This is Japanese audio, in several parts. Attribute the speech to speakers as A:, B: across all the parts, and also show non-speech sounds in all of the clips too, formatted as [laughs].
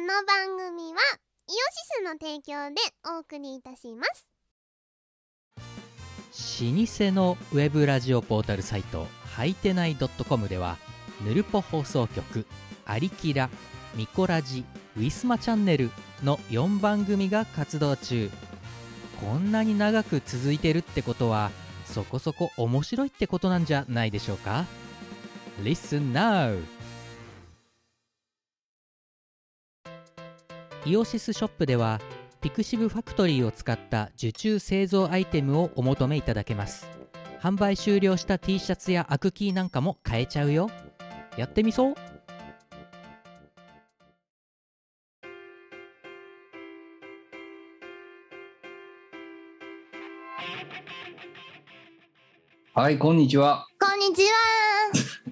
A: の番組はイオシスの提供でお送りいたします
B: 老舗のウェブラジオポータルサイトはいてない .com ではぬるぽ放送局「アリキラ」「ミコラジ」「ウィスマチャンネル」の4番組が活動中こんなに長く続いてるってことはそこそこ面白いってことなんじゃないでしょうか Listen now! イオシスショップではピクシブファクトリーを使った受注製造アイテムをお求めいただけます販売終了した T シャツやアクキーなんかも買えちゃうよやってみそう
C: はい、こんにちは。
A: こんにちは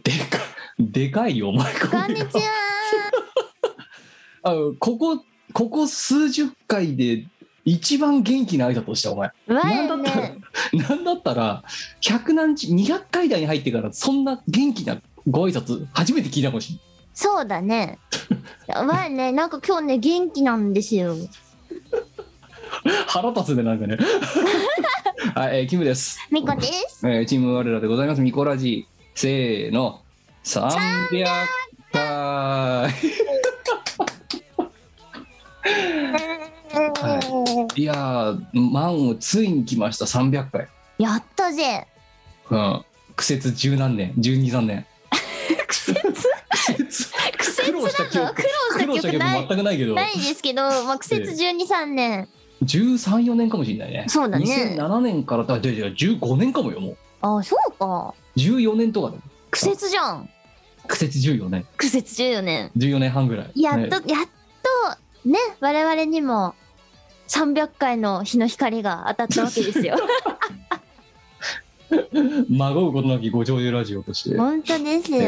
C: でか、でかいよ、お前。
A: こんにちは
C: [laughs] あのここ、ここ数十回で一番元気な挨拶をした、お前。
A: わ
C: なん
A: よ
C: だったら [laughs]
A: ね、
C: なんだったら、100何日、200回台に入ってから、そんな元気なご挨拶、初めて聞いたかもしれ
A: そうだ
C: [laughs]
A: ねわよねなんか今日ね元気なんですよ
C: ない。腹立つね、なん
A: [laughs]
C: か [laughs] ね。はい、えーキムです。
A: みこです
C: えーチーム我らでございます。ミコラジ。せーの。300回。いやー、満をついに来ました、300回。
A: やったぜ
C: うん、苦節十何年十二三年
A: 苦節
C: 苦節
A: 苦節
C: 苦労した記
A: なの
C: 憶
A: 苦労した
C: 苦労した
A: 曲
C: 記憶
A: ない
C: 全くないけど
A: ないですけど、まあ、苦節123年
C: 十三四年かもしれないね
A: そうだね
C: 2007年からだじゃ十五年かもよもう
A: あそうか
C: 十四年とかだよ
A: 苦節じゃん
C: 苦節十四年
A: 苦節14年
C: 十四年半ぐらい
A: やっ
C: ね
A: と、やっとね我々にも300回の日の光が当たったわけです
C: [laughs]
A: よ
C: 孫うことなきご長寿ラジオとして
A: 本当ですよ、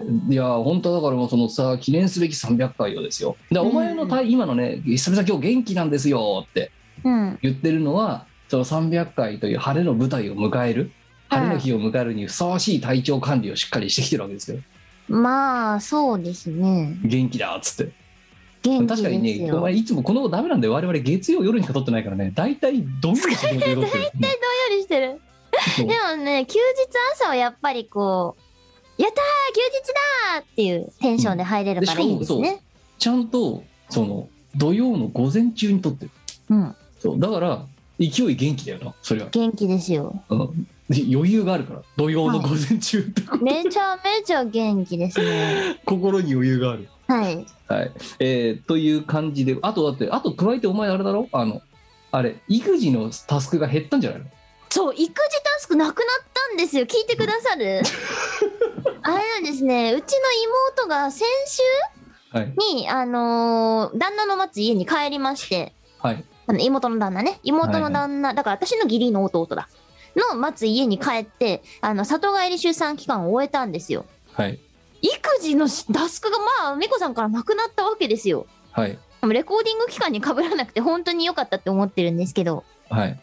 C: えーいや本当だからもうそのさ記念すべき300回をですよでお前のたい今のね久々今日元気なんですよって
A: うん
C: 言ってるのはその300回という晴れの舞台を迎える晴れの日を迎えるにふさわしい体調管理をしっかりしてきてるわけですよ
A: まあそうですね
C: 元気だっつって
A: 元気
C: 確かに
A: です
C: ねお
A: よ、
C: 前いつもこのダメなんで我々月曜夜にか撮ってないからね大体どんぐらい仕事で撮ってる
A: どんよりしてる
C: そう
A: でもね休日朝はやっぱりこう「やったー休日だー!」っていうテンションで入れるからいいですね、
C: ちゃんとその土曜の午前中に撮ってる
A: うん、
C: そうだから勢い元気だよなそれは、
A: 元気ですよ
C: うん、で余裕があるから土曜の午前中って、
A: めちゃめちゃ元気です
C: [laughs]
A: ね
C: 心に余裕がある
A: はい
C: はい、えーという感じで、あとだって、あと加えてお前あれだろあの、あれ、育児のタスクが減ったんじゃないの
A: そう育児タスクなくなったんですよ聞いてくださるあれなんですねうちの妹が先週
C: はい。
A: にあのー旦那の待つ家に帰りまして
C: はい。
A: あの妹の旦那ね妹の旦那、だから私の義理の弟だの待つ家に帰ってあの里帰り出産期間を終えたんですよ
C: はい。
A: 育児のしタスクがまあ美子さんからなくなったわけですよ
C: はい。
A: レコーディング期間にかぶらなくて本当に良かったって思ってるんですけど
C: はい。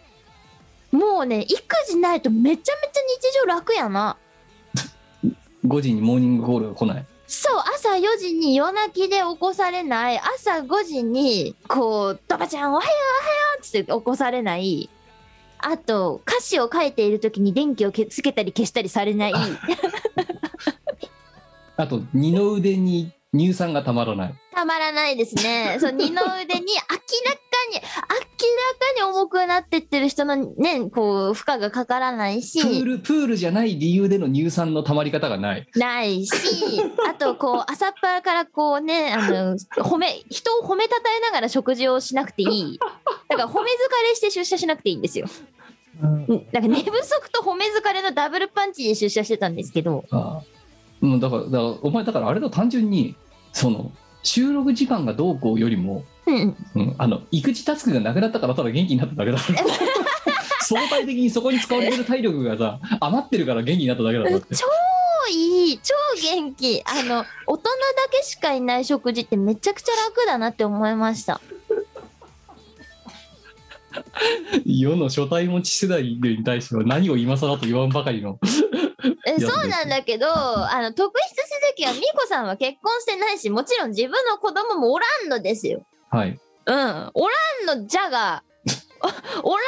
A: もうね育児ないとめちゃめちゃ日常楽やな
C: 5時にモーニングコールが来ない。
A: そう朝4時に夜泣きで起こされない朝5時にこう「ドバちゃんおはようおはよう」っつって起こされないあと歌詞を書いている時に電気をけつけたり消したりされない [laughs]
C: あと、二の腕に乳酸がたまらない。
A: たまらないですねそう二の腕に明らかに明らかに重くなってってる人のねこう負荷がかからないし
C: プール、プールじゃない理由での乳酸のたまり方がない。
A: ないしあとこう朝っぱらからこうねあの褒め人を褒めたたえながら食事をしなくていいだから褒め疲れして出社しなくていいんですようんなんか寝不足と褒め疲れのダブルパンチで出社してたんですけど
C: ああ。うん、だから、だから、お前だからあれだ、単純に、その、収録時間がどうこうよりも、
A: うんうん
C: うん、あの育児タスクがなくなったからただ元気になっただ
A: [laughs]
C: けだから相対的にそこに使われてる体力がさ余ってるから元気になっただけだろだって
A: 超いい超元気あの大人だけしかいない食事ってめちゃくちゃ楽だなって思いました
C: 世の初対持ち世代に対しては何を今更と言わんばかりの
A: えそうなんだけどあの特筆すべきは美子さんは結婚してないしもちろん自分の子供もおらんのですよ。
C: はい
A: うん、おらんのじゃが [laughs] おら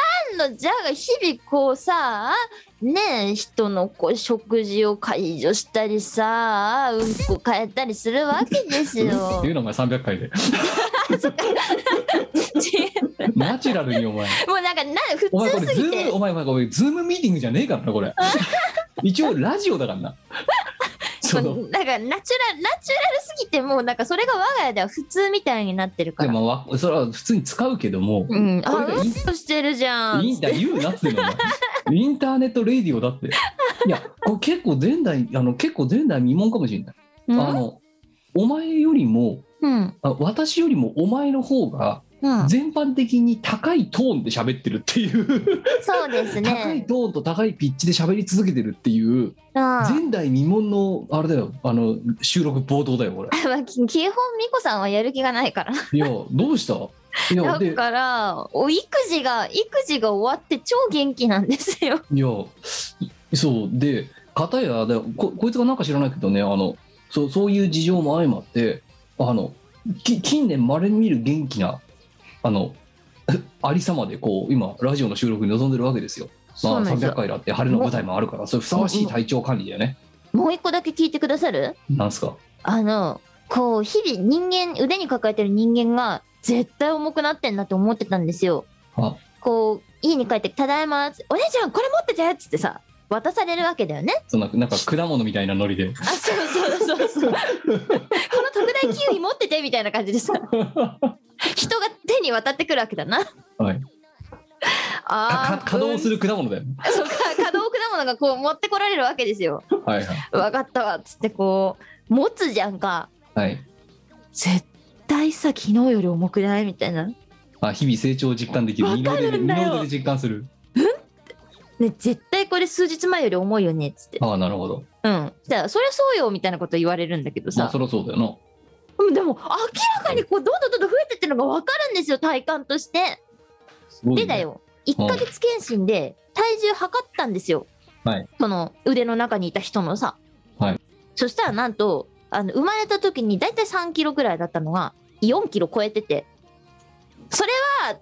A: んのじゃが日々こうさねえ人のこう食事を解除したりさうんこ変えたりするわけです
C: っ
A: よ
C: てい。うのお前300回で
A: 違う
C: ナチュラルに
A: [laughs]
C: お前
A: もうなんかな普
C: お前こ
A: 通
C: れ
A: す
C: ズ
A: ぎ
C: ー
A: て
C: ムお前お前これズームミーティングじゃねえから
A: [laughs]
C: なこれ一応ラジオだからなそ
A: な
C: の
A: んかナチュラルナチュラルすぎてもうなんかそれが我が家では普通みたいになってるか
C: で
A: ら。
C: もわそれは普通に使うけども、
A: うん、あ
C: これが
A: う
C: イ
A: ん
C: ン
A: としてるじゃん。
C: インタ言うなってんのお [laughs] 前インターネットレディオだっていやこれ結構前代あの結構前代未聞かもしれない、
A: うん
C: あのお前よりも
A: うん
C: あ私よりもお前の方が
A: うん、
C: 全般的に高いトーンで喋ってるっていう、
A: そうです
C: 高い
A: ね。
C: トーンと高いピッチで喋り続けてるっていう
A: うん
C: 前代未聞のあれだよあの収録冒頭だよこれ
A: まあ、き [laughs] 基本美子さんはやる気がないから
C: いやどうしたい [laughs] やで
A: だからお育児が育児が終わって超元気なんですよ。
C: いやそうで片やでここいつがなんか知らないけどねあのそうそういう事情も相まってあのき近年まれに見る元気なあの [laughs] ありさまでこう今ラジオの収録に臨んでるわけですよ。ま
A: そう
C: あ、
A: なんです
C: 300
A: よ
C: 回だって晴れの舞台もあるからそれふさわしい体調管理だよね。
A: もう一個だけ聞いてくださる
C: なんすか
A: あのこう日々人間腕に抱えてる人間が絶対重くなってんなって思ってたんですよ。
C: あ
A: こう家に帰って「ただいま」お姉ちゃんこれ持ってて」っつってさ渡されるわけだ [laughs] よね。
C: そんななんか果物みたいなノリで
A: あそうそうそう [laughs] そうこの特大キウイ持っててみたいな感じでさ人が手に渡ってくるわけだな。
C: はい
A: あ
C: か
A: ー
C: か稼働す
A: うん
C: る果物だよ。
A: そうか可動果物がこう持ってこられるわけですよ。
C: はいはい
A: わかったわっつってこう持つじゃんか。
C: はい
A: 絶対さ昨日より重くないみたいな。ね
C: あ日々成長を実感できる
A: わ
C: 二の
A: か
C: 腕
A: る
C: で
A: ん
C: 二
A: だよ
C: の腕で実感する
A: 絶対これ数日前より重いよねっつって。
C: ああなるほど
A: うん。そしたらそりゃそうよみたいなこと言われるんだけど
C: ま
A: さ
C: あ。そりゃそうだよな
A: うんでも明らかにこうどんどんどんどん増えてってるのがわかるんですよ体感として。
C: すごいね
A: でだよ1ヶ月検診で体重測ったんですよ、
C: はい
A: その腕の中にいた人のさ、
C: はい
A: そしたらなんとあの生まれた時に大体3キロぐらいだったのが4キロ超えててそれは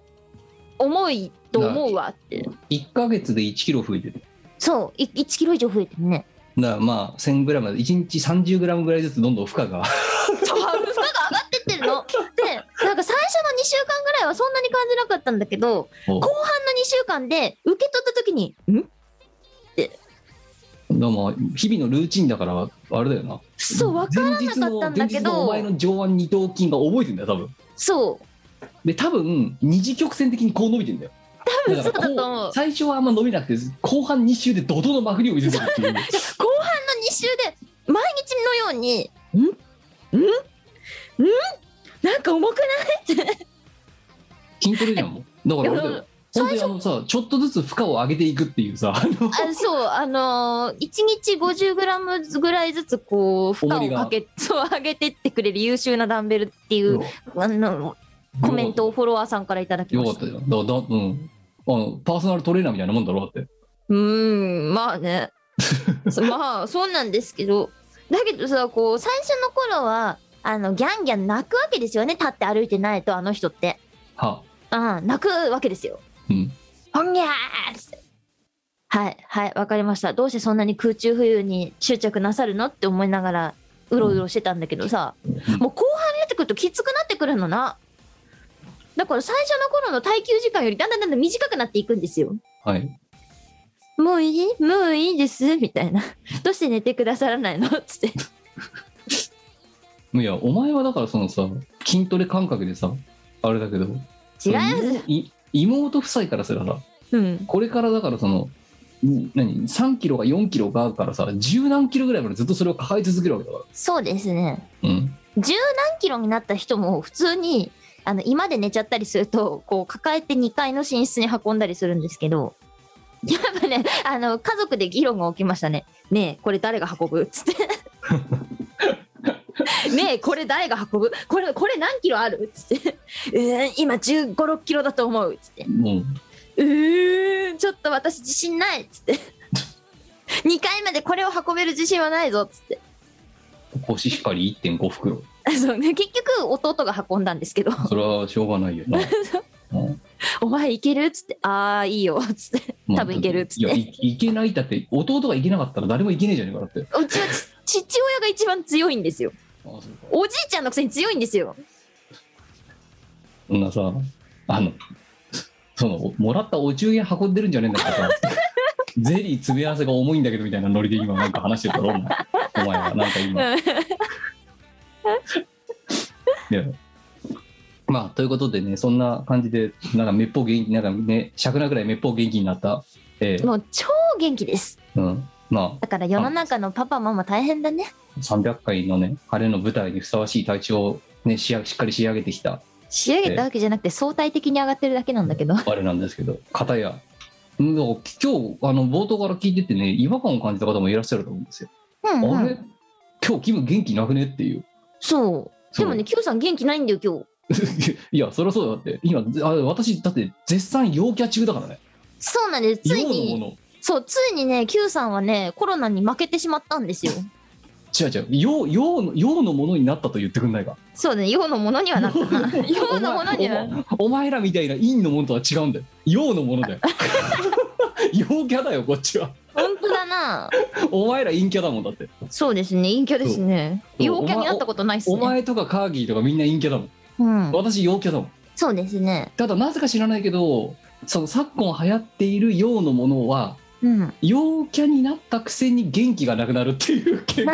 A: 重いと思うわって
C: 1ヶ月で1キロ増えてる
A: そうい1キロ以上増えてるね
C: だからまあ 1000g1 日 30g ぐらいずつどんどん
A: [laughs]
C: 負荷が
A: そう負荷が上がってってるのでなんか最初の2週間ぐらいはそんなに感じなかったんだけど後半の
C: お
A: 2週間で受け取った時にん
C: でも日々のルーチンだからあれだよな
A: そう分からなかったんだけ
C: 前日の前日のお前
A: ど
C: の上腕二頭筋が覚えてんだよ多分
A: そう
C: で多分二次曲線的にこう伸びてんだよ
A: 多分
C: だからこ
A: そうだと思う
C: 最初はあんま伸びなくて後半2週で怒涛のまくりを見せてるって
A: [laughs]
C: いう
A: 後半の2週で毎日のように「んんんんなんか重くない?
C: 筋トレじゃんもうだからあれだ
A: いや
C: よ本当にあのさちょっとずつ負荷を上げていくっていうさあの」
A: あそうあのー、1日 50g ぐらいずつこう負荷をかけそう上げてってくれる優秀なダンベルっていうあのコメントをフォロワーさんからいただき
C: よ
A: ま
C: か
A: し
C: ったたよ。だだうん。あのパーソナルトレーナーみたいなもんだろだって。
A: うーんまあ [laughs] ねそまあそうなんですけどだけどさこう最初の頃はあのギャンギャン泣くわけですよね立って歩いてないとあの人って
C: は。
A: うん泣くわけですよ
C: うん。
A: ほんぎゃーっつってはいはいわかりましたどうしてそんなに空中浮遊に執着なさるのって思いながらうろうろしてたんだけどさ、
C: うん
A: もう後半になってくるときつくなってくるのなだから最初の頃の耐久時間よりだんだんだんだん短くなっていくんですよ
C: はい。
A: もういいもういいですみたいなどうして寝てくださらないのつって
C: いや、お前はだからそのさ、筋トレ感覚でさ、あれだけど、
A: 違います
C: い妹夫妻からすらさ、
A: うん
C: これからだからその、ん何3キロが4キロがあるからさ十何キロぐらいまでずっとそれを抱え続けるわけだか
A: そうですね
C: ら、うん、
A: 十何キロになった人も普通にあの居間で寝ちゃったりするとこう抱えて2階の寝室に運んだりするんですけどやっぱねあの家族で議論が起きましたね「ねえこれ誰が運ぶ?」っつって「ねえこれ誰が運ぶこれこれ何キロある?」っつって「うーん今1 5 6キロだと思う」っつって
C: もう
A: うーんちょっと私自信ないっつって2回までこれを運べる自信はないぞっつって
C: コシヒカリ1.5袋
A: そうね結局弟が運んだんですけど
C: それはしょうがないよな、
A: [laughs]
C: うん
A: 「お前いける?」っつって「ああいいよ」っつって
C: まあ
A: 多分いけるっつって
C: いやいいけないだって弟がいけなかったら誰もいけねえじゃねえからっ
A: [laughs]
C: て
A: うちはち父親が一番強いんですよ
C: ああそうか
A: おじいちゃんのくせに強いんですよ
C: そんなさあのそのもらったお中元運んでるんじゃねえんだからさゼリー詰め合わせが重いんだけどみたいなノリで今なんか話してるだろお前お前はなんか今いやまあということでねそんな感じでなんかめっぽう元気なんかねしゃくなぐらいめっぽう元気になったええ
A: もう超元気です
C: うんま
A: だから世の中のパパママ大変だね
C: あ300回のね晴れの舞台にふさわしい体調をねしやしっかり仕上げてきた
A: 仕上げたわけじゃなくて相対的に上がってるだけなんだけど
C: あれなんですけど片やうんだから今日あの冒頭から聞いててね違和感を感じた方もいらっしゃると思うんですよ、
A: うん、う
C: あ
A: ん、
C: れ今日気分元気なくねっていう [laughs]
A: そう
C: そ
A: で
C: う
A: もね Q さん元気ないんだよ今日
C: いやそりゃそうだって今あ私だって絶賛陽キャ中だからね
A: そうなんですつい
C: 陽のも
A: に
C: の
A: そうついにね Q さんはねコロナに負けてしまったんですよ
C: 違う違う陽陽の陽のものになったと言ってくんないか
A: そうね世のものにはな [laughs] っ
C: [laughs]
A: たな世のものに
C: お
A: は
C: 前お前らみたいな陰のものとは違うんだよ陽のものだよ [laughs] 陽キャだよこっちは
A: 本当だな
C: お前ら陰キャだもんだって
A: そうですね陰キャですね
C: そう
A: 陽キャになったことないっす
C: お
A: ね
C: 前とかカーギーとかみんな陰キャだもん
A: うん
C: 私陽キャだもん
A: そうですね
C: ただなぜか知らないけどその昨今流行っている陽のものは
A: うん
C: 陽キャになったくせに元気がなくなるっていう結
A: [laughs]
C: 構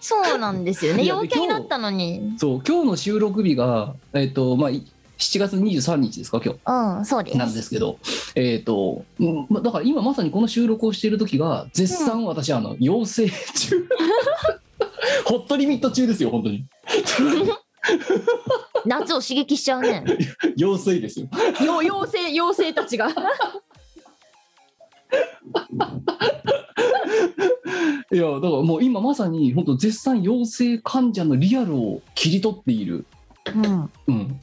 A: そうなんですよね
C: いや
A: 陽キャになったのに
C: そう今日の収録日がえっ、とまあい7月23日ですか今日
A: うんそうです
C: なんですけど、えっ、と、うんまだから今まさにこの収録をしている時が、絶賛私、あの、養成中。 [laughs] ホットリミット中ですよ、本当に。
A: 夏を刺激しちゃうね
C: 養成ですよ。
A: よ妖精妖精たちが
C: いや、だからもう今まさに、本当絶賛養成患者のリアルを切り取っている。
A: うん
C: うん。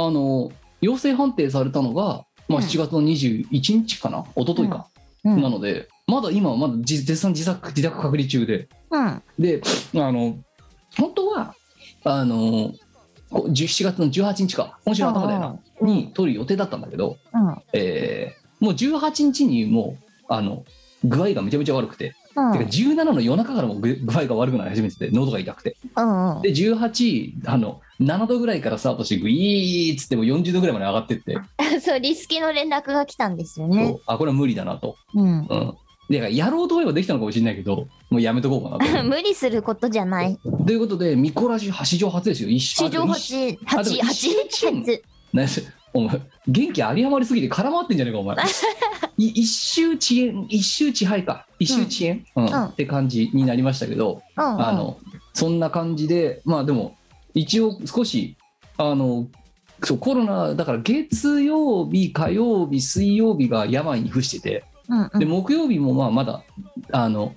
C: あの、陽性判定されたのが、
A: う
C: まあ、
A: ん
C: 7月の21日かな、一昨日か。
A: うん
C: なので、まだ今はまだじ絶賛自宅自宅隔離中で。
A: うん
C: であの本当はあのこ17月の18日か今週の頭だよな
A: うん
C: に取る予定だったんだけど、
A: うん
C: えーもう18日にもうあの具合がめちゃめちゃ悪くて,、
A: うん
C: てか17の夜中からも具具合が悪くなり始めてて喉が痛くて
A: うんうん
C: で18あの7度ぐらいからスタートしてグイーっつってもう40度ぐらいまで上がってって、
A: そう、リスケの連絡が来たんですよ
C: そ
A: ね。
C: うあこれは無理だなと、
A: うん。
C: うん、でだからやろうと思えばできたのかもしれないけどもうやめとこうかなと。
A: 無理することじゃない。
C: ということでミコラジ史上初ですよ一
A: 史上八、八、八、八。
C: 何それお前元気有り余りすぎて空回ってんじゃねえかお前い一周遅延一周遅配か一周遅延、うん
A: うん
C: って感じになりましたけど、
A: うんうん。
C: あのそんな感じでまあでも一応少しあのそうコロナだから月曜日火曜日水曜日が病に伏してて
A: うんうん
C: で木曜日もまあまだあの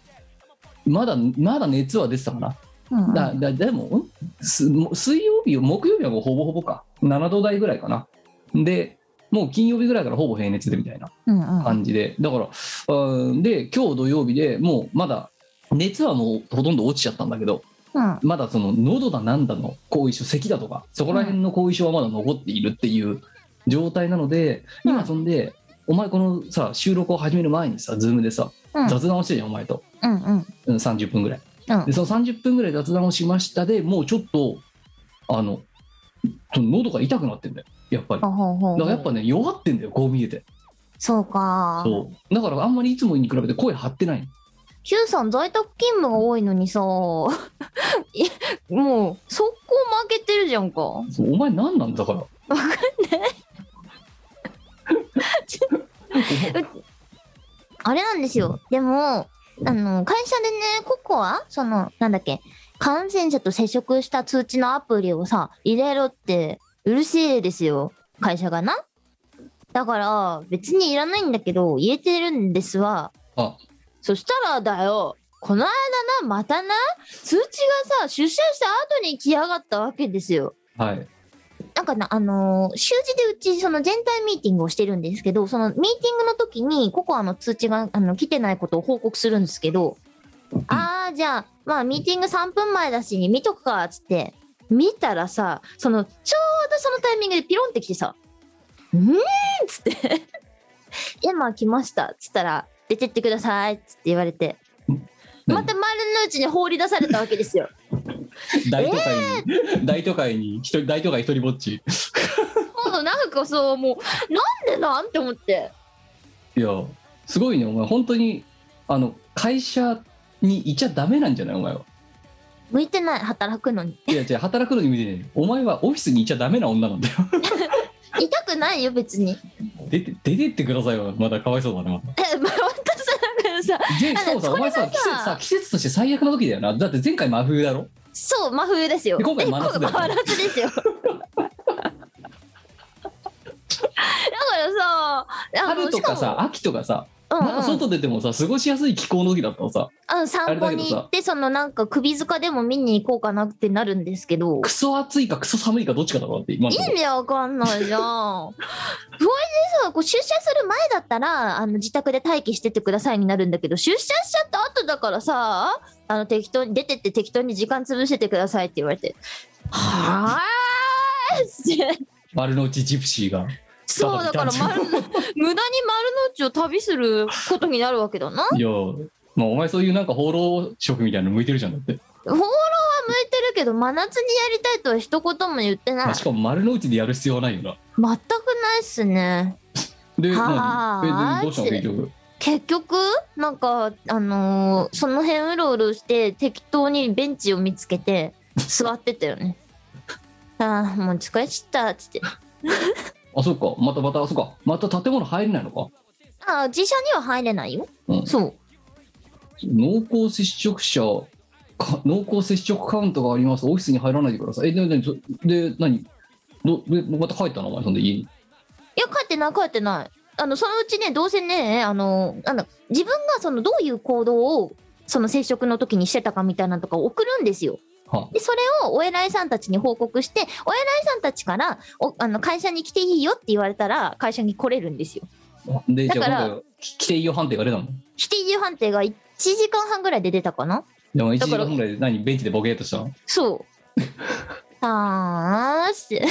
C: まだまだ熱は出てたかな
A: うんうん
C: だだでもんすも水曜日木曜日はもうほぼほぼか7度台ぐらいかなでもう金曜日ぐらいからほぼ平熱でみたいな
A: うんうん
C: 感じでだからうんで今日土曜日でもうまだ熱はもうほとんど落ちちゃったんだけど
A: うん
C: まだその喉だなんだの後遺症咳だとかそこら辺の後遺症はまだ残っているっていう状態なので
A: う
C: 今
A: ん
C: そんでお前このさ収録を始める前にさズームでさ
A: うん
C: 雑談をしてるじゃんお前と
A: うんうん
C: うん30分ぐらい。
A: うん
C: でその30分ぐらい雑談をしましたでもうちょっとあのその喉が痛くなってんだよやっぱりだ
A: ほう
C: か
A: ほうほう
C: らやっぱね弱ってんだよこう見えて
A: そうか
C: そうだからあんまりいつもに比べて声張ってない
A: Q さん在宅勤務が多いのにさ [laughs] いもう速攻負けてるじゃんか
C: そうお前何なんだから
A: あれなんですよ。でも、あの、会社でね、ココアその、なんだっけ、感染者と接触した通知のアプリをさ、入れろって、うるせえですよ。会社がな。だから、別にいらないんだけど、入れてるんですわ。
C: あ
A: そしたらだよ、この間な、またな、通知がさ、出社した後に来やがったわけですよ。 [laughs]
C: はい
A: なんかかな、あのー週次でうち、その全体ミーティングをしてるんですけど、そのミーティングの時に、ココアの通知があの来てないことを報告するんですけど、あー、じゃあ、まあ、ミーティング3分前だし、見とくか、つって、見たらさ、その、ちょうどそのタイミングでピロンって来てさ、んーっつって、 [laughs] 今来ました、つったら、出てってください、つって言われて、また丸の内に放り出されたわけですよ。
C: 大都会に、 [laughs] 大都会に一人大都会一人ぼっち
A: [laughs] 今度なんかそうもうなんでなんって思って
C: いやすごいねお前本当にあの会社にいちゃダメなんじゃないお前は
A: 向いてない働くのに
C: いや違う働くのに見てねお前はオフィスにいちゃダメな女なんだよ
A: 痛くないよ別に
C: 出て出てってくださいよまだかわいそうだな
A: え [laughs] まあ私なんかさ
C: でしかもさ
A: こ
C: お
A: れがさ
C: 前さ季節さ季節として最悪の時だよなだって前回真冬だろ
A: そう真冬ですよ
C: で今回真
A: で
C: 夏だよ
A: 今回真夏ですよ [laughs] だからさあの
C: 春とかさ秋とかさ
A: しかも
C: なんか外出てもさ過ごしやすい気候の時だったらさ
A: うんうん、あ散歩に行ってそのなんか首塚でも見に行こうかなってなるんですけど
C: クソ暑いかクソ寒いかどっちかだろうって今のとこ
A: 意味わかんないじゃん。それでさ、こう出社する前だったら、あの自宅で待機しててくださいになるんだけど、出社しちゃった後だからさ、あの適当に出てって適当に時間潰しててくださいって言われて、はーいって。
C: 丸の内ジプシーが
A: そうだから丸の無駄に丸の内を旅することになるわけだな。
C: いやまあお前そういうなんか放浪食みたいなの向いてるじゃんだって、
A: 放浪は向いてるけど、真夏にやりたいとは一言も言ってない。
C: まあ
A: 全
C: しかも丸の内でやる必要はないよな
A: くないっすね。
C: で
A: はー
C: 何
A: い
C: えどうしたの結局
A: 結局なんかあのーその辺うろうろして適当にベンチを見つけて座ってたよね [laughs] ああもう疲れちったっつって
C: あそっかまたまたあそっかまた建物入れないのか
A: ああ自社には入れないよ、
C: うん
A: そう
C: 濃厚接触者か濃厚接触カウントがありますオフィスに入らないでくださいえで何そで何どでまた帰ったのお前そんで家に
A: いや帰ってない帰ってないあのそのうちねどうせねあのなんだ自分がそのどういう行動をその接触の時にしてたかみたいなのとかを送るんですよ
C: は
A: でそれをお偉いさんたちに報告してお偉いさんたちからおあの会社に来ていいよって言われたら会社に来れるんですよ
C: でじ
A: だ
C: ゃあ
A: から
C: 今回き規定違反判定が出たの
A: 否定自由判定が1時間半ぐらいで出たかな
C: でも1
A: だ
C: 時
A: から
C: 間ぐらいで何ベンチでボケーっとしたの
A: そうあーし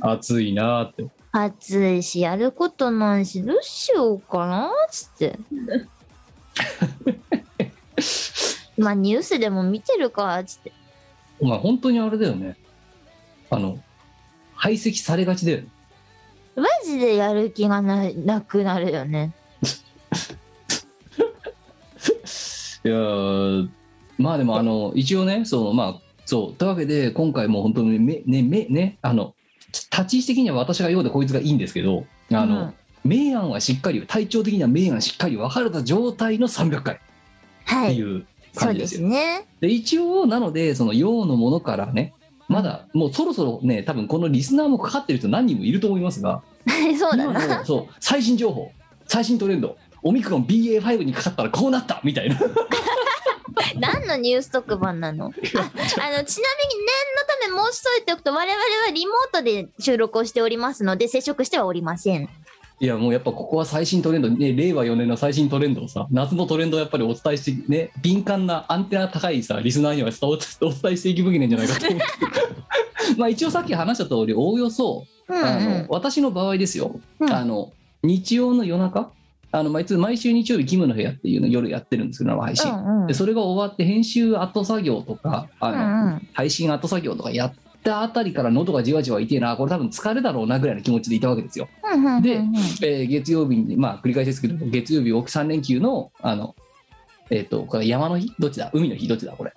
C: 暑いなーって
A: 暑いしやることないしどうしようかなっつって
C: [laughs]
A: まあニュースでも見てるかっつって
C: お前本当にあれだよねあの排斥されがちだよね
A: マジでやる気がななくなるよね
C: いやーまあでもあの一応ねそうまあそうというわけで今回も本当にめねめねあの立ち位置的には私がようでこいつがいいんですけどあの、
A: うん
C: 明暗はしっかり体調的には明暗しっかり分かれた状態の300回っ
A: は
C: て
A: い
C: いう
A: そう
C: 感じ
A: で
C: です
A: す
C: よ。
A: ね
C: で一応なのでその用のものからねまだもうそろそろね多分このリスナーもかかってる人何人もいると思いますが
A: そうだ
C: 今
A: な
C: のそう最新情報最新トレンドオミクロン BA.5 にかかったらこうなったみたいな
A: 何のニュース特番なのああのちなみに念のため申し添えておくと我々はリモートで収録をしておりますので接触してはおりません
C: いやもうやっぱここは最新トレンド、ね、令和4年の最新トレンドをさ夏のトレンドをやっぱりお伝えしてね敏感なアンテナ高いさリスナーには伝わお伝えしていくべきなんじゃないかと思って [laughs] まあ一応さっき話した通りおおよそ
A: うんう
C: あの
A: ん
C: 私の場合ですよ、
A: うん
C: あの日曜の夜中あの毎つ毎週日曜日「キムの部屋」っていうの夜やってるんですけど配信、
A: うんうん
C: でそれが終わって編集後作業とかあの、
A: うんうん
C: 配信後作業とかやったあたりから喉がじわじわ痛いなこれ多分疲れだろうなぐらいの気持ちでいたわけですよ、
A: うんうんうんうん
C: でえー月曜日にまあ繰り返しですけど月曜日3連休のあのえっ、とこれ山の日どっちだ海の日どっちだこれ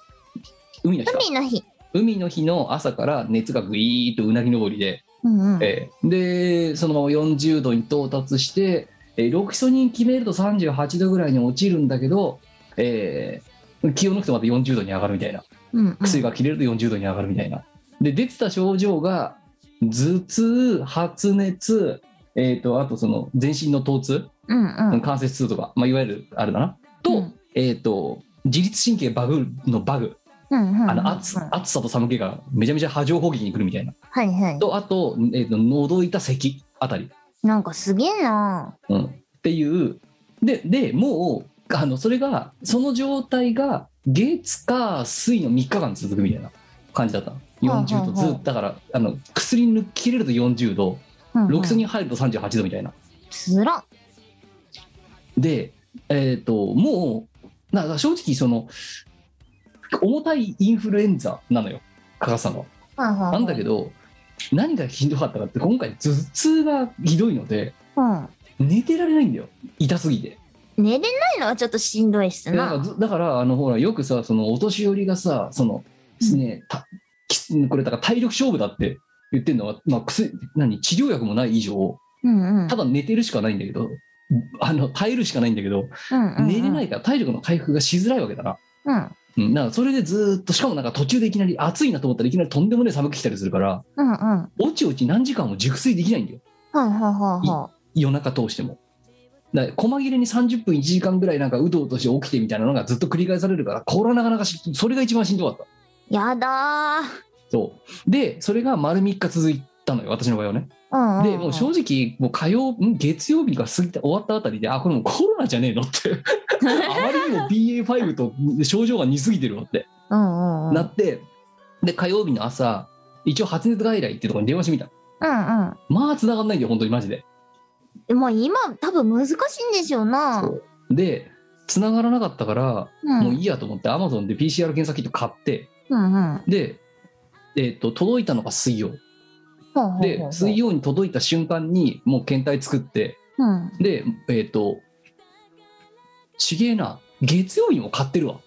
C: 海の日か
A: 海の日、
C: 海の日の朝から熱がぐいーっとうなぎ登りで
A: うんうん
C: ええでそのまま40度に到達して、えーロキソニン決めると38度ぐらいに落ちるんだけど、えー気を抜くとまた40度に上がるみたいな
A: うんうん
C: 薬が切れると40度に上がるみたいなで出てた症状が頭痛発熱、えー、とあとその全身の疼痛、
A: うんうん
C: 関節痛とか、まあ、いわゆるあれだなと,、
A: うん
C: えー、と自律神経バグのバグ
A: うんうんうん
C: あの暑
A: はい
C: 暑さと寒気がめちゃめちゃ波状攻撃に来るみたいな。
A: はい。
C: とあと、えー、と覗いた咳あたり、
A: なんかすげえな。
C: うん、っていうででもうあのそれがその状態が月火水の3日間続くみたいな感じだったの
A: はいはい
C: 40度ずっとだからあの薬抜き切れると40度
A: うんうん
C: 6層に入ると38度みたいな。
A: つら。
C: で、えー、ともうなんか正直その重たいインフルエンザなのよ加賀さんは。
A: な
C: なんだけ。ど何がひどかったかって今回頭痛がひどいので
A: うん。
C: 寝てられないんだよ痛すぎて
A: 寝れないのはちょっとしんどいっす
C: だから
A: な。
C: ずだからあのほらよくさそのお年寄りがさそのねたきこれだから体力勝負だって言ってるのは、まあ、薬何治療薬もない以上
A: うんうん。。
C: ただ寝てるしかないんだけどあの耐えるしかないんだけど寝れないいから体力の回復がしづらいわけだな。
A: うん。
C: うん、だからそれでずーっとしかもなんか途中でいきなり暑いなと思ったらいきなりとんでもねえ寒く来たりするから
A: うんうん。は
C: おちおち何時間も熟睡できないんだよ
A: いはいはいは
C: 夜中通しても。だから細切れに30分1時間ぐらいなんかうとうとして起きてみたいなのがずっと繰り返されるからこれはなかなかしそれが一番しんどかった
A: い。やだー。
C: そうでそれが丸3日続いたのよ私の場合はね
A: うんんん。
C: でもう正直もう火曜ん月曜日が過ぎた終わったあたりであこれもうコロナじゃねえのってあまりにも BA.5 と症状が似すぎてるわって
A: うんうんうん。
C: なってで火曜日の朝一応発熱外来ってところに電話してみた
A: うんうん。
C: まあ繋がんないんだよ本当にマジで
A: でも今多分難しいんでしょうな。
C: そうで繋がらなかったから
A: うん
C: もういいやと思って、アマゾンで PCR 検査キット買って、
A: うんうん。
C: で、えっと届いたのが水曜。
A: ほうほうほう
C: で、水。曜に届いた瞬間に、もう検体作って、
A: うん。
C: で、えっと、ちげえな、月曜日も買ってるわ。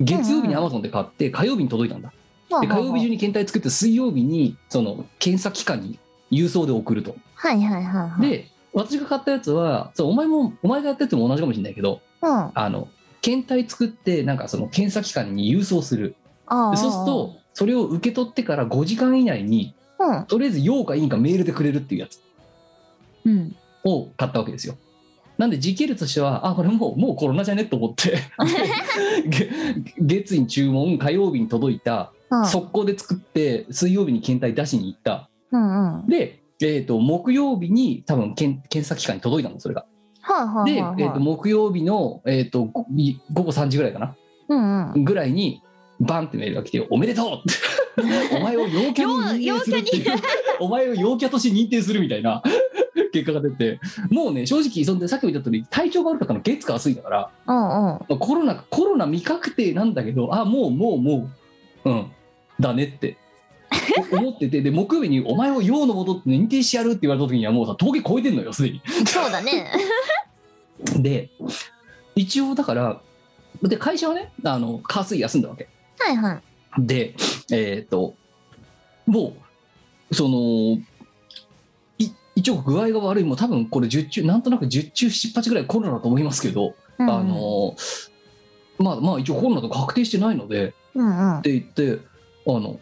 C: 月曜日にアマゾンで買って、火曜日に届いたんだ。で、火曜日中に検体作って、水曜日に、その、検査機関に郵送で送ると。
A: はいはいはいはい。、
C: で、私が買ったやつは、そうお前も、お前がやったやつも同じかもしれないけど、
A: うん。あ
C: あの、検体作って、なんかその、検査機関に郵送する。
A: あ。
C: でそうすると、それを受け取ってから5時間以内に、
A: うん。
C: とりあえず用かいいかメールでくれるっていうやつ
A: うん。
C: を買ったわけですよ。なんで時系列としては、あ、これもうもうコロナじゃねと思
A: [laughs]
C: って、げ月に注文、火曜日に届いた、
A: うん。
C: 速攻で作って、水曜日に検体出しに行った。
A: うんうん。
C: で、えー、と木曜日に多分検検査機関に届いたの、それが。
A: はいは
C: で、
A: い
C: え
A: はい
C: ー、
A: は
C: と
A: い。
C: 木曜日の、えー、とごい午後3時ぐらいかな、
A: うんうん。
C: ぐらいに、バンってメールが来て、おめでとうって、お [laughs] 前を陽キャに認定するってい
A: 陽陽
C: う
A: キャに [laughs]
C: お前を陽キャとして認定するみたいな [laughs] 結果が出て、もうね、正直、そんでさっきも言った通り、体調が悪かったの月か暑いだから、
A: うんうん。
C: まあコロナ、コロナ未確定なんだけど、あ、もう、もう、もう、うん、だねって。お思っててで木曜日に「お前を陽の元って認定してやる」って言われた時にはもうさ峠越えてんのよすでに。
A: そうだね。
C: で一応だからで会社はねあの火水休んだわけ。
A: はいはい。
C: で、えっ、と、もう、その、い一応具合が悪い、もう多分これ、10中、なんとなく10中7、8ぐらいコロナだと思いますけど、
A: うんうん
C: あ、の、まあまあ、一応コロナと確定してないので、
A: うんうん
C: っ。て言って、あの、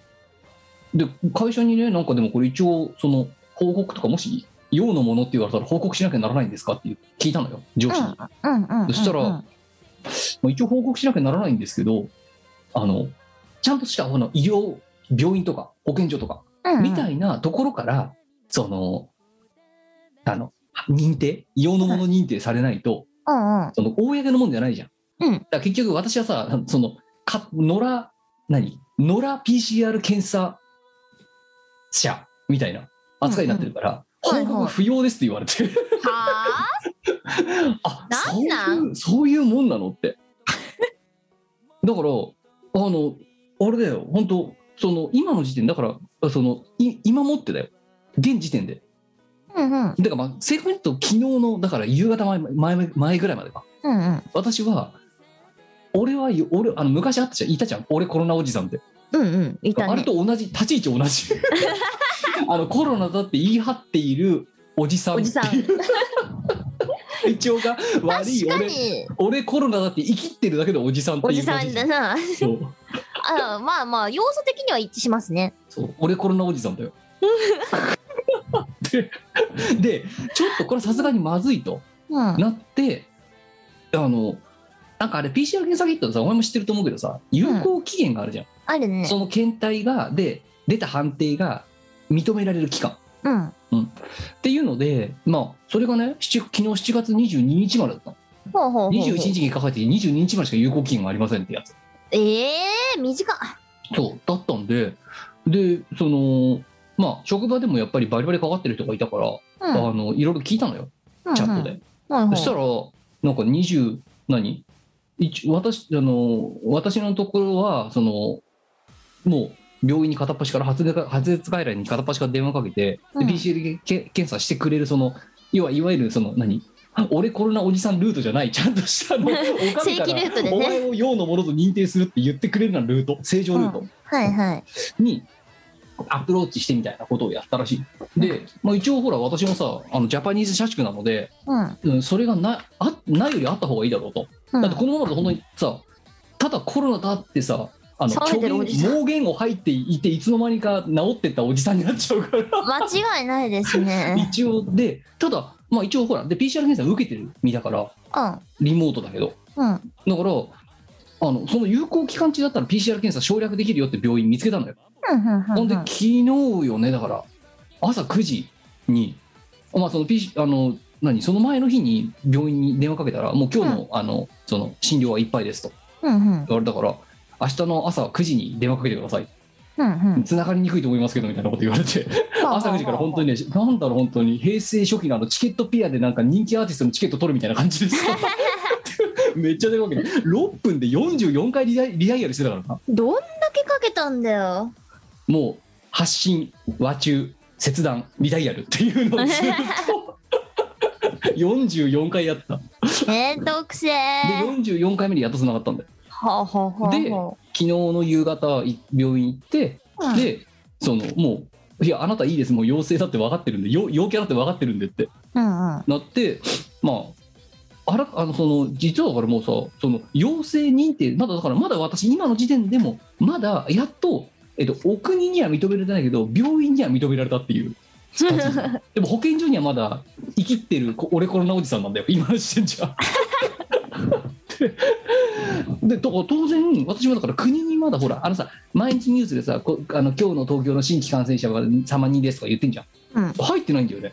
C: で、会社にね、なんかでもこれ一応、その、報告とか、もし、用のものって言われたら報告しなきゃならないんですかって聞いたのよ、上司に。
A: うんうんうん。
C: そしたら
A: うん
C: まあ、一応報告しなきゃならないんですけど、あの、ちゃんとしたあの医療、病院とか保健所とか、
A: うん、
C: みたいなところから、その、あの、認定、用のもの認定されないと、
A: うんうん。
C: その、公のもんじゃないじゃん。
A: うん
C: だから結局私はさ、その、か、野良、何野良 PCR 検査者みたいな扱いになってるから、
A: うんうん
C: 報
A: はい
C: 告
A: はい
C: 不要ですって言われて、
A: は
C: あ
A: なんなん
C: そういうそういうもんなのって [laughs] だからあのあれだよ本当その今の時点だからそのい今持ってだよ現時点で
A: あ。うんうん
C: だからまあ正確に言うと昨日のだから夕方前前前ぐらいまでか
A: うんうん
C: 私は俺はよ俺あの昔あったじゃんいたじゃん俺コロナおじさんって、
A: うんうん。いた
C: あれ
A: ね。
C: と同じ立ち位置同じ
A: [laughs]
C: あのコロナだって言い張っているおじさん
A: おじさん。
C: [laughs] っていう
A: 確
C: 体調が悪い
A: か
C: 俺
A: に。
C: 俺コロナだって生きてるだけでおじさんっていう
A: おじさんだな。
C: そう
A: あまあまあ、要素的には一致しますね。
C: そう俺コロナおじさ
A: [laughs]
C: んだよででちょっとこれさすがにまずいと
A: うん。
C: なってあのなんかあれ PCR 検査キットでさお前も知ってると思うけどさ有効期限があるじゃん、
A: あるね
C: その検体がで出た判定が認められる期間
A: うん
C: っていうのでまあそれがね7昨日7月22日までだったの
A: ほうほうほうほう
C: 21日に書かれて22日までしか有効期限がありませんってやつ
A: ええー、短い
C: そうだったんででそのまあ職場でもやっぱりバリバリかかってる人がいたから、
A: うん
C: あのいろいろ聞いたのよ
A: うんうん
C: チャットで、
A: はいはい
C: そしたらなんか20何一私あの私のところはそのもう病院に片っ端から発熱発熱外来に片っ端から電話かけて、
A: うん
C: で PCR け検査してくれるその要はいわゆるその何俺コロナおじさんルートじゃないちゃんとし
A: [laughs]
C: たのお上から
A: 正規ルートでね
C: お前を用のものと認定するって言ってくれるようなルート正常ルート、
A: はいはい
C: にアプローチしてみたいなことをやったらしい。で、まあ、一応ほら私もさあのジャパニーズ社畜なので、
A: うん
C: うん、それがなあないよりあった方がいいだろうと。
A: うん
C: だってこのままだと本当にさただコロナだってさあの
A: 騒いでるおじさん
C: 狂言盲言を吐いていていつの間にか治ってったおじさんになっちゃうから
A: 間違いないですね
C: 一応でただまあ一応ほらで PCR 検査受けてる身だから
A: うん
C: リモートだけど
A: うん
C: だからあのその有効期間中だったら PCR 検査省略できるよって病院見つけたのよ。
A: うんうんうん
C: ほんで
A: うん
C: 昨日よねだから朝9時に、まあ、その PC あの何その前の日に病院に電話かけたらもう今日の,、あのその診療はいっぱいですと
A: うんうん
C: 言われたから明日の朝9時に電話かけてください
A: うんうん
C: 繋がりにくいと思いますけどみたいなこと言わ
A: [laughs]
C: れて朝9時から本当にねなんだろう本当に平成初期のあのチケットピアでなんか人気アーティストのチケット取るみたいな感じです
A: [laughs]
C: めっちゃ出るわけで6分で44回リダイリダイヤルしてたからな
A: どんだけかけたんだよ
C: もう発信、和中、切断、リダイヤルっていうのを
A: [laughs]
C: ずっと44回やった。で、
A: えー、特性は
C: 44回目でやっと繋がったんだよ。
A: あはあはあ
C: で、
A: は
C: 昨日の夕方、い病院行って、
A: あうん
C: で、そのもう、いや、あなたいいです、もう陽性だって分かってるんで、よ陽キャだって分かってるんでって
A: うんうん
C: なって、まあ、あらあのその実はだからもうさ、その陽性認定、まだだから、まだ私、今の時点でも、まだやっと、えっと、お国には認められてないけど、病院には認められたっていう。でも保健所にはまだ生きってるこ俺コロナおじさんなんだよ今してんじゃ
A: [laughs]
C: ん。でだから当然私はだから国にまだほらあのさ毎日ニュースでさこあの今日の東京の新規感染者が様人ですとか言ってんじゃん、
A: うん
C: 入ってないんだよね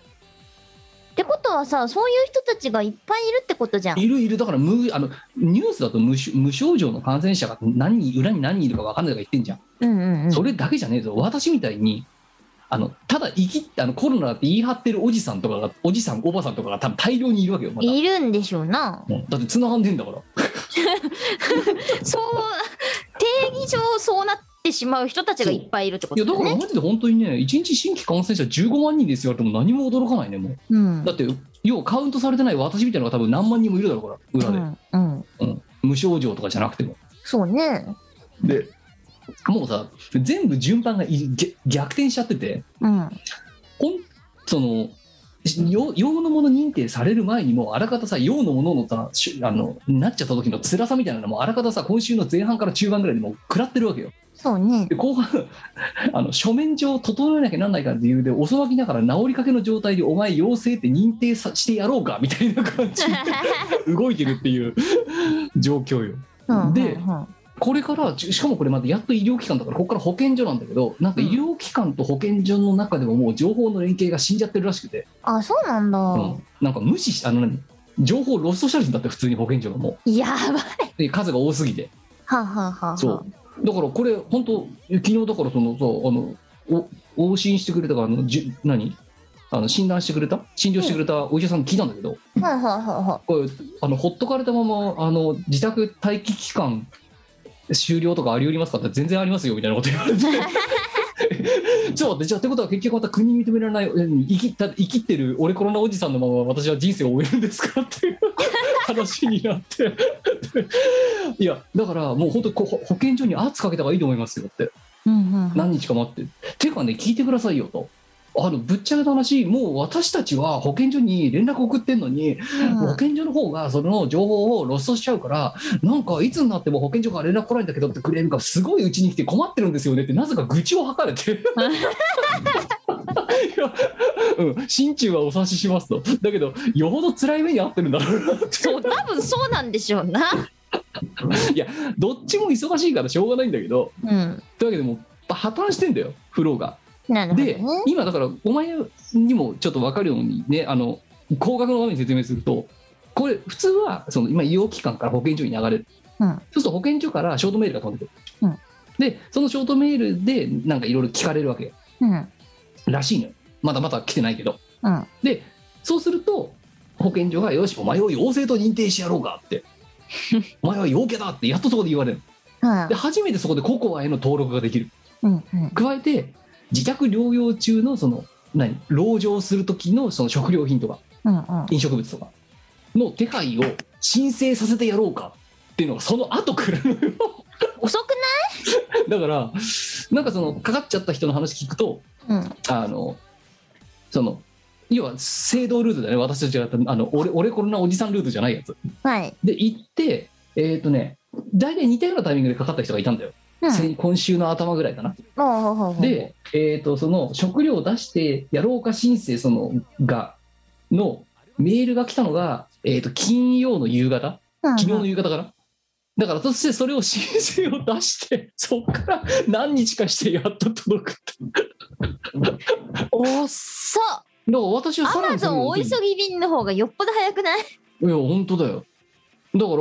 A: ってことはさそういう人たちがいっぱいいるってことじゃん
C: いるいるだから無あのニュースだと無症無症状の感染者が何人裏に何人いるか分かんないとか言ってんじゃん
A: うんうんうん
C: それだけじゃねえぞ、私みたいに、あのただ生きってあのコロナだって言い張ってるおじさんとかが、おじさん、おばさんとかが多分大量にいるわけよ、まだ。
A: いるんでしょうな
C: うんだって繋がんでんだから。
A: そう定義上そうなってしまう人たちがいっぱいいるってこ
C: いや
A: とだ
C: だ
A: よ
C: から
A: ね
C: マジで本当にね、1日新規感染者15万人ですよっても何も驚かないね、もう。
A: うん
C: だって、要はカウントされてない私みたいなのが多分何万人もいるだろうから、
A: う
C: 裏で。
A: んうん
C: 無症状とかじゃなくても。
A: そうね
C: で、もうさ、全部順番がい逆逆転しちゃってて、
A: うん
C: ほんその用用のもの認定される前にもうあらかたさ用のもののさしあのなっちゃった時の辛さみたいなのもあらかたさ今週の前半から中盤ぐらいでもう食らってるわけよ
A: そうね
C: [laughs] で後半あの書面上整えなきゃなんないから理由で遅まきながら治りかけの状態でお前陽性って認定さしてやろうかみたいな感じで動いてるっていう状況よ
A: うん
C: で
A: うんうん
C: これからちしかもこれまたやっと医療機関だからここから保健所なんだけどなんか医療機関と保健所の中でももう情報の連携が死んじゃってるらしくて
A: あそうなんだ、
C: うん、なんか無視しあの何情報ロストしたんだって普通に保健所がも
A: やばいう
C: で数が多すぎて
A: はあ、はあはあはあ、
C: そうだからこれ本当昨日だからそのそうあのお往診してくれたからあのじゅ何あの診断してくれた診療してくれたお医者さんに聞いたんだけど、
A: はいはいはいは
C: これあのほっとかれたままあの自宅待機期間終了とかあり得りますかって全然ありますよみたいなこと言われて [laughs] ちょっと待ってじゃあってことは結局また国に認められないうん生きた生きってる俺コロナおじさんのまま私は人生を終えるんですかっていう話になっていやだからもう本当こ保保健所に圧かけた方がいいと思いますよって
A: い。うんうんうん。
C: 何日か待っててかね聞いてくださいよと。あのぶっちゃけた話もう私たちは保健所に連絡送ってんのに保健所の方がその情報をロストしちゃうからなんかいつになっても保健所から連絡来ないんだけどってクレームがすごいうちに来て困ってるんですよねってなぜか愚痴を吐かれていやうん、心中はお察ししますとだけどよほど辛い目に遭ってるんだろうなって
A: そう、多分そうなんでしょうな。
C: どっちも忙しいからしょうがないんだけど
A: うん。
C: というわけでもう破綻してんだよフローが。
A: なるほど
C: で、
A: ね。
C: 今だからお前にもちょっと分かるようにねあの高額の画面説明するとこれ普通はその今医療機関から保健所に流れる、
A: うん
C: そうすると保健所からショートメールが飛んでくる、
A: うん
C: でそのショートメールでなんかいろいろ聞かれるわけ
A: うん。うん。
C: らしいのよまだまだ来てないけど
A: うん。
C: でそうすると保健所が「よしお前を陽性と認定してやろうか」って
A: [laughs]
C: お前は陽気だってやっとそこで言われるで初めてそこでココアへの登録ができる
A: うん。うん。
C: 加えて自宅療養中のその何籠城する時のその食料品とか
A: うん。うん。
C: 飲食物とかの手配を申請させてやろうかっていうのがその後来るのよ [laughs]
A: 遅く
C: だからなんかそのかかっちゃった人の話聞くと
A: ないうん。
C: あのその要は制度ルートだね私と違ってあの俺俺コロナおじさんルートじゃないやつ
A: はい。
C: で行ってえっ、ー、とね大体似たようなタイミングでかかった人がいたんだよ、
A: うん。
C: 先今週の頭ぐらいかな
A: ほうほうほうほう
C: で、えー、とその食料を出してやろうか申請そのがのメールが来たのが、えー、と金曜の夕方
A: うんうん
C: 昨日の夕方から、だからそしてそれを申請を出して [laughs] そこから何日かしてやっと届くって
A: おっそ
C: だから私は
A: ア
C: さら
A: マ
C: にそ
A: ゾ
C: れ
A: ン
C: を
A: お急ぎ便の方がよっぽど早くない
C: いや本当だよだから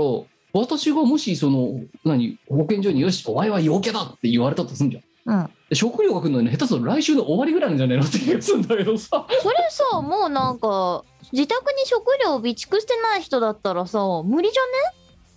C: 私がもしその何保健所に「よしお前は陽キャだ!」って言われたとすんじゃん
A: うん
C: で食料が来るのに、ね、下手すると来週の終わりぐらいなんじゃねえのって気がするんだけどさ
A: それさもうなんか自宅に食料備蓄してない人だったらさ無理じ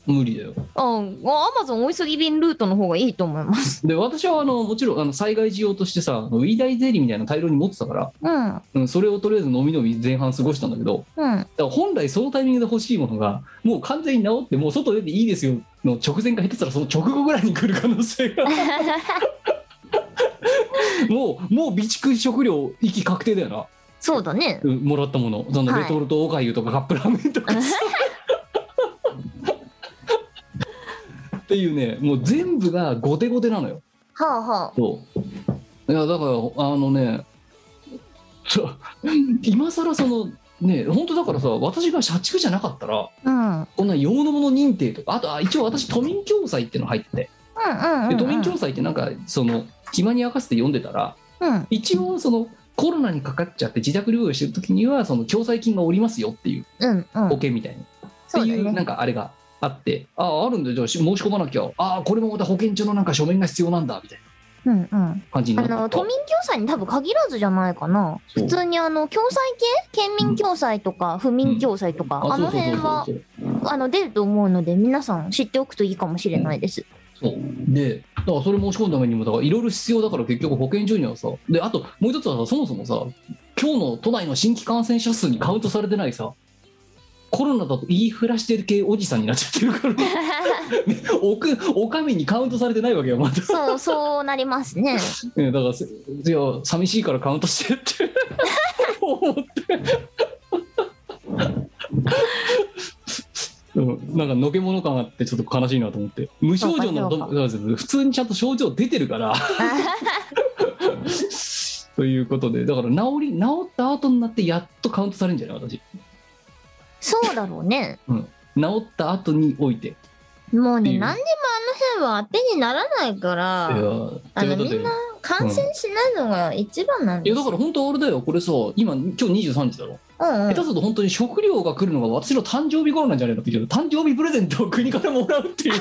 C: 無理だよ
A: ゃねうんアマゾンお急ぎ便ルートの方がいいと思います
C: で私はあのもちろんあの災害事用としてさウィダイゼリーみたいなの大量に持ってたから、
A: うん
C: うん、それをとりあえず飲み飲み前半過ごしたんだけど
A: [laughs] うん
C: だから本来そのタイミングで欲しいものがもう完全に治ってもう外出ていいですよの直前か下手したらその直後ぐらいに来る可能性が [laughs] もうもう備蓄食料域確定だよな、
A: そうだね
C: うん、もらったものその
A: はい
C: レトルトおかゆとかカップラーメンとか、っていうねもう全部が後手後手なのよ
A: [laughs] はあは
C: そういやだからあのねそう [laughs] 今更そのね本当だからさ私が社畜じゃなかったら
A: あうん
C: こんな用のもの認定とかあとあ一応私都民共済っていうの入ってて
A: うんうん
C: で
A: うん
C: 都民共済ってなんかその暇に明かせて読んでたら
A: うん
C: 一応そのコロナにかかっちゃって自宅療養してる時にはその共済金がおりますよっていう
A: うんう
C: 保
A: ん
C: 険みたいな、
A: そう
C: って
A: だ
C: いうな
A: ね
C: んかあれがあってあああるんだじゃあ申し込まなきゃああこれもまた保健所のなんか書面が必要なんだみたいな
A: うんうん
C: 感じに
A: あ
C: なって
A: の都民共済に多分限らずじゃないかな
C: そう
A: 普通にあの共済系県民共済とか府民共済とか、あの辺は
C: そうそうそうそう
A: あの出ると思うので皆さん知っておくといいかもしれない
C: [laughs]
A: です。
C: そうでだからそれ申し込むためにもだからいろいろ必要だから結局保健所にはさであともう一つはさそもそもさ今日の都内の新規感染者数にカウントされてないさコロナだと言いふらしてる系おじさんになっちゃってるからおくおかみにカウントされてないわけよまだ、
A: そうそうなります
C: [laughs]
A: ね。
C: ね、だからせいや寂しいからカウントしてって
A: [laughs]
C: 思ってうんなんかのけもの感あってちょっと悲しいなと思って無症状なの
A: そうか
C: と普通にちゃんと症状出てるから [laughs] ということでだから治り治った後になってやっとカウントされるんじゃない私
A: そうだろうね。
C: 治った後においてい
A: もう
C: い
A: ね
C: い
A: 何でもあの辺は当てにならないか
C: や
A: ら
C: ー
A: あの
C: ということで
A: みんな感染しないのが一番なん
C: い
A: で
C: や
A: す
C: だから本当あれだよこれさ今今日23日だろ、
A: うんうん
C: 下手すると本当に食料が来るのが私の誕生日頃なんじゃないのって言うけど誕生日プレゼントを国からもらうっていう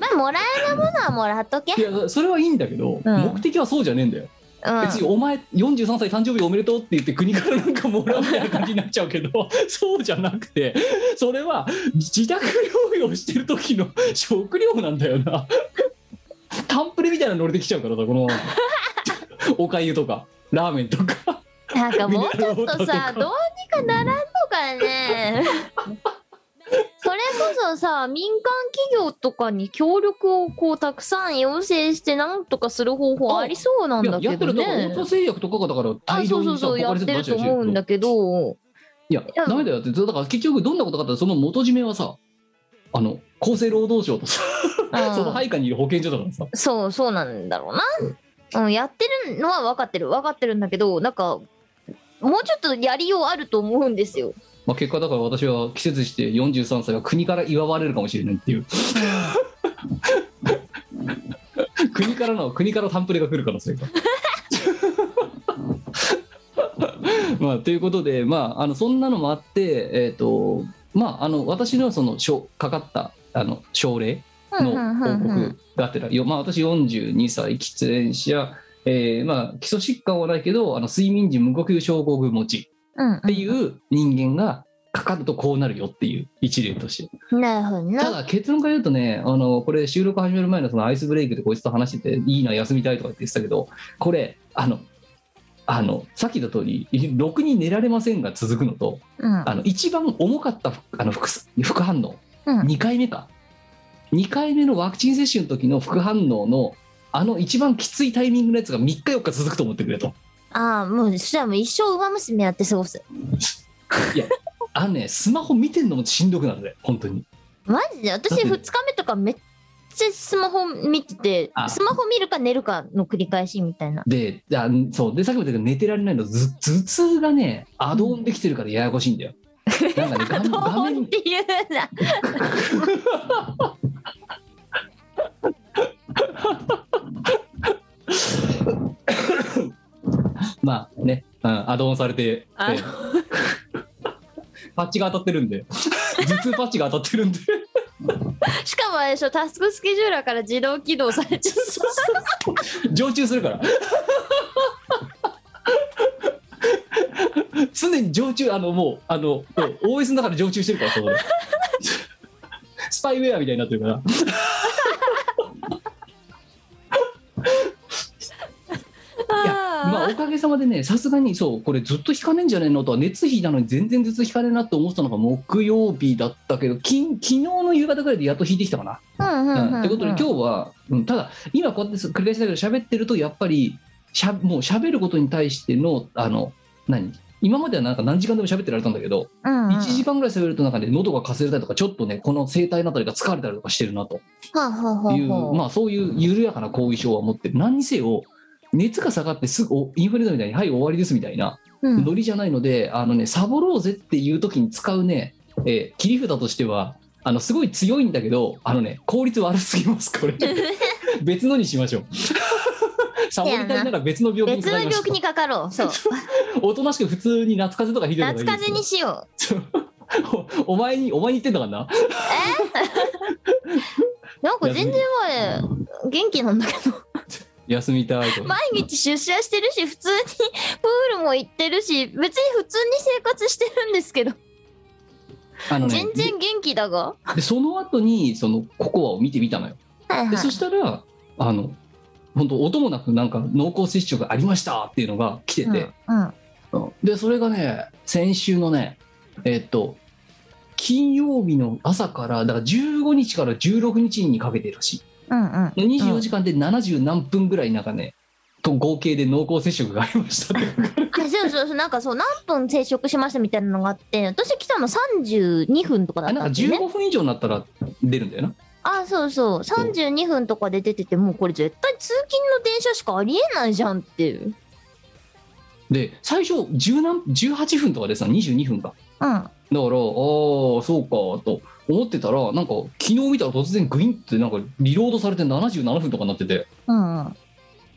A: まあもらえるものはもらっとけ。
C: いやそれはいいんだけど、
A: うん
C: 目的はそうじゃねえんだよ、
A: うん
C: 別にお前43歳誕生日おめでとうって言って国からなんかもらうみたいな感じになっちゃうけど [laughs] そうじゃなくてそれは自宅療養してる時の食料なんだよなタンプレみたいなノリできちゃうからさこの
A: [laughs]
C: おかゆとかラーメンとか
A: なんかもうちょっ
C: ミネラルウォータ
A: と
C: ーと
A: さど
C: か
A: うにかならんのか
C: [laughs]
A: ね。それこそさ民間企業とかに協力をこうたくさん要請してなんとかする方法ありそうなん
C: いや
A: だ
C: や
A: け
C: って
A: ど
C: るだから
A: ね
C: オー。ト製薬とかがだから
A: あ
C: 大
A: そ
C: 量
A: うそうそ
C: にさ
A: うや
C: 他
A: っ
C: の人
A: て
C: 出
A: る
C: しちゃ
A: と
C: うし
A: 思うんだけど。
C: いや、
A: や
C: ダメだよって、だから結局どんなことかって、その元締めはさ、あの厚生労働省とさ、
A: うん
C: その配下にいる保健所だからさ、
A: そうそうなんだろうな、うん、やってるのは分かってる分かってるんだけどなんかもうちょっとやりようあると思うんですよ
C: まあ、結果だから私は季節して43歳は国から祝われるかもしれない
A: [laughs]
C: っていう国からの国からタンプレが来るからそ
A: [laughs]
C: れが。まあ、ということで、まあ、あのそんなのもあって、えーとまあ、あの私のそのしょかかったあの症例の報告がてら、よまあ、私42歳喫煙者、えーまあ、基礎疾患はないけどあの睡眠時無呼吸症候群持ち
A: うん
C: っていう人間がかかるとこうなるよっていう一例として
A: うん。なるほどな。
C: ただ結論から言うとねあのこれ収録始める前のそのアイスブレイクでこいつと話してていいな休みたいとか言ってたけどこれあのあのさっき言った通りろくに寝られませんが続くのと
A: うん
C: あの一番重かった副あの副副反応
A: うん。
C: 2回目か2回目のワクチン接種の時の副反応のあの一番きついタイミングのやつが3日4日続くと思ってくれと
A: ああ、もう、そしたらもう一生馬娘やって過ごす。
C: あのねスマホ見てんのもしんどくなるで本当に
A: マジで私
C: だって
A: 2日目とかめっちゃスマホ見てて
C: あ
A: スマホ見るか寝るかの繰り返しみたいな
C: であそうでさっきも言ったけど寝てられないのず頭痛がねアドオンできてるからややこしいんだよ、なん
A: [laughs]
C: かね
A: ど
C: 画画
A: うっ
C: 面
A: ていうな
C: まあね、うん、アドオンされて
A: あ
C: でパッチが当たってるんで頭痛パッチが当たってるんで [laughs]
A: しかもあれでしょタスクスケジューラーから自動起動されちゃう
C: 常駐するから [laughs] 常に常駐あのもうあのもう OS の中で常駐してるからそこで [laughs] スパイウェアみたいになってるからいやまあおかげさまでねさすがにそうこれずっと引かねえんじゃねえのとは熱引いたのに全然頭痛引かねえなって思ってたのが木曜日だったけど金昨日の夕方ぐらいでやっと引いてきたかな。
A: うんうん
C: うん
A: うん
C: ってことで今日は、うん、ただ今こうやって繰り返しだけど喋ってるとやっぱりしゃもう喋ることに対してのあの何今まではなんか何時間でも喋ってられたんだけど、
A: うん
C: 1時間ぐらい喋るとなんかね喉がかすれたりとかちょっとねこの声帯のあたりが疲れたりとかしてるなと
A: はあはあはあ
C: いう、
A: はあ
C: まあ、そういう緩やかな後遺症は持ってる何にせよ熱が下がってすぐおインフルエンザみたいに「はい終わりです」みたいな
A: うん
C: ノリじゃないので、あのねサボろうぜっていう時に使うね、えー切り札としてはあのすごい強いんだけどあのね効率悪すぎますこれ [laughs] 別のにしましょう
A: [laughs]
C: サボりたいなら別の病気に
A: 別
C: か
A: の
C: かりましょ
A: 病気にかかろうそう
C: うおとなしく普通に夏風邪とかひどいのがい
A: 夏
C: い
A: 風邪にしよう
C: [laughs] おお前にお前に言ってんだからな [laughs]
A: [laughs] なんか全然前元気なんだけど
C: 休みたいとか
A: 毎日出社してるし普通にプールも行ってるし別に普通に生活してるんですけど
C: あのね
A: 全然元気だが
C: でその後にそのココアを見てみたのよ
A: はい
C: でそしたらあの本当音もなくなんか濃厚接触ありましたっていうのが来てて、
A: うんうん
C: うんでそれがね先週のねえっと金曜日の朝からだから15日から16日にかけてらし
A: うんうん
C: いで24時間で70何分ぐらいなんかね、と合計で濃厚接触がありましたって
A: [laughs] あそうそうそうなんかそう何分接触しましたみたいなのがあって私来たの32分とかだ
C: あ
A: っ
C: な
A: たん
C: んか
A: ですよね
C: 15分以上になったら出るんだよな
A: あそうそう32分とかで出ててもうこれ絶対通勤の電車しかありえないじゃんっていう
C: で最初10何18分とかでさ22分か
A: うん
C: だからああそうかと思ってたらなんか昨日見たら突然グインってなんかリロードされて77分とかになってて
A: うんうん
C: あ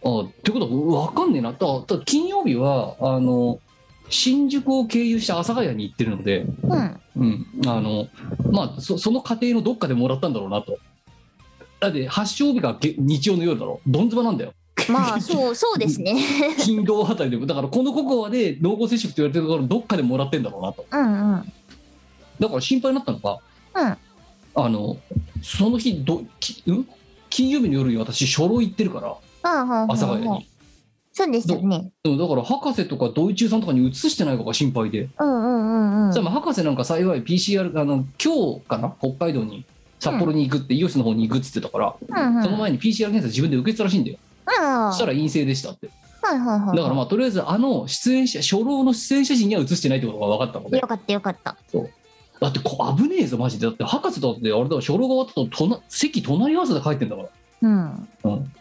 C: あってことは分かんねえなただただ金曜日はあの新宿を経由して阿佐ヶ谷に行ってるので、
A: うん
C: うん、あのまあそその過程のどっかでもらったんだろうなとだって発症日がげ日曜の夜だろどんずばなんだよ
A: まあそうそうですね
C: 金土あたりでもだからこのココアで濃厚接触って言われてるところどっかでもらってんだろうなと
A: うんうん
C: だから心配になったのが、あのその日どき、うん、金曜日の夜に私初老行ってるから
A: 阿
C: 阿佐ヶ谷に、
A: そうですよね
C: うんだから博士とかドイチューさんとかに移してないかが心配で、
A: うんうんうんうん
C: それも博士なんか幸い PCR あの今日かな北海道に札幌に行くって、イオシスの方に行くっつってたから、
A: うんうん
C: その前に PCR 検査自分で受けてたらしいんだよ、
A: ああ
C: そしたら陰性でしたって
A: はいはいはい。
C: だからまあとりあえずあの出演者初老の出演者陣には移してないってことが分かったので
A: よかったよかった。
C: だってこ危ねえぞマジでだって博士だ [laughs] ってあれだろ初老が終わったと隣席隣り合わせで帰ってんだから
A: うん。
C: うん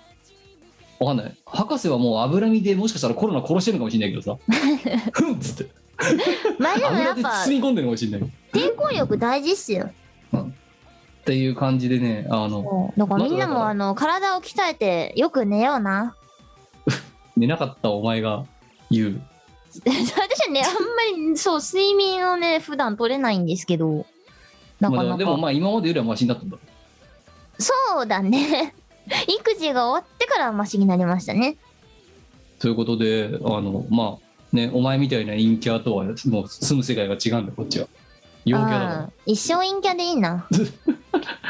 C: わかんない博士はもう脂身でもしかしたらコロナ殺してるのかもしれないけ
A: [laughs]
C: どさふんっつって
A: まあでもや
C: 油
A: っ
C: で
A: ぱ
C: 包み込んでるのかもしれないっ
A: 抵抗力大事っすよ。
C: ていう感じでねあの
A: だからみんな
C: まだだか
A: も
C: ら
A: あの体を鍛えてよく寝ような。 [laughs]
C: 寝なかったお前が言う
A: 私はねあんまりそう睡眠をね普段取れないんですけどなか
C: ま
A: な
C: あ、で
A: か
C: もまあ今までよりはマシになったんだ
A: そうだね [laughs] 育児が終わってからはマシになりましたね
C: ということであのまあねお前みたいな陰キャとはもう住む世界が違うんだこっちは陽キャだ
A: う
C: か
A: ん一生陰キャでいいな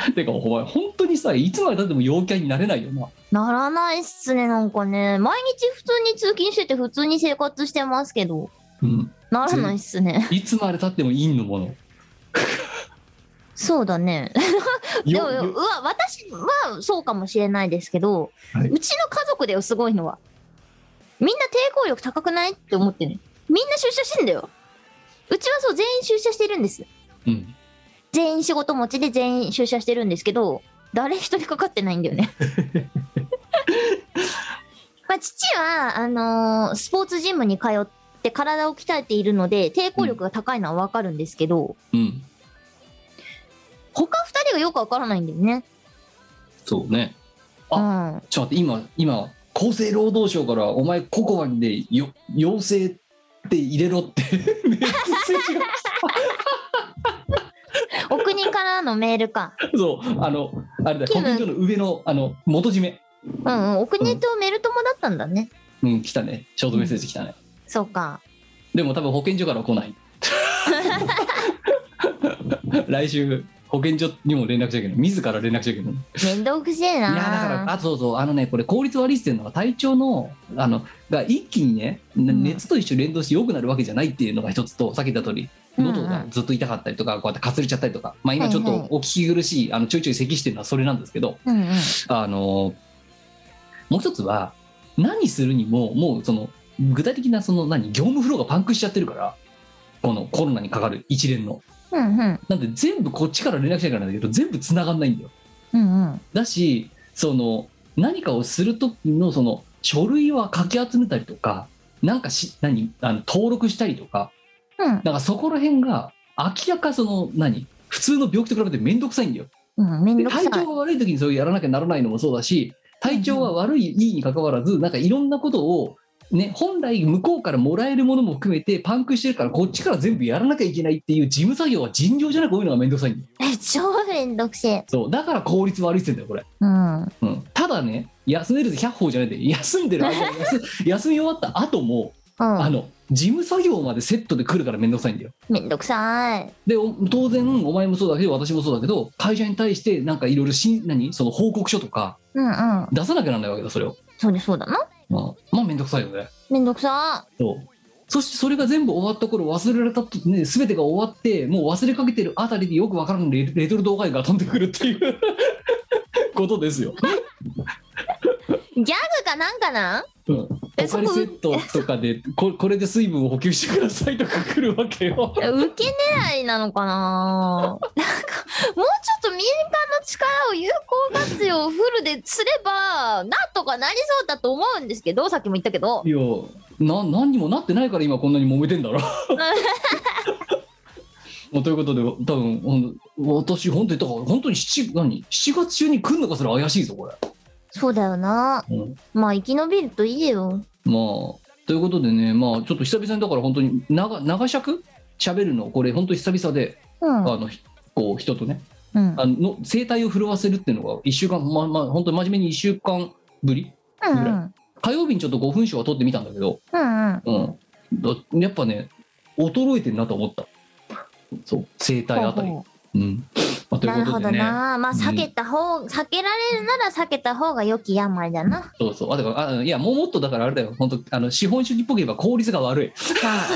C: らてかお前本当にさいつまでたっても陽キャになれないよな
A: ならないっすねなんかね毎日普通に通勤してて普通に生活してますけど
C: うん
A: ならないっすね
C: いつまでたっても陰のもの
A: そうだねでも
C: よ
A: う
C: よ
A: わ私はそうかもしれないですけど、
C: はいう
A: ちの家族だよすごいのはみんな抵抗力高くないって思ってるみんな出社してんだようちはそう全員出社してるんです
C: うん
A: 全員仕事持ちで全員出社してるんですけど誰一人かかってないんだよ
C: [laughs]
A: ねまあ父はあのースポーツジムに通って体を鍛えているので抵抗力が高いのはわかるんですけど、
C: うん
A: 他2人がよくわからないんだよね
C: そうね
A: う
C: あ
A: ん
C: ちょっと待って今今厚生労働省からお前ココアでよ陽性って入れろってメッセージが
A: お国からのメールか。
C: そうあのあれだ保
A: 気分
C: 健所の上のあの元締め
A: うんうん、お国とメル友だったんだね。
C: うん来たねショートメッセージ来たね、
A: そうか。
C: でも多分保健所から来ない [laughs] 来週保健所にも連絡しなきゃいけない自ら連絡しなきゃいけない
A: めんどくせえな。
C: いやだからあそうそうあのねこれ効率悪いっていうのは体調のあのが一気にね、ね
A: うん
C: 熱と一緒に連動して良くなるわけじゃないっていうのが一つとさっき言った通り喉
A: うんう
C: が
A: ん
C: ずっと痛かったりとかこうやってかすれちゃったりとか、まあ、今ちょっ
A: はいは
C: と
A: い
C: お聞き苦しいあのちょいちょい咳してるのはそれなんですけど
A: うんうん。
C: あのもう一つは何するにももうその具体的なその何業務フローがパンクしちゃってるからこのコロナにかかる一連の
A: うんうん。
C: なんで全部こっちから連絡しなきゃいけないんだけど全部繋がんないんだよ
A: うんうん。
C: だしその何かをする時のその書類はかき集めたりとかなんかし何あの登録したりとか
A: うん
C: なんかそこら辺が明らかその何普通の病気と比べて面倒くさいんだよ。
A: うん。めん
C: で
A: どくさ
C: 体
A: い。
C: 調が悪い時にそれをやらなきゃならないのもそうだし体調が悪いいいにかかわらずなんかいろんなことを、ね、本来向こうからもらえるものも含めてパンクしてるからこっちから全部やらなきゃいけないっていう事務作業は尋常じゃなく多いのが面倒くさいんだよ。
A: え、 [laughs] 超めんどくせえ。
C: そうだから効率悪いって言うんだよこ
A: う
C: れ。
A: ん。うん
C: うん、ただね休めるぜ100歩じゃないで休んでる間休 [laughs] 休み終わった後も、あの事務作業までセットで来るから面倒くさいんだよ
A: めんどくさい。
C: でお当然お前もそうだけど私もそうだけど会社に対してなんかいろいろし何その報告書とか
A: うんうん。
C: 出さなきゃなんないわけだそれを、
A: そうですそうだな。
C: うん、まあ面倒くさいよね
A: めんどくさ
C: そうそしてそれが全部終わった頃忘れられたとね全てが終わってもう忘れかけてるあたりでよくわからんレレトルトおかゆが飛んでくるっていう [laughs] ことですよ
A: い。ギャグかなんかな
C: うん、
A: え
C: ポカリセットとか [laughs] でここれで水分を補給してくださいとか来るわけよ
A: 受け狙いなのかななんかもうちょっと民間の力を有効活用フルですればなんとかなりそうだと思うんですけどさっきも言ったけど
C: いやな何にもなってないから今こんなに揉めてんだろ [laughs] もうということで多分ほん私本当にだから本当に 7, 何7月中に来るのかそれ怪しいぞこ
A: そうだよな
C: れ、うん
A: まあ生き延びるといいよ
C: まあということでねまあちょっと久々にだから本当に長長尺喋るのこれ本当に久々で、
A: うん
C: あのひこう人とね
A: うん
C: あの生態を震わせるっていうのが1週間まあまあ本当に真面目に1週間ぶり
A: うんう
C: ぐらい
A: ん
C: 火曜日にちょっと5分賞は取ってみたんだけど、
A: うんうん
C: うん、だやっぱね衰えてんなと思ったそう生態あたり、
A: ほうほ
C: うんまあ、
A: う
C: とい
A: な
C: う
A: る
C: こ
A: ほ
C: と
A: ど
C: でね
A: なまあ
C: うん
A: 避けた方、避けられるなら避けた方が良き病だな
C: そうそうあだからあいやもうもっとだからあれだよ本当あの資本主義っぽく言えば効率が悪い [laughs] あ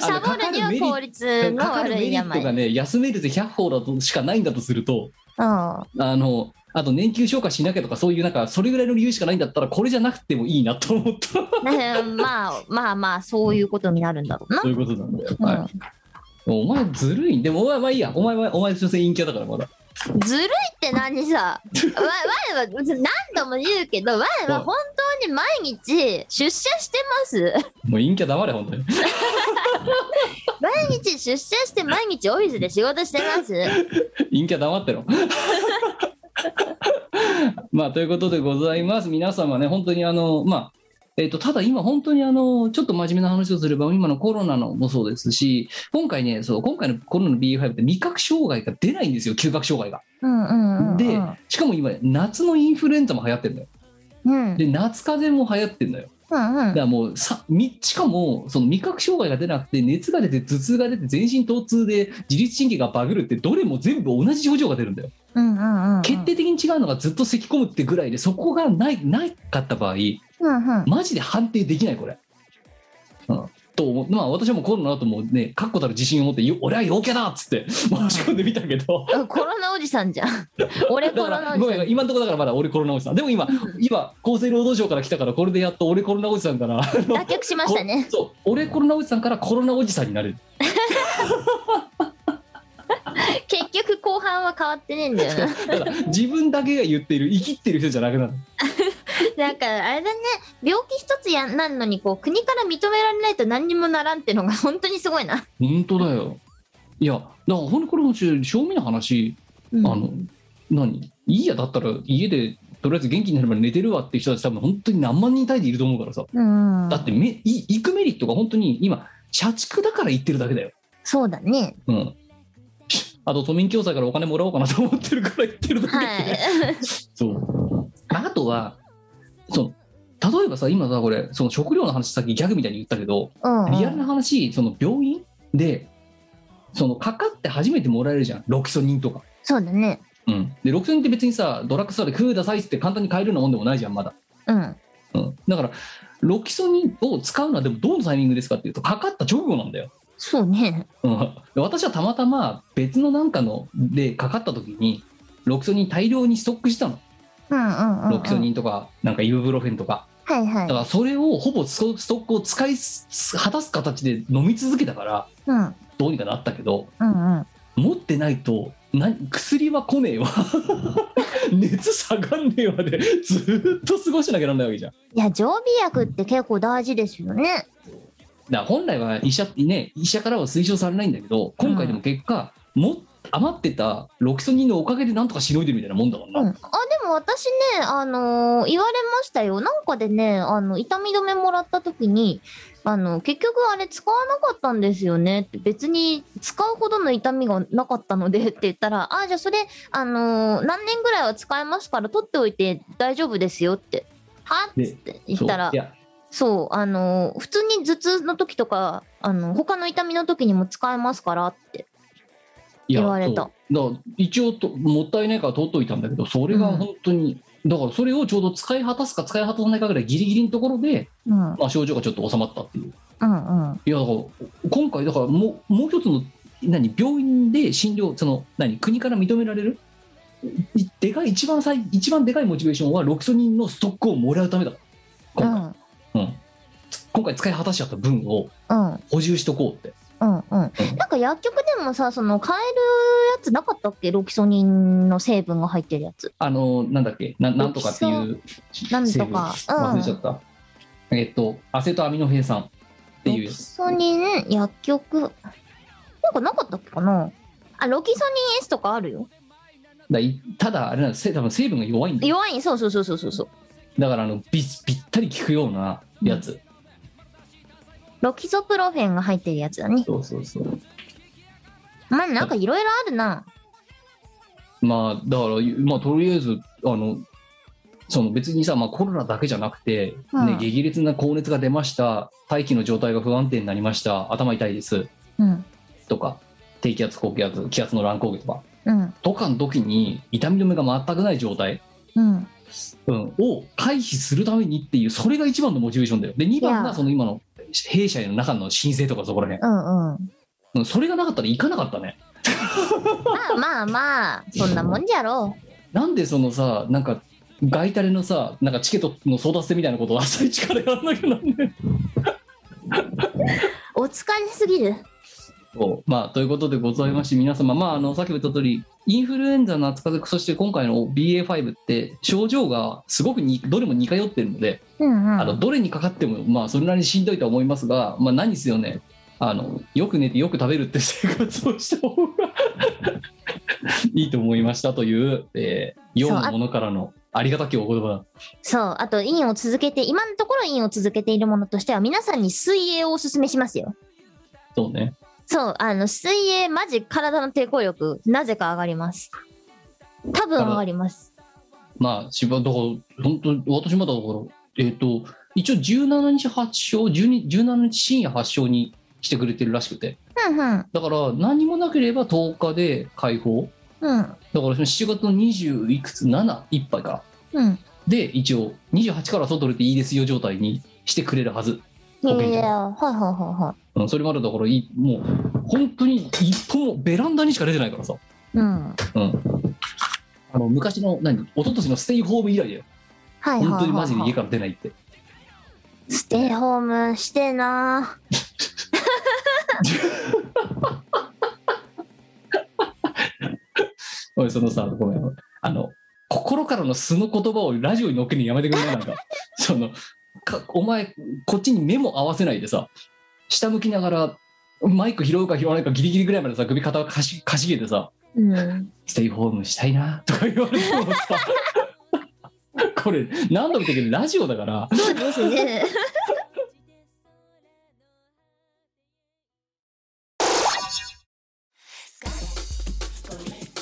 A: サ
C: の
A: ボるには
C: メリ
A: 効率の
C: かかる
A: 悪
C: メ
A: い
C: リッ
A: 病
C: トがね休めるぜ100歩だとしかないんだとすると
A: うん
C: あのあと年休消化しなきゃとかそういうなんかそれぐらいの理由しかないんだったらこれじゃなくてもいいなと思った
A: まあまあまあそういうことになるんだろうな
C: ということなんだよ、
A: うん
C: はいお前ずるいでもお前まあいいやお前はお前所詮陰キャだからまだ
A: ずるいって何さ。わ、わは何度も言うけど、わは本当に毎日出社してます。
C: もう陰キャ黙れ本当に [laughs]
A: 毎日出社して毎日オフィスで仕事してます。
C: 陰キャ黙ってろ [laughs] まあということでございます皆様ね本当にあのまあえっとただ今本当にあのちょっと真面目な話をすれば今のコロナのもそうですし今回ねそう今回のコロナの BA.5 って味覚障害が出ないんですよ嗅覚障害が。
A: うんうんうんうん
C: でしかも今夏のインフルエンザも流行ってるんだよ
A: うん
C: で夏風邪も流行ってるんだよ
A: うんう
C: だ
A: ん
C: からもうさみしかもその味覚障害が出なくて熱が出て頭痛が出て全身疼痛で自律神経がバグるってどれも全部同じ症状が出るんだよ
A: うんうんうん
C: 決定的に違うのがずっと咳込むってぐらいでそこがないないかった場合
A: うんうん
C: マジで判定できないこれ。うんと思うまあ、私はもうコロナだともうね確固たる自信を持ってよ「俺は陽キャだ!」っつって申し込んでみたけど
A: あコロナおじさんじゃ
C: [laughs]
A: ん俺
C: だ
A: コロ
C: か
A: ナ
C: ら
A: おじ
C: ご
A: さ
C: め
A: ん
C: ん今のところだからまだ俺コロナおじさんでも今今厚生労働省から来たからこれでやっと俺コロナおじさんから
A: 脱却しましたね
C: [laughs] そう俺コロナおじさんからコロナおじさんになれる
A: 結局後半は変わってねえんだ
C: [laughs]
A: よな
C: だから自分だけが言っている生きってる人じゃなくなる
A: なんかあれだね病気一つやんなんのにこう国から認められないと何にもならんってのが本当にすごいな、
C: 本当だよいやだからほんとこれも正味の話、
A: うん
C: あの何いいやだったら家でとりあえず元気になるまで寝てるわって人たち多分本当に何万人単位でいると思うからさ
A: うん
C: だってめい行くメリットが本当に今社畜だから行ってるだけだよ
A: そうだね
C: うんあと都民共済からお金もらおうかなと思ってるから言ってるだけで、
A: はい
C: そうあとはその例えばさ今さこれその食料の話さっきギャグみたいに言ったけど
A: [laughs] うんうん
C: リアルな話その病院でそのかかって初めてもらえるじゃんロキソニンとか、
A: そうだね
C: うん、でロキソニンって別にさドラッグストアで「食うださい」って簡単に買えるようなもんでもないじゃんまだ、
A: うん
C: うん、だからロキソニンを使うのはでもどのタイミングですかっていうとかかった直後なんだよ
A: そうね
C: うんで私はたまたま別のなんかのでかかった時にロキソニン大量にストックしたの、
A: うんうんうん、うん、
C: ロキソニンとかなんかイブブロフェンとか
A: はいは
C: だ
A: い
C: からそれをほぼストストックを使いす果たす形で飲み続けたから
A: うんうん
C: どうにかなったけど
A: うん
C: 持ってないとな薬は来ねえわ [laughs] 熱下がんねえわでずーっと過ごしなきゃなんないわけじゃん
A: いや常備薬って結構大事ですよね
C: だから本来は医者,、ね、医者からは推奨されないんだけど今回でも結果、も余ってたロキソニンのおかげでなんとかしのいでるみたいなもんだからな、
A: うん、あでも私ね、あのー言われましたよなんかでねあの痛み止めもらった時にあの結局あれ使わなかったんですよねって別に使うほどの痛みがなかったのでって言ったら [laughs] あじゃあそれ、あのー何年ぐらいは使えますから取っておいて大丈夫ですよってはっ
C: で
A: つって言ったら
C: そういや
A: そうあのー普通に頭痛の時とかあの他の痛みの時にも使えますからって
C: いや
A: 言われた
C: そうだから一応ともったいないから取っといたんだけどそれが本当に、だからそれをちょうど使い果たすか使い果たさないかぐらいギリギリのところで、
A: うんうん
C: まあ、症状がちょっと収まったっていう
A: うん
C: いやだから今回だからもうもう一つの何病院で診療その何国から認められるいでかい一番最一番でかいモチベーションはロキソニンのストックをもらうためだ
A: う
C: 今
A: ん
C: 回,、うん今回使い果たしちゃった分を
A: うん
C: 補充しとこうって
A: うんうん
C: ん、
A: なんか薬局でもさその買えるやつなかったっけロキソニンの成分が入ってるやつ
C: あのなんだっけななんとかっていう
A: なん
C: 成
A: と
C: 分
A: か
C: 忘れちゃった、えっとアセトアミノフェン酸っていう
A: ロ
C: や
A: キ
C: つ
A: ソニン薬局なんかなかったっけかなあロキソニン S とかあるよ
C: だいただあれなんですせ多分成分が弱いんだよ
A: 弱いそうそうそうそうそうそう
C: だからあのびぴったり効くようなやつ、
A: ロキソプロフェンが入ってるやつだね
C: そうそうそう
A: まあなんかいろいろあるな
C: まあだから、まあ、とりあえずあのその別にさ、まあ、コロナだけじゃなくて、
A: うん
C: ね、激烈な高熱が出ました大気の状態が不安定になりました頭痛いです
A: うん
C: とか低気圧高気圧気圧の乱高下とか
A: うん
C: とかの時に痛み止めが全くない状態、
A: うん
C: うん、を回避するためにっていうそれが一番のモチベーションだよで2番
A: いや
C: がその今の弊社の中の申請とかそこら辺、
A: うんうん
C: うん、それがなかったら行かなかったね
A: まあまあまあそんなもんじゃろう
C: なんでそのさなんか外タレのさなんかチケットの争奪戦みたいなことを [laughs] 朝一からやらなきゃなんね
A: お疲れすぎる
C: そうまあ、ということでございまして、皆様、まあ、あのさっきも言った通り、インフルエンザの扱い、そして今回の BA.5 って、症状がすごくにどれも似通ってるので、
A: うん
C: あのどれにかかっても、まあ、それなりにしんどいとは思いますが、まあ、何ですよねあの、よく寝てよく食べるって生活をした方が [laughs] いいと思いましたという、えー、世のものからのありがたきお言葉
A: そう、あと、インを続けて、今のところインを続けているものとしては、皆さんに水泳をおすすめしますよ。
C: そうね。
A: そう、あの、水泳、マジ体の抵抗力、なぜか上がります。多分上がります。
C: まあ、しばだから、本当、私まだだから、えっ、と、一応17日発症、12 17日深夜発症にしてくれてるらしくて、
A: うんうん。
C: だから、何もなければ10日で解放、
A: うん。
C: だからその7月の20いくつ、7、1杯から、
A: うん。
C: で、一応、28から外出ていいですよ状態にしてくれるはず、
A: いや
C: OK
A: いやいや、はいはいはいはい。
C: うん、それまでだからい、もう、本当に一歩もベランダにしか出てないからさ、
A: うん。
C: うん、あの昔の、何、一昨年のステイホーム以来だよ、
A: はいはいはい、はい。
C: 本当にマジで家から出ないって。
A: ステイホームしてな
C: おい、そのさ、ごめん、あの、心からの素の言葉をラジオに乗っけるのやめてくれないなんか、その、かお前、こっちに目も合わせないでさ、下向きながら、マイク拾うか拾わないかギリギリぐらいまでさ、首肩かしかしげてさ、
A: うん。
C: ステイホームしたいなとか言われてもさ、 [laughs] これ、何度も言ったけど、ラジオだから、
A: そうですね。
D: スカーレット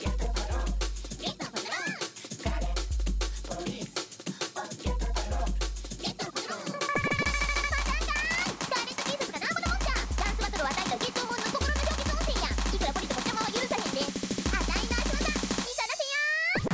D: 警察がなんぼのもんじゃダンスバトルは大のゲットモンの心の上下と温泉やいくらポリスも邪魔は許さんへんであたいの遊んだ見さらせやー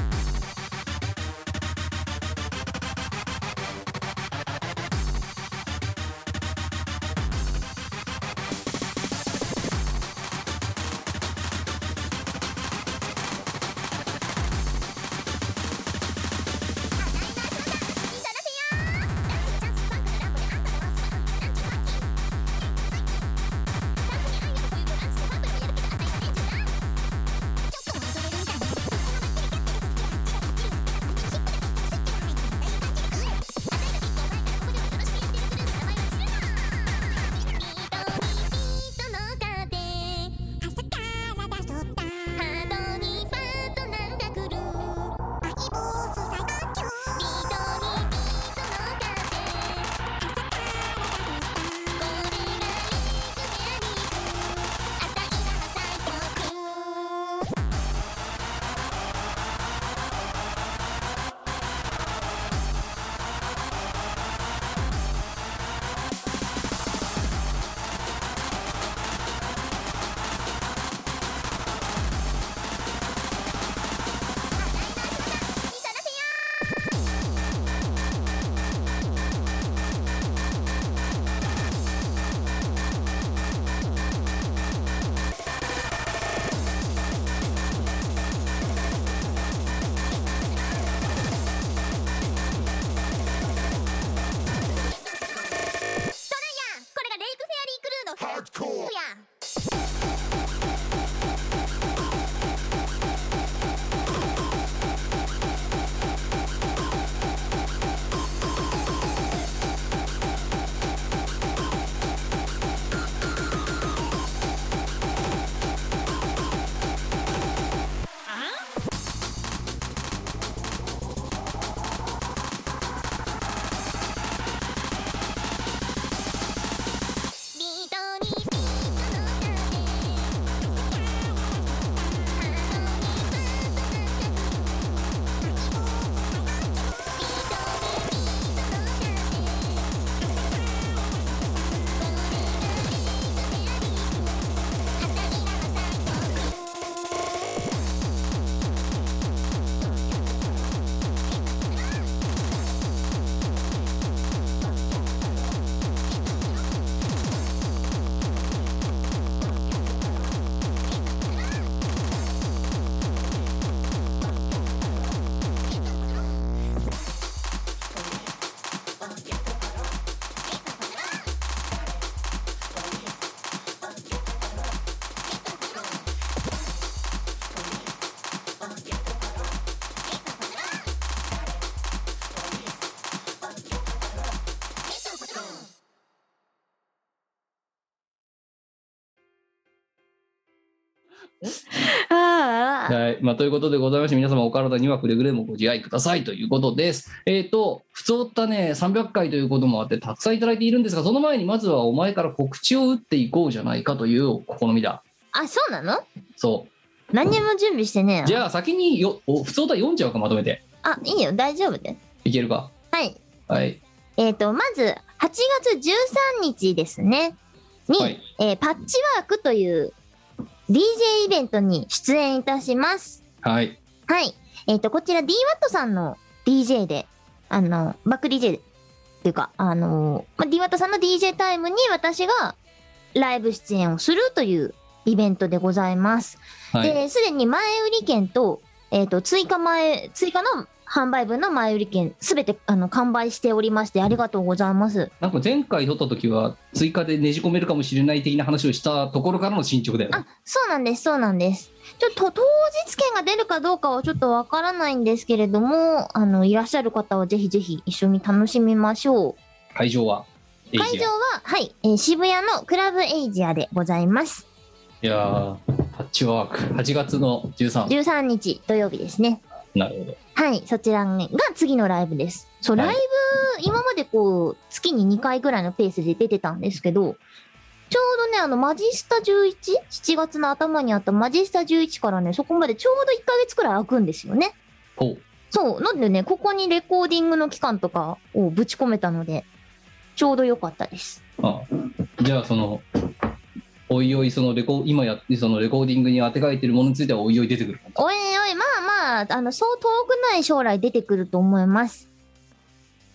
A: ああ、
C: はい。まあ、ということでございまして、皆様お体にはくれぐれもご自愛くださいということです。えっ、と、普通おったね、300回ということもあって、たくさんいただいているんですが、その前にまずはお前から告知を打っていこうじゃないかという試みだ。
A: あ、そうなの
C: そ
A: 何にも準備してねえ
C: う。
A: よ
C: じゃあ、先によ、お普通おた読んじゃうか、まとめて。
A: あ、いいよ、大丈夫で。
C: いけるか。
A: はい。
C: はい。
A: えっ、と、まず、8月13日ですね。に、
C: はい
A: えーパッチワークという DJ イベントに出演いたします。
C: はい。
A: はい。えっ、と、こちら DWAT さんの DJ で、あの、バック DJ っていうか、あのまあ、DWAT さんの DJ タイムに私がライブ出演をするというイベントでございます。
C: はい。
A: で、すでに前売り券と、えっ、と、追加前、追加の販売分の前売り券、すべて、あの、完売しておりまして、ありがとうございます。
C: なんか前回撮った時は、追加でねじ込めるかもしれない的な話をしたところからの進捗だよね
A: あ、そうなんです、そうなんです。ちょっと当日券が出るかどうかはちょっとわからないんですけれども、あの、いらっしゃる方はぜひぜひ一緒に楽しみましょう。
C: 会場は。エイ
A: 会
C: ジ
A: 場
C: ア
A: は、はい、えー渋谷のクラブエイジアでございます。
C: いやー、パッチワーク。8月の13。
A: 13日土曜日ですね。
C: なるほど。
A: はい、そちらが次のライブです。そう、
C: はい
A: ライブ、今までこう、月に2回ぐらいのペースで出てたんですけど、ちょうどね、あの、マジスタ 11? 7月の頭にあったマジスタ11からね、そこまでちょうど1ヶ月くらい空くんですよね。
C: ほう。
A: そう、なんでね、ここにレコーディングの期間とかをぶち込めたので、ちょうど良かったです。
C: あじゃあそのおいおいそのレコ今やってそのレコーディングにあてがいてるものについてはおいおい出てくる
A: おいおい、まあまあ、あの、そう遠くない将来出てくると思います。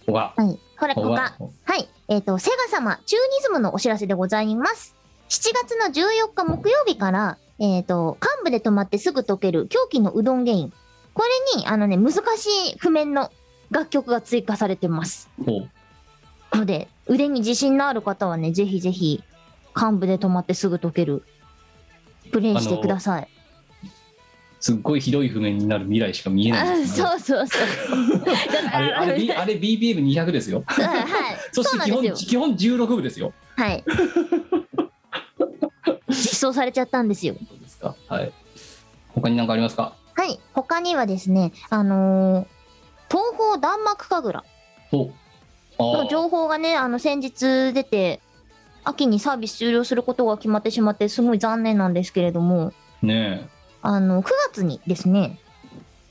C: ほが
A: はい。ほら、
C: ほ
A: 他
C: が。
A: はい。えっ、と、セガ様、チューニズムのお知らせでございます。7月の14日木曜日から、えっ、と、幹部で止まってすぐ溶ける狂気のうどんゲイン。これに、あのね、難しい譜面の楽曲が追加されてます。
C: ほう
A: ので、腕に自信のある方はね、ぜひぜひ、幹部で止まってすぐ溶ける。プレイしてください。
C: すっごいひどい譜面になる未来しか見え
A: あ
C: ないんですよ
A: そうそうそう。だか
C: あれ
A: ら
C: あれ B- あれ BPM200 ですよ
A: うんはい。
C: [laughs] そし
A: [laughs] そう
C: て
A: なん
C: 基
A: で
C: 本
A: すよ。
C: 基本16部ですよ [laughs]
A: はい。実装されちゃったんですよ。
C: そうですかはい他に何かありますか
A: はい。他にはですね、あのー東方弾幕神楽
C: ほうあ
A: の
C: ー
A: 情報がね、あの、先日出て、秋にサービス終了することが決まってしまって、すごい残念なんですけれども、
C: ね
A: あの、9月にですね、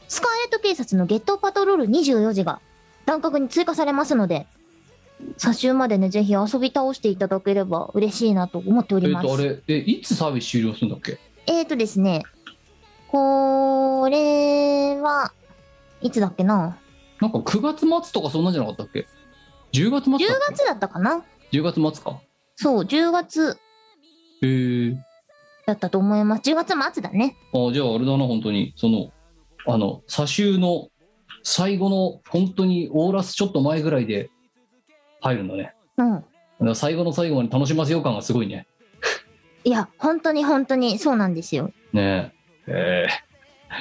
A: スカーレット警察のゲットパトロール24時が、段角に追加されますので、差週までね、ぜひ遊び倒していただければ嬉しいなと思ってお
C: ええ
A: り
C: っ
A: ます。
C: とあれえいつサービス終了するんだっけ
A: えーとですね、これは、いつだっけな
C: なんか9月末とかそんなんじゃなかったっけ10月末
A: ?10
C: だっ
A: 月だったかな
C: け10月末か
A: そう、10月
C: へえ
A: だったと思います。10月末だね。
C: あじゃああれだな本当にそのあの左州の最後の本当にオーラスちょっと前ぐらいで入るんだね
A: うん。
C: だから最後の最後まで楽しませよう感がすごいね
A: いや、本当に本当にそうなんですよ。
C: ねええ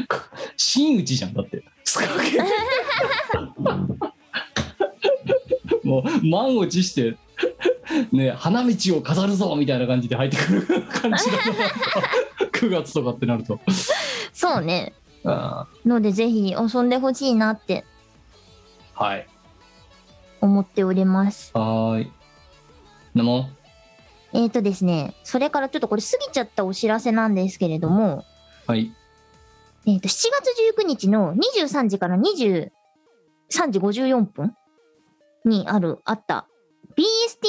C: ー、か [laughs] 真打ちじゃんだ [laughs] ってすごいもう満を持してねえ花道を飾るぞみたいな感じで入ってくる感じだな [laughs] 9月とかってなると
A: そうね。
C: あ
A: ので、ぜひ遊んでほしいなって
C: ーはい
A: 思っております。
C: はーいでも
A: えーとですね、それからちょっとこれ過ぎちゃったお知らせなんですけれども、
C: はい
A: えーと、7月19日の23時から23時54分にある、あった、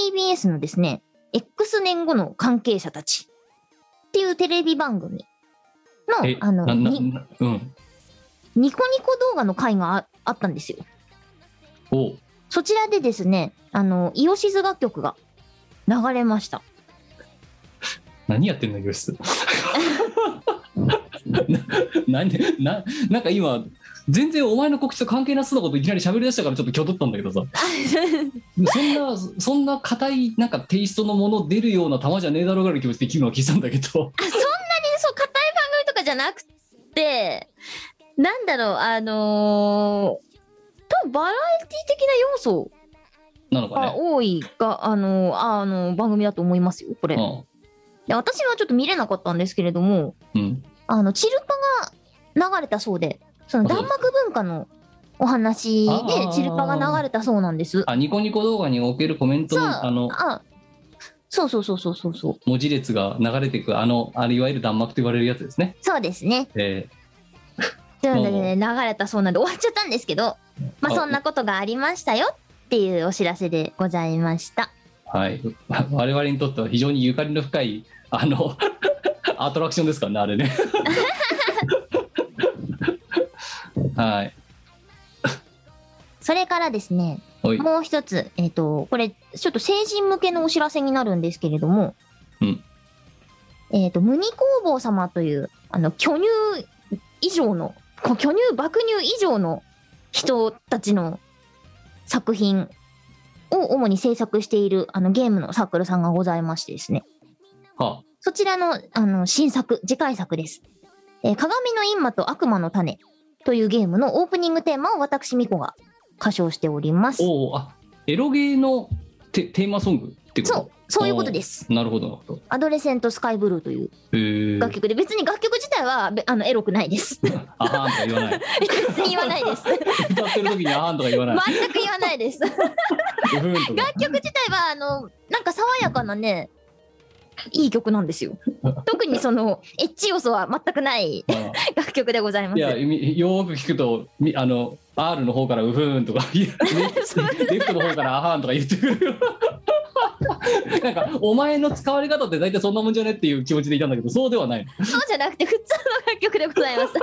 A: BSTBS のですね、X 年後の関係者たちっていうテレビ番組
C: え
A: の、あの、
C: なな
A: に
C: なうん
A: ニコニコ動画の回がああったんですよ。
C: お
A: そちらでですね、あの、イオシズ楽曲が流れました。
C: 何やってんの教室 [laughs] ななんでななんか今全然お前の告知と関係なさそうなこといきなり喋り出したからちょっときょどったんだけどさそんなそんな硬いなんかテイストのもの出るような球じゃねえだろうがらい気持ちで昨日は聞いたんだけど [laughs]
A: あそんなにそう硬い番組とかじゃなくてなんだろうあのー多分バラエティ的な要素
C: なのか
A: が
C: ね、
A: 多いが、あのーあの番組だと思いますよこれ、で私はちょっと見れなかったんですけれども
C: うんうん
A: あのチルパが流れたそうでその
C: あそう
A: 弾幕文化のお話で
C: あー
A: チルパが流れたそうなんです。
C: あニコニコ動画におけるコメント
A: そう
C: のあの
A: あそうそうそうそうそうそう
C: 文字列が流れていくあのあれいわゆる弾幕と言われるやつですね、
A: そうですね。
C: え
A: というのでね流れたそうなんで終わっちゃったんですけどまあ
C: あ
A: そんなことがありましたよっていうお知らせでございました。
C: ーはい、 [laughs] 我々にとっては非常にゆかりの深いあの [laughs] アトラクションですからねあれね [laughs] はい
A: それからですね
C: おい
A: もう一つ、えっ、と、これ、ちょっと成人向けのお知らせになるんですけれども、
C: うん
A: えっ、と、ムニ工房様という、あの、巨乳以上の、こう巨乳、爆乳以上の人たちの作品を主に制作している、あの、ゲームのサークルさんがございましてですね、
C: は
A: そちらの、あの、新作、次回作です。えー鏡の閻魔と悪魔の種というゲームのオープニングテーマを私、ミコが歌唱しております。
C: おおあエロゲーのテテーマソングってこと
A: そう、そういうことです。
C: なるほどなるほど
A: アドレセントスカイブルーという
C: へー
A: 楽曲で、別に楽曲自体はべあのエロくない
C: [laughs]
A: です。別
C: あはんとか言わない
A: に言わないです。
C: 歌ってる時にあはんとか言わない、
A: 全く言わないです。
C: うふんとか
A: 楽曲自体は、あの、なんか爽やかなね、いい曲なんですよ。特にその、エッチ要素は全くない
C: あ
A: 楽曲でございま
C: い
A: す。
C: やみよーく聞くとみあの R の方からうふーんとか [laughs] いやレレフトの方からあはーんとか言ってくるよ [laughs] なんかお前の使われ方って大体そんなもんじゃねっていう気持ちでいたんだけどそうではない
A: そうじゃなくて、普通の楽曲でございます。 [laughs] で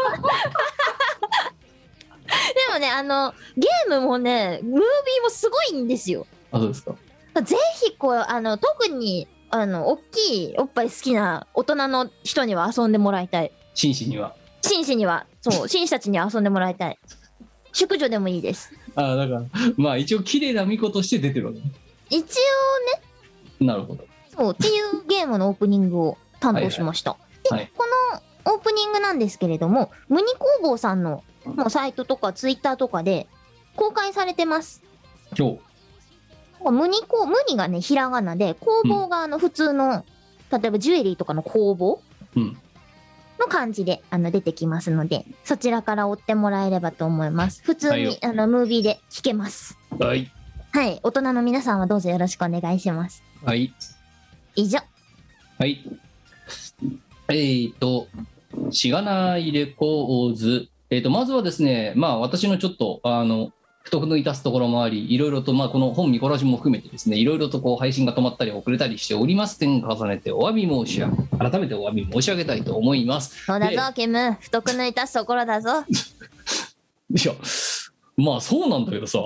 A: もね、あの、ゲームもね、ムービーもすごいんですよ。
C: あそうですか
A: ぜひこうあの特にあの大きいおっぱい好きな大人の人には遊んでもらいたい
C: 紳士には
A: 紳士にはそう紳士たちには遊んでもらいた [laughs] い淑女でもいいです
C: あだからまあ一応綺麗な巫女として出てるわけね
A: 一応
C: なるほど
A: そうっていうゲームのオープニングを担当しました、
C: はいはい
A: でこのオープニングなんですけれどもムニ工房さんのもうサイトとかツイッターとかで公開されてます
C: 今日
A: ムニコムニがねひらがなで工房があの普通の、例えばジュエリーとかの工房
C: うん
A: の感じであの出てきますのでそちらから追ってもらえればと思います普通
C: はいよ
A: にあのムービーで聴けます
C: はい
A: はい大人の皆さんはどうぞよろしくお願いします
C: はい
A: 以上
C: はい。えーと、しがないレコーズ。えーと、まずはですね、まあ私のちょっと、あの、懐のいたすところもあり、いろいろと、まあこの本見殺しも含めてですね、いろいろとこう配信が止まったり遅れたりしております点を重ねてお詫び申し上げ、改めてお詫び申し上げたいと思います。
A: そうだぞケム太く抜いたすところだぞ
C: いや、まあそうなんだけど [laughs] さ。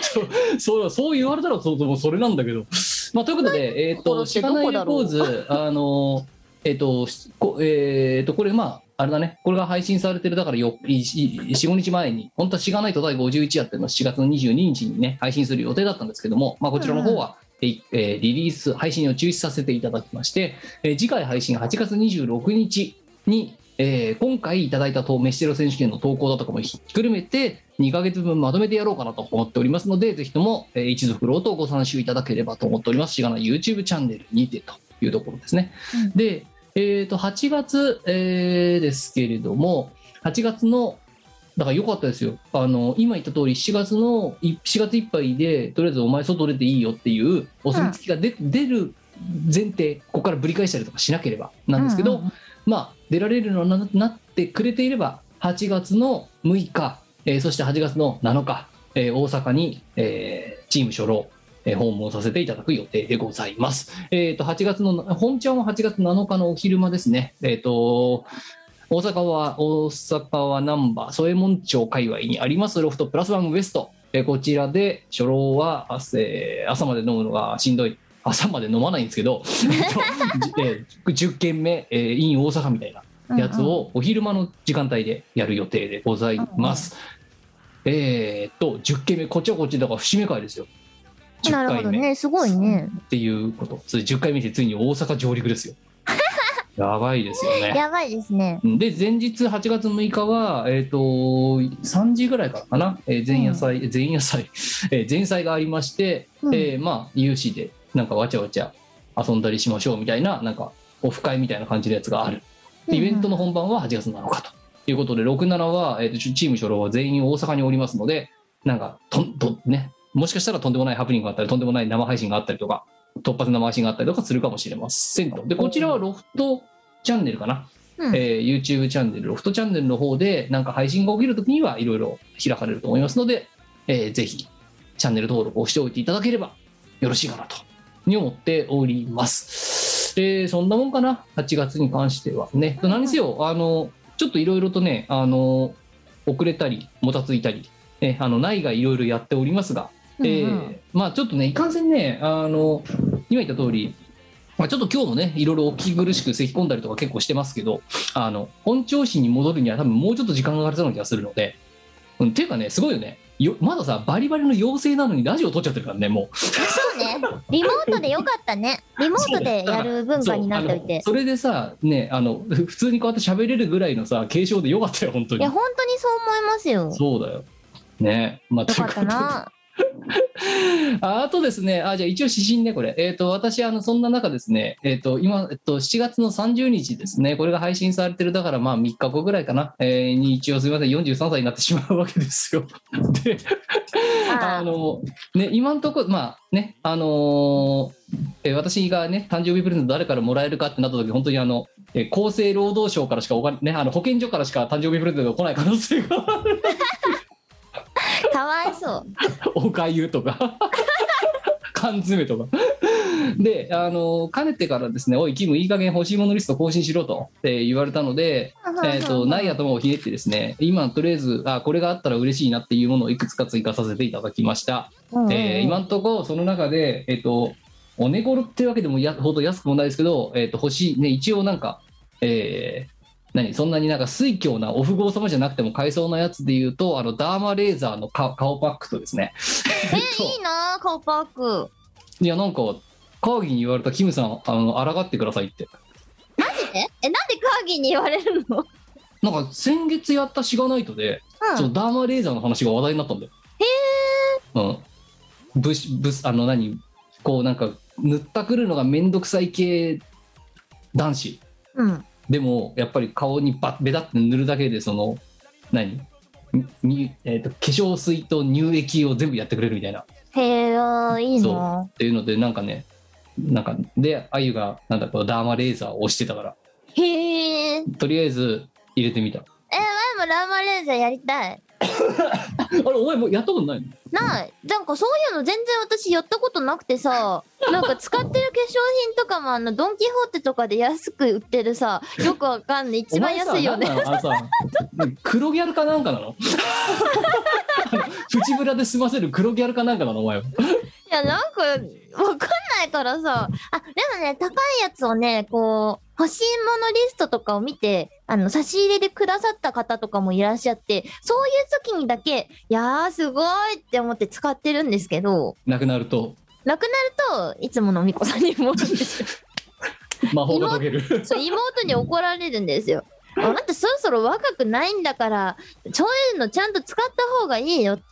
C: そそうそう言われたらそうそうそれなんだけど。まあ、ということで、えっ、と、
A: 殺
C: 知
A: し
C: らないレ
A: ど
C: コ
A: こ
C: ーズ、あの、えっ、と、しこえっ、と、これ、まあ、あれだね、これが配信されてる、だからよ、4、5日前に、本当はしがないと第51やってるの、7月の22日にね、配信する予定だったんですけども、まあ、こちらの方は、えいえーリリース、配信を中止させていただきまして、えー次回配信8月26日に、えー今回いただいたとメッシェロ選手権の投稿だとかもひっくるめて2ヶ月分まとめてやろうかなと思っておりますのでぜひとも、えー一族郎とご参集いただければと思っておりますしがない YouTube チャンネルにてというところですね、
A: うん
C: で、えー、と8月、えーですけれども8月のだから良かったですよあの今言った通り7月のい7月いっぱいでとりあえずお前外出ていいよっていうお墨付きが出,、出る前提ここからぶり返したりとかしなければなんですけど、
A: うんうんうん
C: まあ、出られるようにななってくれていれば8月の6日、えーそして8月の7日、えー大阪に、えーチーム初老、えー訪問させていただく予定でございます。えー、と8月の本ちゃんは8月7日のお昼間ですね。えー、と大阪は大阪は難波添右衛門町界隈にありますロフトプラスワンウエスト、えーこちらで初老は朝,えー、朝まで飲むのがしんどい朝まで飲まないんですけど、えー10軒目、えー、in 大阪みたいなやつをお昼間の時間帯でやる予定でございます。えーっと10軒目こっちはこっちだから節目会ですよ。
A: うんうんなるほ
C: 10
A: ど
C: 回目
A: ねすごいね
C: っていうこと、それ10回目でついに大阪上
A: [laughs]
C: 陸ですよ。やばいですよね。
A: やばいですね
C: で前日8月6日は、えー、と3時ぐらいからかな、えー前夜祭、前夜祭、 [laughs] えー前菜がありまして、
A: うん
C: えーまあ有志でなんかわちゃわちゃ遊んだりしましょうみたいななんかオフ会みたいな感じのやつがあるでイベントの本番は8月7日ということで67は、えーとチチーム初老は全員大阪におりますのでなんかとんとねもしかしたらとんでもないハプニングがあったりとんでもない生配信があったりとか突発生配信があったりとかするかもしれませんとでこちらはロフトチャンネルかな、
A: うん
C: えー YouTube チャンネルロフトチャンネルの方でなんか配信が起きるときにはいろいろ開かれると思いますので、えーぜひチャンネル登録をしておいていただければよろしいかなとに思っております。えーそんなもんかな、8月に関してはね。何せよ、あの、ちょっといろいろとね、あの、遅れたり、もたついたり、ね、あの、内外いろいろやっておりますが、えー
A: うんうん
C: まあちょっとね、いかんせんね、あの、今言った通り、まあ、ちょっと今日もね、いろいろお聞き苦しく咳き込んだりとか結構してますけど、あの、本調子に戻るには多分もうちょっと時間がかかりそうな気がするので、うん、ていうかね、すごいよね。よまださ、バリバリの妖精なのにラジオ撮っちゃってるからね、もう。
D: そうねリモートでよかったねリモートでやる文化になっておいて
C: そうあのそれでさねあのふ普通にこうやって喋れるぐらいのさ継承でよかったよ本当
D: いや
C: に
D: 本当にそう思いますよよ
C: そうだよねまあとい
D: か
C: う
D: っ
C: こと
D: た
C: で [laughs]
D: な
C: ああとですねあじゃあ一応指針ねこれえっ、と私あのそんな中ですねえっ、と今、えっと7月の30日ですねこれが配信されてるだからまあ3日後ぐらいかな、えーに一応すみません43歳になってしまうわけですよ [laughs] であ
A: あー
C: のね、今のところ、まあねあのーえー私が、ね、誕生日プレゼント誰からもらえるかってなった時本当にあの、えー厚生労働省からしかお金、ね、あの保健所からしか誕生日プレゼントが来ない可能性が
A: かわいそう。
C: [laughs] おかゆとか [laughs] 缶詰とか。で、あのーかねてからですね、おい、キム、いい加減欲しいものリスト更新しろと、えー言われたので、えー、とない頭をひねってですね今とりあえずあこれがあったら嬉しいなっていうものをいくつか追加させていただきました、えー今のところその中で、えー、とおねごろっていうわけでもやほど安くもないですけど、えー、と星ね一応なんか、えー何そんなになんか水強なお富豪様じゃなくても買えそうなやつでいうとあのダーマレーザーのか顔パックとですね [laughs]
A: えいいなー顔パーク。
C: いやなんか会議に言われたキムさんあの抗ってくださいって
A: ええなんでカーギーに言われるの？
C: なんか先月やったしがないとで、
A: うん
C: そうダーマレーザーの話が話題になったんだよ。へえ。うん。ぶしぶあの何こうなんか塗ったくるのがめんどくさい系男子
A: うん。
C: でもやっぱり顔にバッベタって塗るだけでその何ににえー、と化粧水と乳液を全部やってくれるみたいな
A: へえー、いいな
C: っていうのでなんかねなんかであゆがなんだこうダーマレーザーを押してたから
A: ー。へえ。で
C: とりあえず入れてみた
A: もラーマレーザーやりたい。
C: あれお前もうやったことないの
A: ない。なんかそういうの全然私やったことなくて
C: [laughs]
A: さ、なんか使ってる化粧品とかもあのドンキホーテとかで安く売ってるさ、よくわかんない一番安いよね。
C: [laughs] お前さ。なんなのあのさ黒ギャルかなんかなの [laughs] あのプチブラで済ませる黒ギャルかなんかなのお前は。
A: いや、なんか、わかんないからさ。あ、でもね、高いやつをね、こう、欲しいものリストとかを見て、あの、差し入れでくださった方とかもいらっしゃって、そういう時にだけ、いやー、すごいって思って使ってるんですけど、
C: なくなると
A: なくなると、いつものみこさんに戻るんですよ。
C: 魔法が解ける。
A: そう、妹に怒られるんですよ。あなたそろそろ若くないんだから、そういうのちゃんと使った方がいいよって。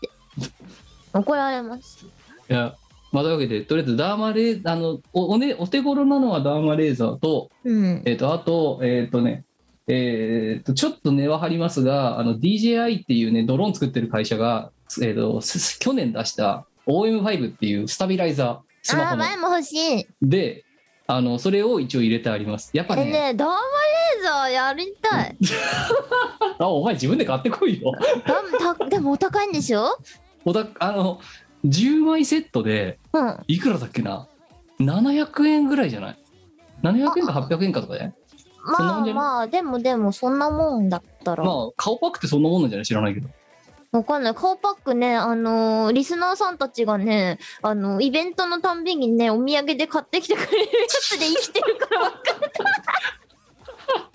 A: 怒られます。
C: いや、まあ、というわけで、とりあえずダーマレーあのおお,、ね、お手頃なのはダーマレーザーと、
A: うん。
C: えっ、と、あと、えっ、とね、えっ、と、ちょっと値は張りますが、あの、DJI っていうね、ドローン作ってる会社が、えっ、と、す去年出した、OM5 っていうスタビライザー、スマ
A: あ
C: ホ
A: ー、
C: の。
A: 前も欲しい。
C: で、あの、それを一応入れてあります。やっぱ
A: えねえ、ダーマレーザーやりた
C: [laughs]
A: い。
C: あお前自分で買ってこいよ。
A: ダーたでもお高いんでしょ
C: おだあの10枚セットで
A: うん。
C: いくらだっけな700円ぐらいじゃない700円か800円かとかねそんな
A: ま
C: も
A: あ
C: んじゃない
A: まあ、でもでもそんなもんだったら。
C: まあ顔パックってそんなもんなんじゃない知らないけど
A: わかんない。顔パックね、あのーリスナーさんたちがね、あのイベントのたんびにね、お土産で買ってきてくれるやつで生きてるからわか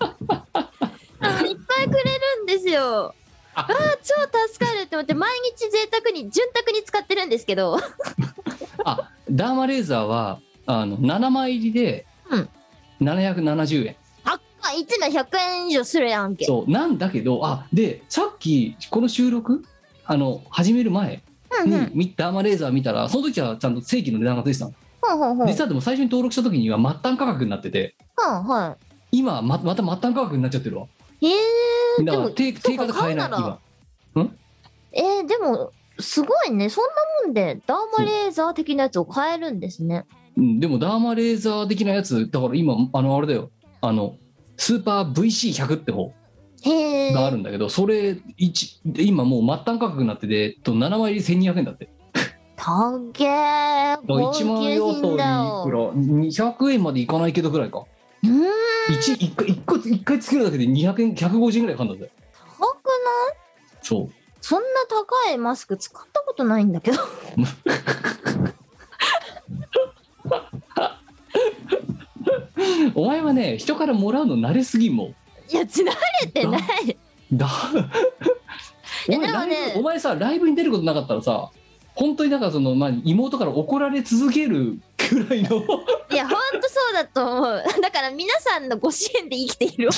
A: んない。あのいっぱいくれるんですよ。あ
C: あ
A: あー、超助かるって思って、毎日贅沢に、潤沢に使ってるんですけど。
C: あダーマレーザーはあの7枚入りで
A: うん
C: 770円、
A: あ、いつも100円以上するやんけ。
C: そうなんだけどあでさっきこの収録あの始める前
A: うん
C: に、
A: うん。
C: みダーマレーザー見たらその時はちゃんと正規の値段がついてたの、
A: ほうほうほう。
C: 実はでも最初に登録した時には末端価格になってて
A: うん、は
C: 今ままた末端価格になっちゃってるわ
A: い。えー、で
C: だから
A: も、
C: 定定価で買えない
A: そうか買うなら
C: 今
A: えー、でも、すごいね。そんなもんで、ダーマレーザー的なやつを買えるんですね。
C: うんでもダーマレーザー的なやつだから今あのあれだよあのスーパー VC100 って方
A: へえ。
C: があるんだけど、それ一で今もう末端価格になっててと7枚入り1200円だって
A: たっげー。
C: だから
A: 高級
C: 1万用
A: 品
C: といく
A: だ
C: ら
A: よ。
C: 200円までいかないけどぐらいか
A: うーん、
C: 一一回一個一回つけるだけで200円150円ぐらいかかるんだぜ
A: 高くない
C: そう
A: そんな高いマスク使ったことないんだけど。
C: お前はね人からもらうの慣れすぎんもん
A: いや、つられてない。
C: だ
A: [laughs]
C: お
A: や
C: 前
A: でもね
C: ライブお前さライブに出ることなかったらさ本当になんかその、まあ、妹から怒られ続けるくらい
A: [laughs]
C: の
A: いや、ほんとそうだと思う。だから皆さんのご支援で生きている。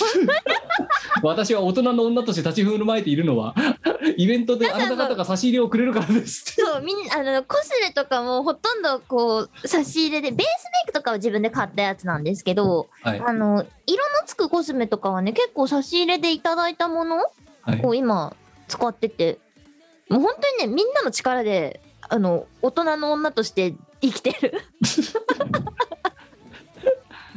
C: 私は大人の女として立ち振る舞えているのは [laughs] イベントであなた方が差し入れをくれるからです
A: そう、みんあの、コスメとかもほとんどこう、差し入れで、ベースメイクとかは自分で買ったやつなんですけど、 [laughs]
C: はい
A: あの、色のつくコスメとかはね、結構差し入れでいただいたもの
C: はい
A: を今使ってて、もう本当にね、みんなの力で、あの、大人の女として生きてる。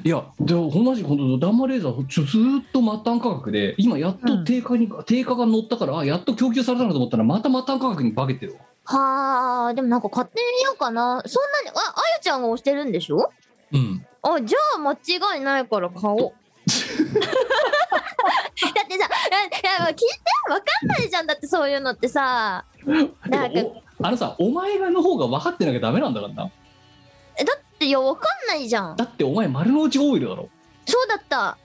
C: いやでも同じことだダンマレーザーちょずーっと末端価格で今やっと定価に、定価が乗ったからあやっと供給されたのかと思ったらまた末端価格に化けてるわ
A: [laughs] はあ、でもなんか買ってみようかな。そんなに、あ、あゆちゃんが押してるんでしょ
C: うん
A: あ、じゃあ間違いないから買おう。 [laughs] だってさ、あいや聞いてわかんないじゃん。だってそういうのって [laughs] さ。なんか、
C: て
A: だ
C: かおあのさお前らの方が分かってなきゃダメなんだからな
A: っていや、わかんないじゃん。
C: だってお前丸の内オイルだろ
A: そうだった。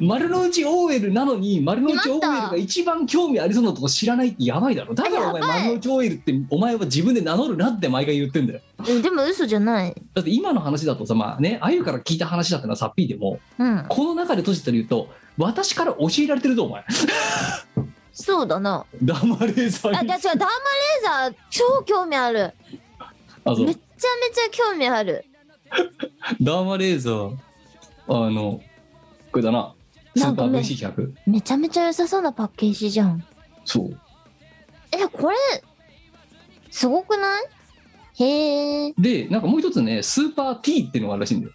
C: 丸の内 OL なのに丸の内 OL
A: 決まった
C: が一番興味ありそうなとこ知らないってやばいだろだからお前
A: やばい
C: 丸の内 OL ってお前は自分で名乗るなって毎回言ってんだよ
A: うんでも嘘じゃない。
C: だって今の話だとさまあねあゆから聞いた話だったのはさっぴーでも
A: うん。
C: この中で閉じてる言うと私から教えられてるぞお前 [laughs]
A: そうだな。
C: ダマレーザ
A: あ、
C: ー
A: じ
C: に
A: ゃあ違う、ダーマレーザー、超興味ある。
C: あそう
A: めっちゃめちゃ興味ある。
C: ダマレーザーあのこれだなス
A: な
C: ー
A: ん
C: パ
A: か
C: ー
A: ね
C: VC100
A: めちゃめちゃ良さそうなパッケージじゃん。
C: そう
A: え、これ、すごくないへえ。
C: でなんかもう一つねスーパー T っていうのがあるらしいんだよ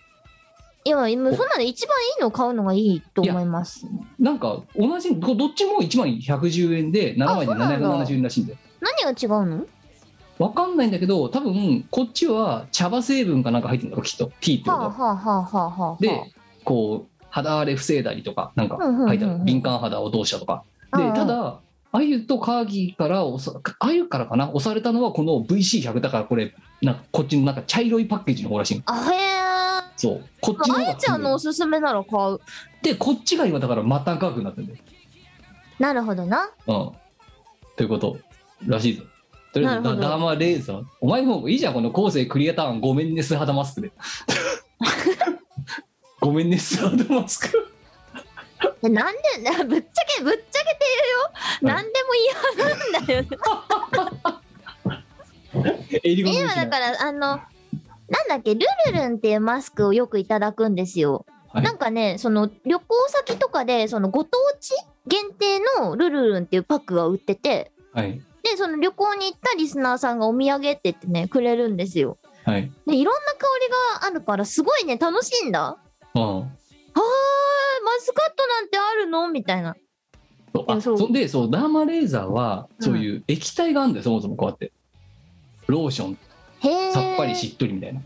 A: いや、今そんなの一番いいのを買うのがいいと思います。
C: なんか同じどどっちも1枚110円で7枚で
A: あそうなんだ
C: 770円らしいんだよ
A: 何が違うの
C: わかんないんだけど多分こっちは茶葉成分かなんか入ってるんだろうきっと T って
A: は
C: こと
A: あはあはあ
C: は
A: はあはあはあ。
C: でこう肌荒れ防いだりとかなんか
A: うんうんうんうん
C: 書いてある敏感肌をどうしたとかで
A: うんうん
C: ただあゆとカーギーからおさあゆからかな押されたのはこの VC100 だからこれなんかこっちのなんか茶色いパッケージの方らしいの
A: あへえ。
C: そうこっちの
A: あ
C: 方
A: や
C: が
A: ちゃんのおすすめなら買う。
C: でこっちが今だから末端価格になってるんだ
A: なるほどな。
C: よ、うん、ということらしいぞとりあえず
A: な
C: ダ
A: るほど
C: ダーマレーザーお前もういいじゃんこの後世クリエターンごめんね素肌マスクで [laughs] ごめんね素肌マスク
A: えなんで [laughs] なぶっちゃけぶっちゃけて
C: うん
A: 言うよ。なんでも言い張るんだよね。
C: えりごの
A: 今だからあのなんだっけルルルンっていうマスクをよくいただくんですよ。
C: はい
A: なんかねその旅行先とかでそのご当地限定のルルルンっていうパックが売ってて。
C: はい
A: でその旅行に行ったリスナーさんがお土産って言ってねくれるんですよ。
C: はい
A: でいろんな香りがあるからすごいね楽しいんだ。は
C: うん
A: ーマスカットなんてあるのみたいな。
C: そうあ
A: でそう
C: そんでそうダーマレーザーはそういう液体があるんだよ、そもそもこうやってローション
A: へえ。
C: さっぱりしっとりみたいな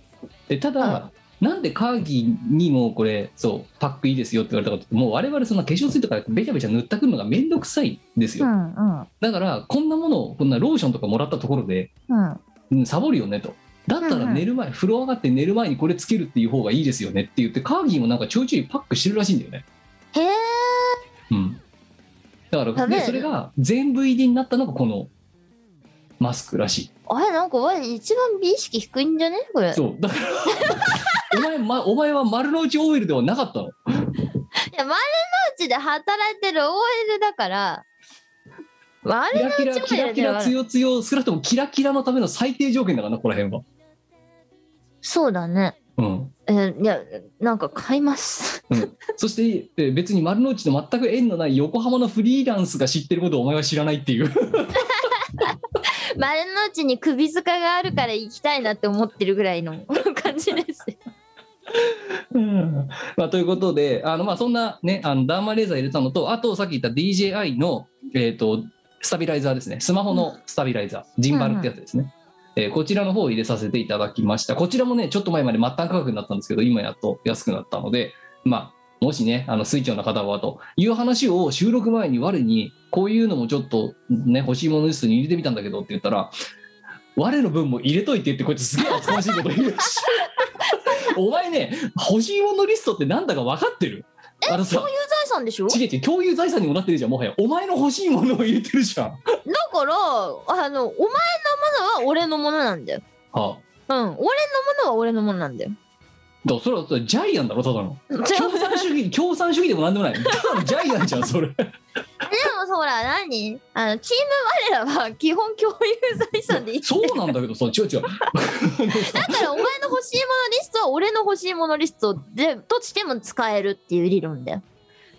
C: でただ、なんでカーギーにもこれそうパックいいですよって言われたかというともう我々そんな化粧水とかべちゃべちゃ塗ったくるのがめんどくさいんです
A: う
C: よ、
A: んうん
C: だからこんなものをこんなローションとかもらったところで、
A: うん。
C: うん、サボるよねとだった
A: うん
C: ら
A: うん
C: 寝る前、風呂上がって寝る前にこれつけるっていう方がいいですよねって言ってカーギーもなんかちょいちょいパックしてるらしいんだよね
A: へえ。
C: うん、だから
A: 食べ
C: で
A: る
C: それが全部入りになったのがこのマスクらしい
A: あれなんかわ一番美意識低いんじゃねこれ。い
C: そうだからお前、ま、お前は丸の内オイルではなかったの
A: や丸の内で働いてる OL だから。
C: キ
A: 丸
C: ラキラ
A: 内オイルでは
C: キラキラつよつよ少なくともキラキラのための最低条件だからなここら辺は
A: そうだね。
C: うん
A: えーいやなんか買います [laughs]
C: そしてえー別に丸の内と全く縁のない横浜のフリーランスが知ってることをお前は知らないっていう
A: 丸の内に首塚があるから行きたいなって思ってるぐらいの [laughs] 感じです。
C: うん [laughs] まあ、ということであの、まあ、そんな、ね、あのダーマレーザー入れたのとあとさっき言った DJI の、えー、とスタビライザーですねスマホのスタビライザー、ジンバルってやつですね、えーこちらの方を入れさせていただきましたこちらもねちょっと前まで末端価格になったんですけど今やっと安くなったので、まあ、もしねあの水晶の方はという話を収録前に我にこういうのもちょっと、ね、欲しいものリストに入れてみたんだけどって言ったら我の分も入れといてってこいつすげえ厚かましいこと言うし [laughs] お前ね欲しいものリストってなんだか分かってるあのさ
A: 共有財産でしょ
C: ちげち共有財産にもなってるじゃんもはやお前の欲しいものを入れてるじゃん、 [laughs] は
A: だからあのお前のものは俺のものなんだよ。
C: あ、
A: うん俺のものは俺のもの [laughs] なんだよ。
C: だからそれはそれはジャイアンだろただの
A: 違う
C: 共産主義共産主義でもなんでもないただのジャイアンじゃんそれ
A: でもそら何あのチーム我らは基本共有財産でいい。
C: [laughs] そうなんだけどさ違う違う
A: だからお前の欲しいものリストは俺の欲しいものリストでとしても使えるっていう理論だよ。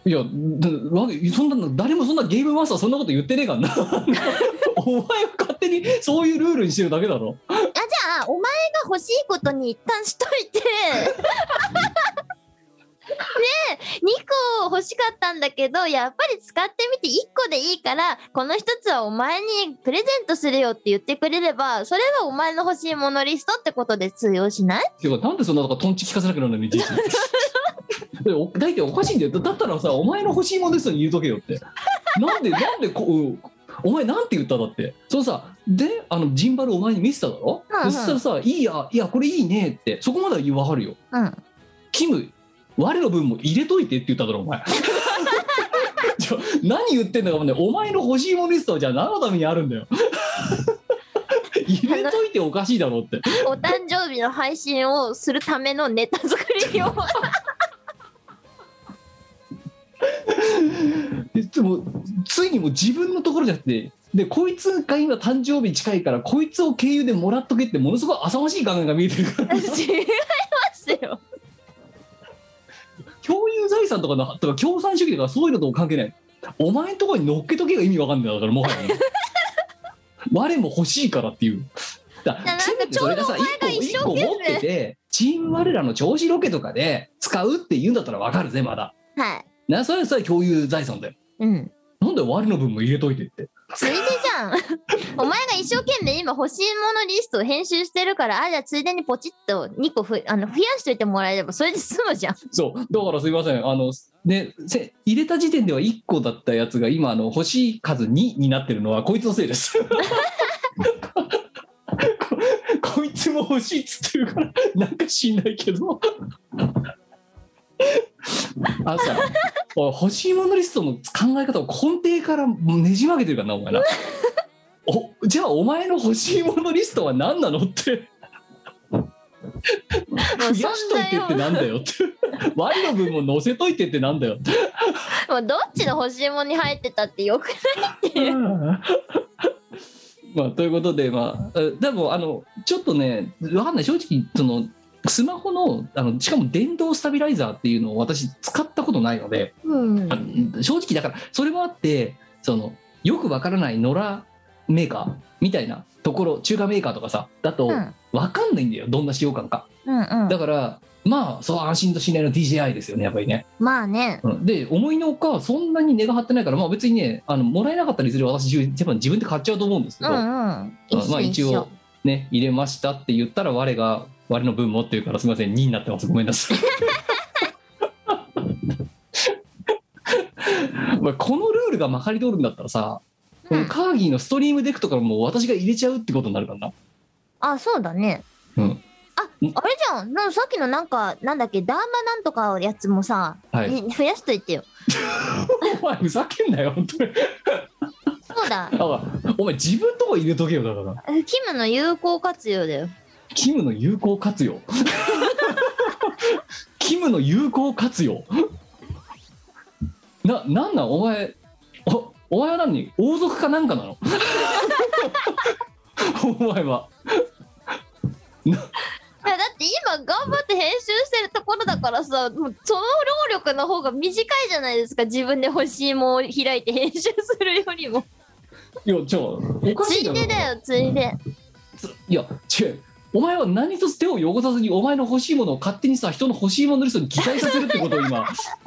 C: いやだわけそんなの誰もそんなゲームマスターそんなこと言ってねえからな [laughs] お前は勝手にそういうルールにしてるだけだろ
A: あじゃあお前が欲しいことに一旦しといてねえ2個欲しかったんだけどやっぱり使ってみて1個でいいからこの1つはお前にプレゼントするよって言ってくれればそれがお前の欲しいものリストってことで通用しない
C: ていうかなんでそんなとかトンチ聞かせなくなるのにいちいち
A: [laughs]
C: でお大体おかしいんだよだだったらさお前の欲しいものですに言うとけよってなんでなんでこうんお前なんて言っただってそのさであのジンバルお前に見せただろ、
A: うんうん
C: そしたらさ「いいやいやこれいいね」ってそこまでは言わはるよ
A: うん
C: キム、我の分も入れといてって言っただろ、
A: [laughs]
C: お前。ちょ何言ってんだかもね、お前の欲しいものリストはじゃあ何のためにある
A: [laughs]
C: んだよ。入れといておかしいだろって。
A: お誕生日の配信をするためのネタ作りを
C: ででも、ついにもう自分のところじゃなくて、で、こいつが今誕生日近いから、こいつを経由でもらっとけって、ものすごい浅ましい考えが見えてるから、
A: [laughs] 違いますよ
C: 共有財産とかの、とか共産主義とかそういうのとも関係ない。お前のところに乗っけとけが意味わかんないんだから、もは
A: [laughs]
C: やね。我も欲しいからっていう。だ
A: いやなんか
C: せめてそれがさ
A: ちょうどお前が一生
C: 一個
A: 懸命
C: 一個持っててチーム我らの調子ロケとかで使うって言うんだったらわかるぜまだ
A: はい
C: なそれはそれは共有財産だよ
A: うん
C: なんで我の分も入れといてって
A: ついでじゃん
C: [laughs]
A: お前が一生懸命今欲しいものリストを編集してるからあじゃあついでにポチッと2個ふあの増やしといてもらえればそれで済むじゃん [laughs]
C: そうだからすいませんあのねせ入れた時点では1個だったやつが今あの欲しい数2になってるのはこいつのせいです [laughs] ここいつも欲しいっつってるからなんか知んないけど [laughs] あのさおい欲しいものリストの考え方を根底からねじ曲げてるからなお前な [laughs] おじゃあお前の欲しいものリストは何なのって
A: も
C: 増
A: う
C: や
A: そん
C: しといてってなんだよって [laughs] ワイの分も載せといてってなんだよ
A: もうどっちの欲しいものに入ってたってよく
C: まあ、ということで、まあ、えでもあのちょっとねわかんない正直そのスマホのあのしかも電動スタビライザーっていうのを私使ったことないので、
A: うん
C: あの正直だからそれもあってそのよくわからない野良メーカーみたいなところ中華メーカーとかさだと
A: うん
C: わかんないんだよどんな使用感か
A: うん
C: だからまあそう安心と信頼の DJI ですよねやっぱりね
A: まあね
C: うんで思いのほかそんなに値が張ってないから、まあ、別にねあのもらえなかったりする私自分自分で買っちゃうと思うんですけ
A: う
C: ど、まあ
A: んうん一
C: ま
A: 緒
C: あ一
A: 一緒
C: 応ね入れましたって言ったら我が我の分もっていうからすみません2になってますごめん
A: [laughs]
C: なさい。まあこのルールがまかり通るんだったらさ、
A: うん
C: カーギーのストリームデックとかもう私が入れちゃうってことになるからな。
A: あそうだね
C: うん
A: ああれじゃんなんかさっきのなんかなんだっけダーマなんとかのやつもさ、
C: はい、
A: に増やしといてよ
C: お前ふざけんなよ本当に
A: そうだ [laughs]
C: あお前自分とこ入れとけよだから
A: えキムの有効活用だよ
C: キムの有効活用キムの有効活用な、なんなんお前おお前は何王族かなんかなのお前は
A: えやだって今頑張って編集してるところだからさもうその労力の方が短いじゃないですか自分で欲しいもんを開いて編集するよりも
C: いやじゃあおか
A: つ
C: しい
A: い
C: だろ
A: でだよついで
C: いや違うお前は何一つ手を汚さずにお前の欲しいものを勝手にさ人の欲しいものリストに擬態させるってことを今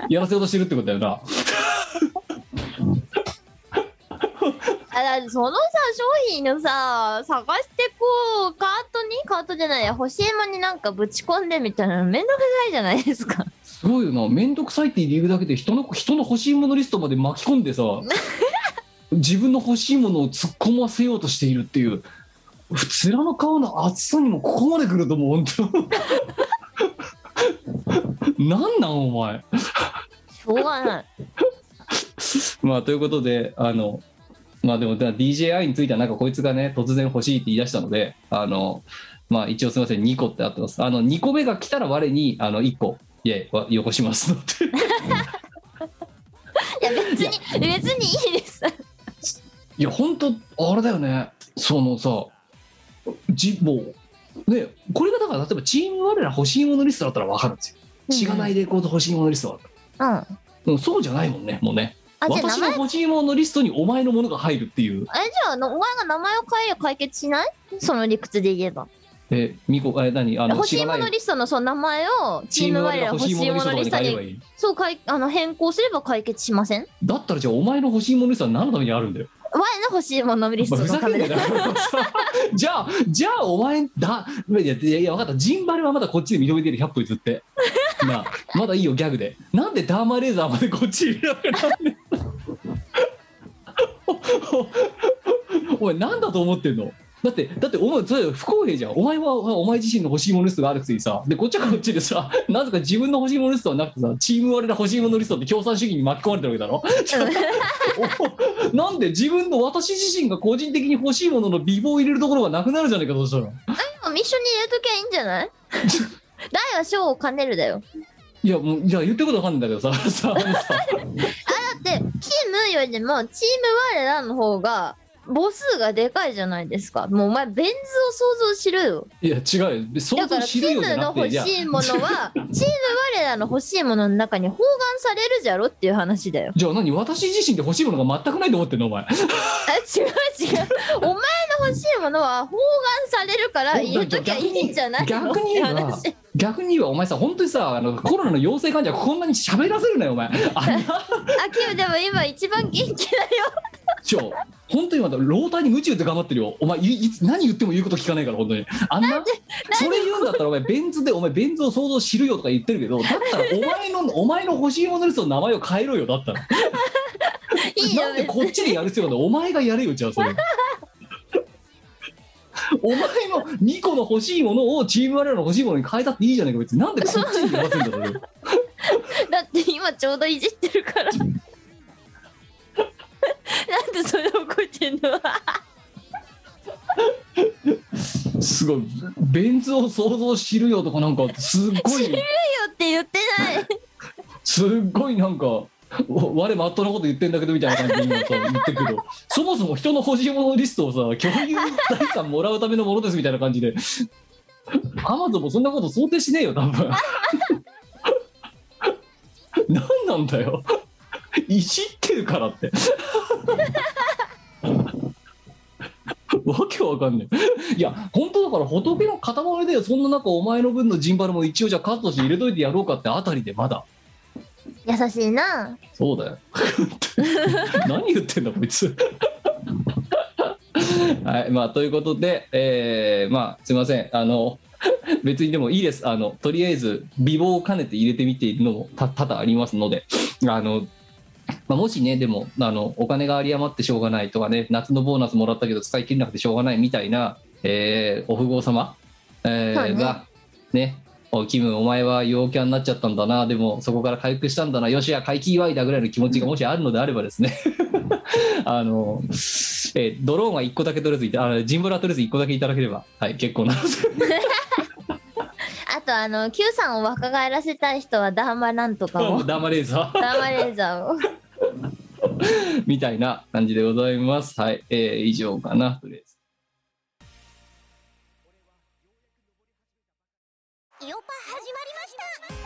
C: やらせようとしてるってことだよな
A: あだってそのさ商品のさ探してこうカートにカートじゃないや欲しいもんになんかぶち込んでみたいなのめんどくさいじゃないですか
C: すごいよな面倒くさいっていう理由だけで人の人の欲しいものリストまで巻き込んでさ自分の欲しいものを突っ込ませようとしているっていう普通の顔の厚さにもここまでくるともう本当なんなんお前
A: しょうがない
C: まあということであのまあでもだ DJI についてはなんかこいつがね突然欲しいって言い出したのであのまあ一応すみません2個ってあってますあの2個目が来たら我にあの1個いえわよこしますので
A: いや [laughs] 別に別にいいです
C: いや本当あれだよねそのさじもうねこれがだから例えばチーム我ら欲しいものリストだったら分かるんですよしがないレコード欲しいものリストだったら
A: うんあ
C: うんそうじゃないもんねもうね
A: じゃあ名
C: 私の
A: 前
C: 欲しいものリストにお前のものが入るっていう
A: あれじゃあのお前が名前を変えりゃ解決しないその理屈で言えば
C: えみこえ何あの
A: 欲しいも
C: 知らな
A: のリストのその名前をチ
C: チ
A: ー
C: ー
A: ム
C: ム
A: 我
C: 我
A: ら
C: ら
A: 欲
C: 欲
A: し
C: し
A: い
C: いも
A: もの
C: の
A: リス
C: リス
A: ト
C: ト
A: に
C: にいい
A: そうかいあの変更すれば解決しません
C: だったらじゃあお前の欲しいものリストは何のためにあるんだよ
A: 我の欲しいものリス
C: まあ
A: ト
C: ふ
A: の
C: ざ
A: た
C: け
A: め
C: ん
A: で
C: なよ [laughs] じゃあじゃあお前だいやいやいや分かったジンバルはまだこっちで認めてる100歩
A: [laughs]
C: 譲ってなあまだいいよギャグでなんでダーマレーザーまでこっちにいるわけなんで [laughs] お前なんだと思ってんのだってだってお前それ不公平じゃんお前はお前自身の欲しいものリストがあるくせにさでこっちはこっちでさ [laughs] なぜか自分の欲しいものリストはなくてさチーム我ら欲しいものリストって共産主義に巻き込まれてるわけだろ [laughs] おなんで自分の私自身が個人的に欲しいものの美貌を入れるところがなくなるじゃないかとしたら
A: も一緒に入れときゃいいんじゃ
C: [laughs]
A: ない大は小を兼ねるだよ
C: いやもうじゃあ言ってることわかんないんだけどささあのさ
A: だってチームよりもチーム我らの方が母数がでかいじゃないですかもうお前ベン図を想像しろよ
C: いや違うよ相
A: だか
C: 当
A: ら
C: 知
A: チ
C: る
A: ー
C: ようじ
A: ム
C: ゃ
A: の
C: なくて
A: 欲
C: いや
A: しいものはチーム我らの欲しいものの中に包含されるじゃろっていう話だよ
C: じゃあ何私自身で欲しいものが全くないと思ってんのお前
A: あ違う違うお前の欲しいものは包含されるから入れときゃいいんじゃないの
C: 逆に言えば
A: って話
C: 逆に言えばお前さ本当にさあのコロナの陽性患者こんなに喋らせるなよお前あんな
A: あキムでも今一番元気だよ
C: ちょ本当にまた老体に夢中で頑張ってるよお前いいつ何言っても言うこと聞かないから本当にあんなそれ言うんだったらお前ベン図でお前ベン図を想像しろよとか言ってるけどだったらお前のお前の欲しいものリストの名前を変えろよだったら
A: いいよ
C: なんで
A: 別
C: こっちでやる必要なんだお前がやれよじゃあそれお前の2個の欲しいものをチーム我らの欲しいものに変えたっていいじゃないか別になんでこっちに言わせるんだそれ
A: にだって今ちょうどいじってるからなんでそれを怒ってんの
C: すごいベン図を想像しろよとかなんかすっごい
A: って言ってない
C: すっごいなんかわ我まっとうなこと言ってんだけどみたいな感じで今さ言ってくけどそもそも人の欲しいものリストをさ共有財産もらうためのものですみたいな感じでアマゾンもそんなこと想定しねえよ多分 [laughs] 何なんだよいじってるからって [laughs] わけわかんねえいや本当だから仏の塊でそんな中お前の分のジンバルも一応じゃあカットして入れといてやろうかってあたりでまだ
A: 優しいな
C: そうだよ。 [laughs] 何言ってんだこいつ。はいまあということで、えーまあすいませんあの別にでもいいですあのとりあえず美貌を兼ねて入れてみているのもた多々ありますのであの。まあ、もしね、でもあの、お金が有り余ってしょうがないとかね、夏のボーナスもらったけど使い切れなくてしょうがないみたいな、えーお富豪様、えー
A: そうね
C: が、ね、おキム、お前は陽キャになっちゃったんだな、でもそこから回復したんだな、よしや、回帰祝いだぐらいの気持ちがもしあるのであればで
A: [laughs]
C: すね、あの、えードローンは1個だけとりあえずいた、あのジンブラはとりあえず1個だけいただければ、はい、結構なので、
A: あとあの Q さんを若返らせたい人はダーマなんとか
C: [laughs]
A: を
C: ダーマレーザー。
A: ダーマレーザーを
C: みたいな感じでございます。はい、えー以上かな、とりあえず。
E: イオパ始まりま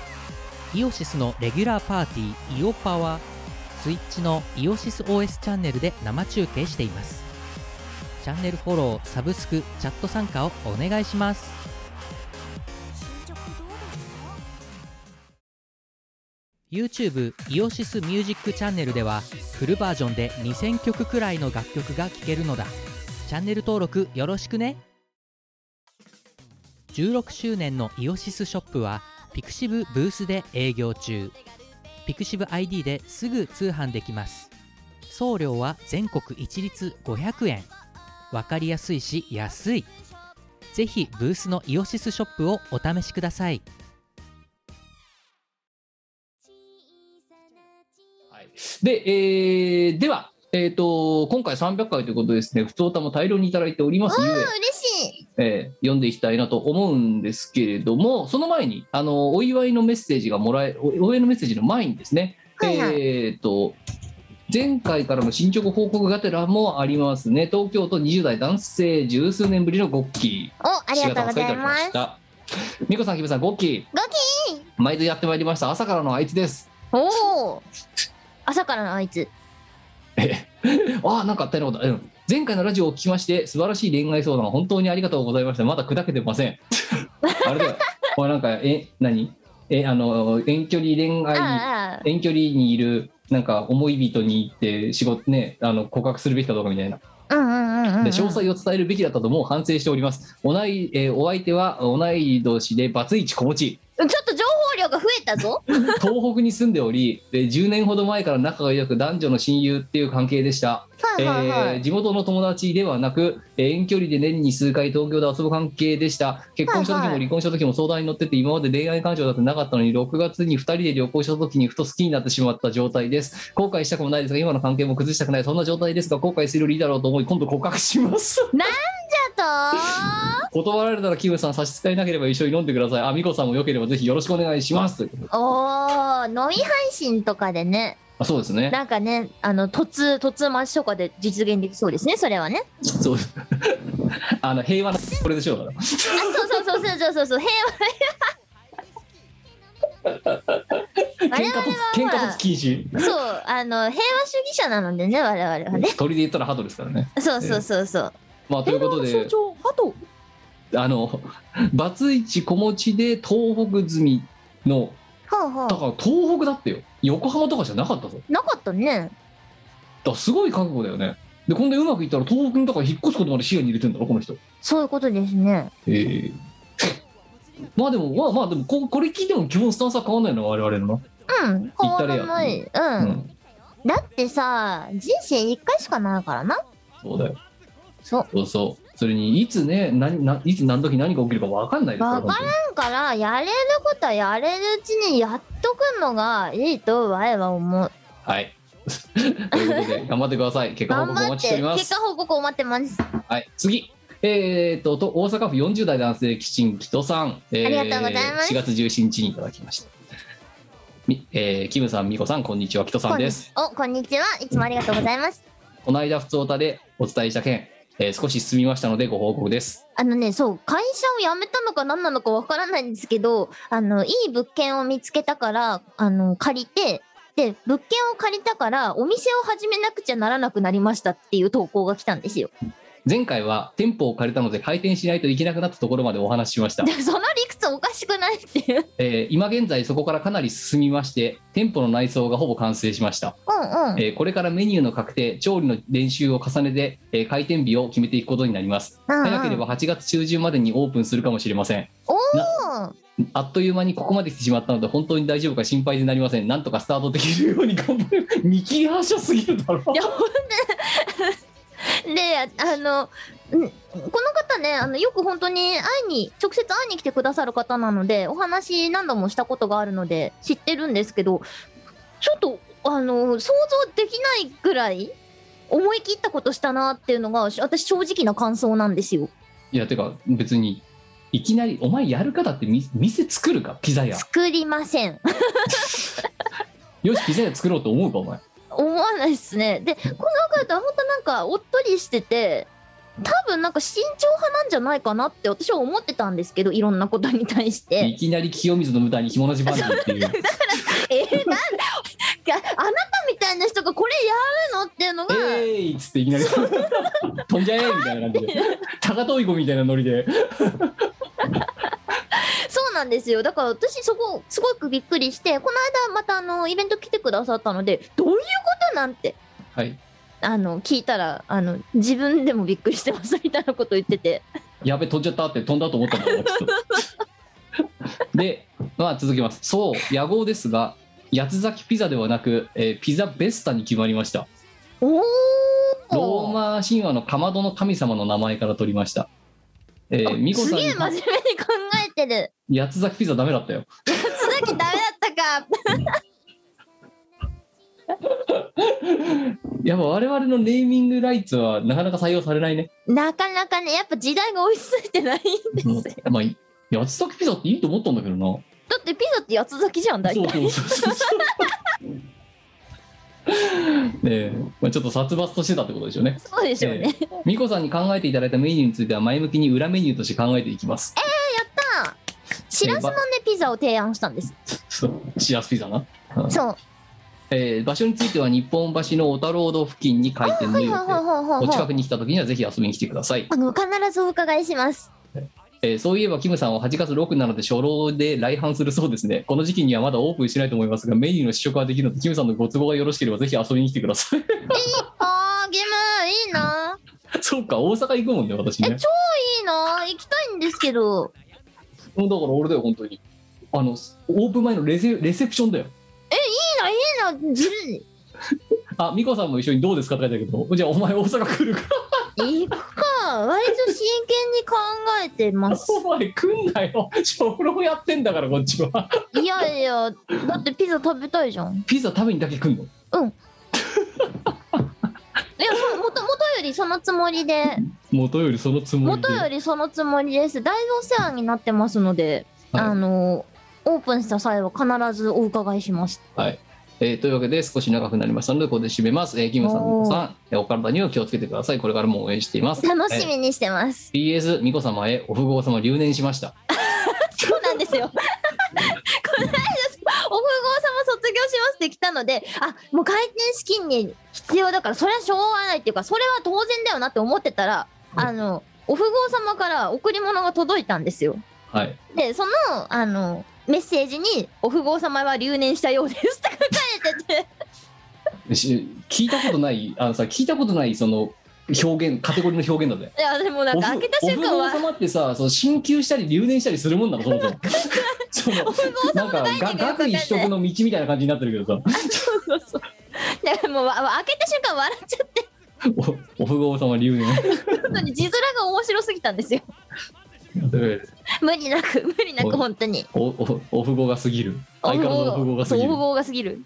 E: した
B: イオシスのレギュラーパーティーイオパはスイッチのイオシス OS チャンネルで生中継していますチャンネルフォローサブスクチャット参加をお願いします
E: 進捗どうですか
B: YouTube イオシスミュージックチャンネルではフルバージョンで2000曲くらいの楽曲が聴けるのだチャンネル登録よろしくね16周年のイオシスショップはピクシブブースで営業中ピクシブ ID ですぐ通販できます送料は全国一律500円わかりやすいし安いぜひブースのイオシスショップをお試しください
C: で、えーでは、えー、と今回300回ということですね普通歌も大量にいただいておりますゆえ
A: 嬉しい
C: えー読んでいきたいなと思うんですけれどもその前にあのお祝いのメッセージがもらえおお祝いのメッセージの前にですね、
A: はいはい
C: えっ、と前回からの進捗報告がてらもありますね東京都20代男性十数年ぶりのゴッキー
A: おありがとうございま
C: 白
A: す
C: 玉さんからいただきました美子さんキムさんゴッキーゴ
A: ッ
C: キー毎度やってまいりました朝からのあいつです
A: おお朝からのあいつ
C: ああなんかあったようなこと、うん、前回のラジオを聞きまして素晴らしい恋愛相談本当にありがとうございましたまだ砕けてませ
A: [laughs]
C: んあれだよこれなんかえ何えあの遠距離恋
A: あ
C: 愛
A: あああ
C: 遠距離にいるなんか思い人に行って仕事ねあの告白するべきかどうかみたいな
A: うんうんうんうん
C: で詳細を伝えるべきだったともう反省しておりますおない、えーお相手は同い年でバツイチ子持ち
A: ちょっと情報量が増えたぞ
C: 東北に住んでおりで10年ほど前から仲が良く男女の親友っていう関係でした
A: [laughs] はいはいは
C: えー
A: い
C: 地元の友達ではなく、えー遠距離で年に数回東京で遊ぶ関係でした結婚した時
A: はい
C: も
A: はい
C: 離婚した時も相談に乗ってて今まで恋愛感情だってなかったのに6月に2人で旅行した時にふと好きになってしまった状態です後悔したくもないですが今の関係も崩したくないそんな状態ですが後悔するよりいいだろうと思い今度告白します
A: [laughs] あ
C: 断られたらキムさん差し支えなければ一緒に飲んでくださいあみこさんもよければぜひよろしくお願いしますということで
A: とおお飲み配信とかでね
C: あそうですね
A: なんかねあの突突待ちとかで実現できそうですねそれは
C: [laughs]
A: ね
C: そうあの平和なこれでしょうから
A: あそうそうそうそうそうそうそう平
C: 喧嘩と喧嘩と禁止
A: 和そうあの平和主義者なのでね我々はね
C: 鳥で言ったらハトですからね
A: そうそうそうそう
C: まあということで
F: 長ハト
C: あのバツイチ子持ちで東北済みの
A: はあは
C: だから東北だってよ横浜とかじゃなかったぞだか
A: あなかったね
C: らすごい覚悟だよねで今度うまくいったら東北にだから引っ越すことまで視野に入れてんだろこの人
A: そういうことですね
C: ええまあでもまあまあでもここれ聞いても基本スタンスは変わんないの我々の
A: うん変わらない
C: 行
A: う
C: な、
A: ん、だってさ人生一回しかないからな
C: そうだよ
A: そう
C: そうそうそれにいつね何ないつ何時何が起きるか分かんないですから
A: 分だからやれることはやれるうちにやっとくのがいいと我は思う
C: はいということで頑張ってください結果報
A: 頑
C: 告お
A: 張っ
C: 待ちしてお
A: て
C: ります
A: 結果報告を待ってます
C: はい、次。えー、とと大阪府40代男性きちんきとさん、えー
A: ありがとうございます
C: 4月17日にいただきましたみ、えー、キムさんみこさんこんにちはきとさんです
A: おこんにちはいつもありがとうございます
C: この間ふつおたでお伝えした件、えー少し進みましたのでご報告です
A: あのねそう会社を辞めたのか何なのかわからないんですけどあのいい物件を見つけたからあの借りてで物件を借りたからお店を始めなくちゃならなくなりましたっていう投稿が来たんですよ
C: 前回は店舗を借りたので開店しないといけなくなったところまでお話ししました
A: でその理屈おかしくないっていう
C: えー今現在そこからかなり進みまして店舗の内装がほぼ完成しました、
A: うんうん
C: えーこれからメニューの確定調理の練習を重ねて、えー開店日を決めていくことになります
A: うん
C: 早ければ8月中旬までにオープンするかもしれません
A: うん
C: あっという間にここまで来てしまったので本当に大丈夫か心配になりませんなんとかスタートできるように頑張る見切り発車すぎるだろ
A: いやでああのうんこの方ねあのよく本当に会いに直接会いに来てくださる方なのでお話何度もしたことがあるので知ってるんですけどちょっとあの想像できないぐらい思い切ったことしたなっていうのがし私正直な感想なんですよ。
C: いやてか別にいきなりお前やるかだってみ店作るかピザ屋
A: 作りません [laughs]
C: よしピザ屋作ろうと思うかお前
A: 思わないですね。でこの方本当なんかおっとりしてて多分なんか慎重派なんじゃないかなって私は思ってたんですけどいろんなことに対して
C: いきなり清水の舞台に着物ジバンジーっていう。
A: えー、なんだ [laughs] あなたみたいな人がこれやるのっていうのが、
C: えーいっつっていきなり飛んじゃえみたいな
A: [laughs]
C: 感じで高遠い子みたいなノリで
A: そうなんですよだから私そこすごくびっくりしてこの間またあのイベント来てくださったのでどういうことなんて
C: はい
A: あの聞いたらあの自分でもびっくりしてますみたいなこと言ってて
C: やべ飛んじゃったって飛んだと思ったんだろきっ
A: [laughs]
C: とでまあ続きますそう野号ですが八つ崎ピザではなく、えーピザベスタに決まりました
A: おー
C: ローマ神話のかまどの神様の名前から取りましたえー、ミコ
A: す
C: さん
A: げえ
C: に
A: 真面目に考えてる
C: 八つ崎ピザダメだったよ
A: 津崎ダメだったか
C: やっぱ我々のネーミングライツはなかなか採用されないね
A: なかなかねやっぱ時代が追いついてないんですよだ
C: まあい八つ崎ピザっていいと思ったんだけどな
A: ってピザって八つ咲きじゃん大
C: そう
A: 体
C: そうそうそう [laughs] ねえ、まあ、ちょっと殺伐としてたってことでしょうね。
A: そうでしょうね、
C: ええ美子さんに考えていただいたメニューについては前向きに裏メニューとして考えていきます。
A: しらすのねピザを提案したんです
C: そうシアスピザな。うん
A: そう
C: えー場所については日本橋の小田ロード付近に開店の
A: はい
C: 予
A: はいはい
C: 定。
A: はいはい
C: お近
A: はい
C: くに来た時にはぜひ遊びに来てください。
A: あの必ずお伺いします
C: えーそういえばキムさんは8月6なので初老で来阪するそうですね。この時期にはまだオープンしてないと思いますがメニューの試食はできるのでキムさんのご都合がよろしければぜひ遊びに来てください。 [laughs]
A: あーゲームいいな
C: そうか大阪行くもんね私ね。
A: いいな行きたいんですけど
C: うんだから俺だよ本当にあのオープン前のレセレセプションだよ
A: いいなずるい
C: あ美子さんも一緒にどうですかって書いてあるけどじゃあお前大阪来るか
A: 行くか割と真剣に考えて [laughs] ます
C: お前来んなよ小籠やってんだからこっちはい
A: やいやだってピザ食べたいじゃん
C: ピザ食べにだけ来んの
A: いやそうもともとよりそのつもりで
C: 元よりそのつもりで
A: 元よりそのつもりですだいぶお世話になってますので、
C: はい
A: あのオープンした際は必ずお伺いします
C: はいえーというわけで少し長くなりましたのでここで締めます、えー、キムさん美子さんえーお体には気をつけてくださいこれからも応援しています
A: 楽し、みにしてます、
C: えー PS 美子様へお富豪様留年しました
A: そうなんです
C: [laughs]
A: よこの間お富豪様卒業しますって来たのであもう回転資金に必要だからそれはしょうがないっていうかそれは当然だよなって思ってたらあのお富豪様から贈り物が届いたんですよ
C: はい
A: でそのあのメッセージに「お富豪様は留年したようです」って書かれてて [laughs]
C: し聞いたことないあのさ聞いたことないその表現カテゴリーの表現だぜ
A: いやでもなんか開けた瞬間
C: お風
A: は
C: 呂様ってさその進級したり留年したりするもんなのそも
A: [laughs]
C: そもそのなんかが学位取得の道みたいな感じになってるけどさ
A: そうそうだからもうわわ開けた瞬間笑っちゃって
C: おお富豪様留年
A: 本当に字面が面白すぎたんですよ無理なく無理なく本当に
C: [laughs] おおお富豪が過ぎる相変わらずお富豪が過
A: そう
C: ぎ
A: お
C: る
A: 富豪がすぎる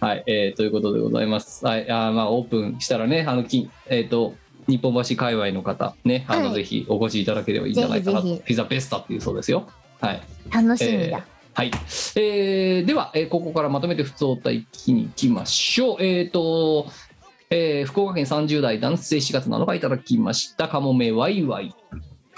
C: はい、えーということでございますはいあーまあオープンしたらねあのきえっ、と日本橋界隈の方ねあの、
A: はい
C: ぜひお越しいただければいいんじゃないかなと
A: ぜひぜひ
C: ピザベスタっていうそうですよはい
A: 楽しみだ、
C: はい、えーでは、えーここからまとめて普通お題聞きに行きましょう。えーとえー福岡県30代男性4月7日いただきましたかもめワイワイ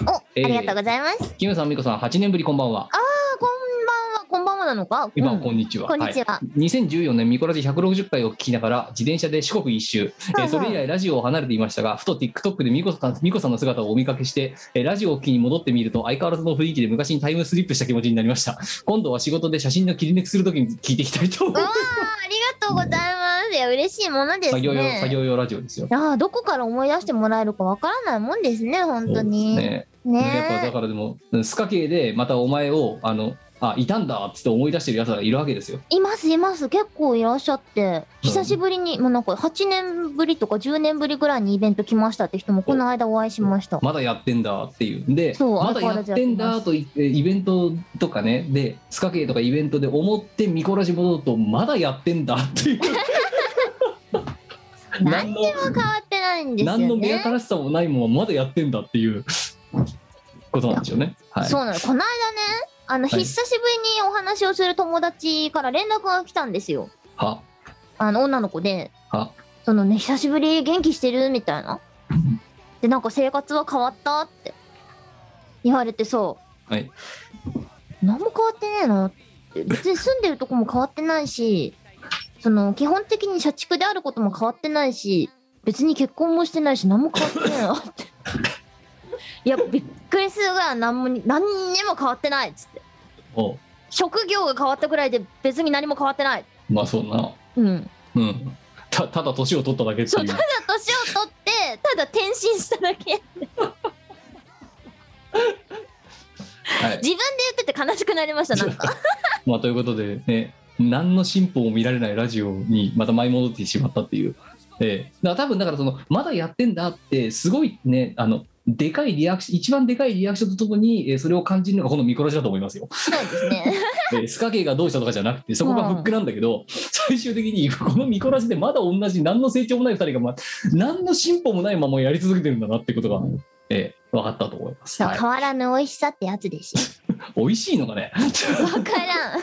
A: おあ
C: えー
A: りがとうございます、あ
C: キムさん美子さん8年ぶりこんばんは
A: ーこんばんはこんばんはなのか
C: 今、
A: うん
C: こんにちは
A: こんにちは、
C: い、2014年ミコラジ160回を聞きながら自転車で四国一周、
A: はい
C: え
A: は
C: ー
A: い
C: それ以来ラジオを離れていましたがふと TikTok で美子さん美子さんの姿をお見かけして、えーラジオを機に戻ってみると相変わらずの雰囲気で昔にタイムスリップした気持ちになりました今度は仕事で写真の切り抜きするときに聞いていきたいと思います
A: うわーありがとうございますいや嬉しいものです
C: 作業用、
A: ね
C: 作業用ラジオですよ。
A: あーどこから思い出してもらえるかわからないもんですね本当にね
C: ねやっぱだからでもスカ系でまたお前をあのあいたんだっつって思い出してるやつがいるわけですよ。
A: いますいます結構いらっしゃって久しぶりに、もうなんか8年ぶりとか10年ぶりぐらいにイベント来ましたって人もこの間お会いしました
C: まだやってんだっていうで
A: そう
C: まだやってんだと言ってイベントとかねでスカ系とかイベントで思って見こらし戻るとまだやってんだって
A: [laughs]
C: いう
A: 何
C: の
A: 変わってないんですよ
C: 何の目
A: ね
C: 新しさもないもんまだやってんだっていうことなんでしょうね。はい、
A: そうなのこの間ねあの
C: はい
A: 久しぶりにお話をする友達から連絡が来たんですよ
C: は
A: あの女の子で
C: は
A: そのね久しぶり元気してるみたいなでなんか生活は変わったって言われてさ
C: はい
A: 何も変わってねえなって別に住んでるとこも変わってないしその基本的に社畜であることも変わってないし別に結婚もしてないし何も変わってねえなって [laughs] いやびっくりするぐらい何もに何にも変わってないっつって
C: お
A: 職業が変わったぐらいで別に何も変わってない
C: まあそんな
A: うん
C: うんたただ年を取っただけって
A: そう
C: い
A: た
C: う
A: だ年を取ってただ転身しただけ
C: はい
A: 自分で言ってて悲しくなりましたなんか
C: まあということでね何の進歩も見られないラジオにまた舞い戻ってしまったっていう、ええだから多分だからそのまだやってんだってすごいねあのでかいリアクション一番でかいリアクションとともに、えーそれを感じるのがこの見殺しだと思いますよ
A: [laughs] そうですね
C: でスカ系がどうしたとかじゃなくてそこがフックなんだけど、最終的に [laughs] この見こらしでまだ同じ何の成長もない2人が、まあ、何の進歩もないままやり続けてるんだなってことが、えー分かったと思いま
A: [laughs]
C: す。
A: そう
C: はい
A: 変わらぬ美味しさってやつですよ
C: 美味しいのかね、
A: 分からん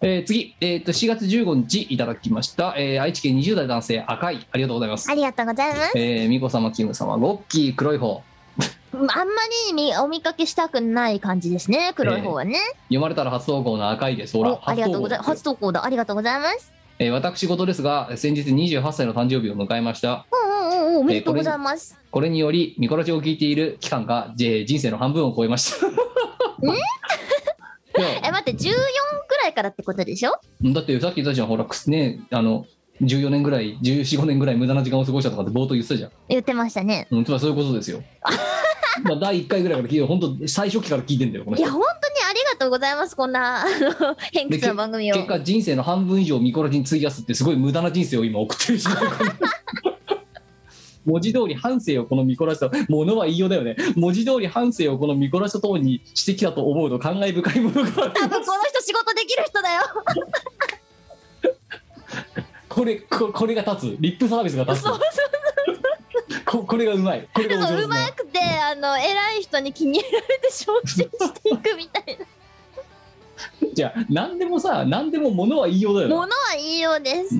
C: えー次、えーと4月15日いただきました、えー愛知県20代男性赤いありがとうございます
A: あ。りがとうございます
C: えー、美子様キム様ロッキー黒い方
A: あんまりみお見かけしたくない感じですね黒い方はね、
C: 読まれたら初投稿の赤いですほら
A: おあり
C: 初
A: が
C: 投
A: とう
C: 稿
A: ご
C: で
A: ざい
C: す
A: ます初投稿だありがとうございます
C: えー私事ですが先日28歳の誕生日を迎えました
A: うんうんうんうんおめでとうございます、
C: これにより、ミコラジを聞いている期間が、えー人生の半分を超えました。 [laughs] い
A: え
C: や
A: 待って14くらいからってことでしょ
C: だってさっき言ったじゃん、ほら、くすね、あの、14年ぐらい、14、5年ぐらい無駄な時間を過ごしたとかって冒頭言ってたじゃん。
A: 言ってましたね
C: うん、つまりそういうことで
A: [laughs]
C: すよ。まあ第1回ぐらいから聞いて、本当最初期から聞いてんだよ、この
A: い
C: 人
A: や本当にありがとうございますこんなあの偏屈な番組を
C: 結果、人生の半分以上ミコラジに費やすって、すごい無駄な人生を今送ってるし。文字通り半生をこのミコラジと、ものは言いようだよね。文字通り半生をこのミコラジとともにしてきたと思うと、感慨深いものがある
A: 多分この人仕事できる人だ [laughs] よ
C: これここれが立つリップサービスが立つここれがうまいこれがお上
A: そう
C: 手
A: うまくてあの偉い人に気に入られて昇進していくみたいな
C: じゃあ何でもさ何でもものは言いようだよ
A: もの
C: な
A: は言いようです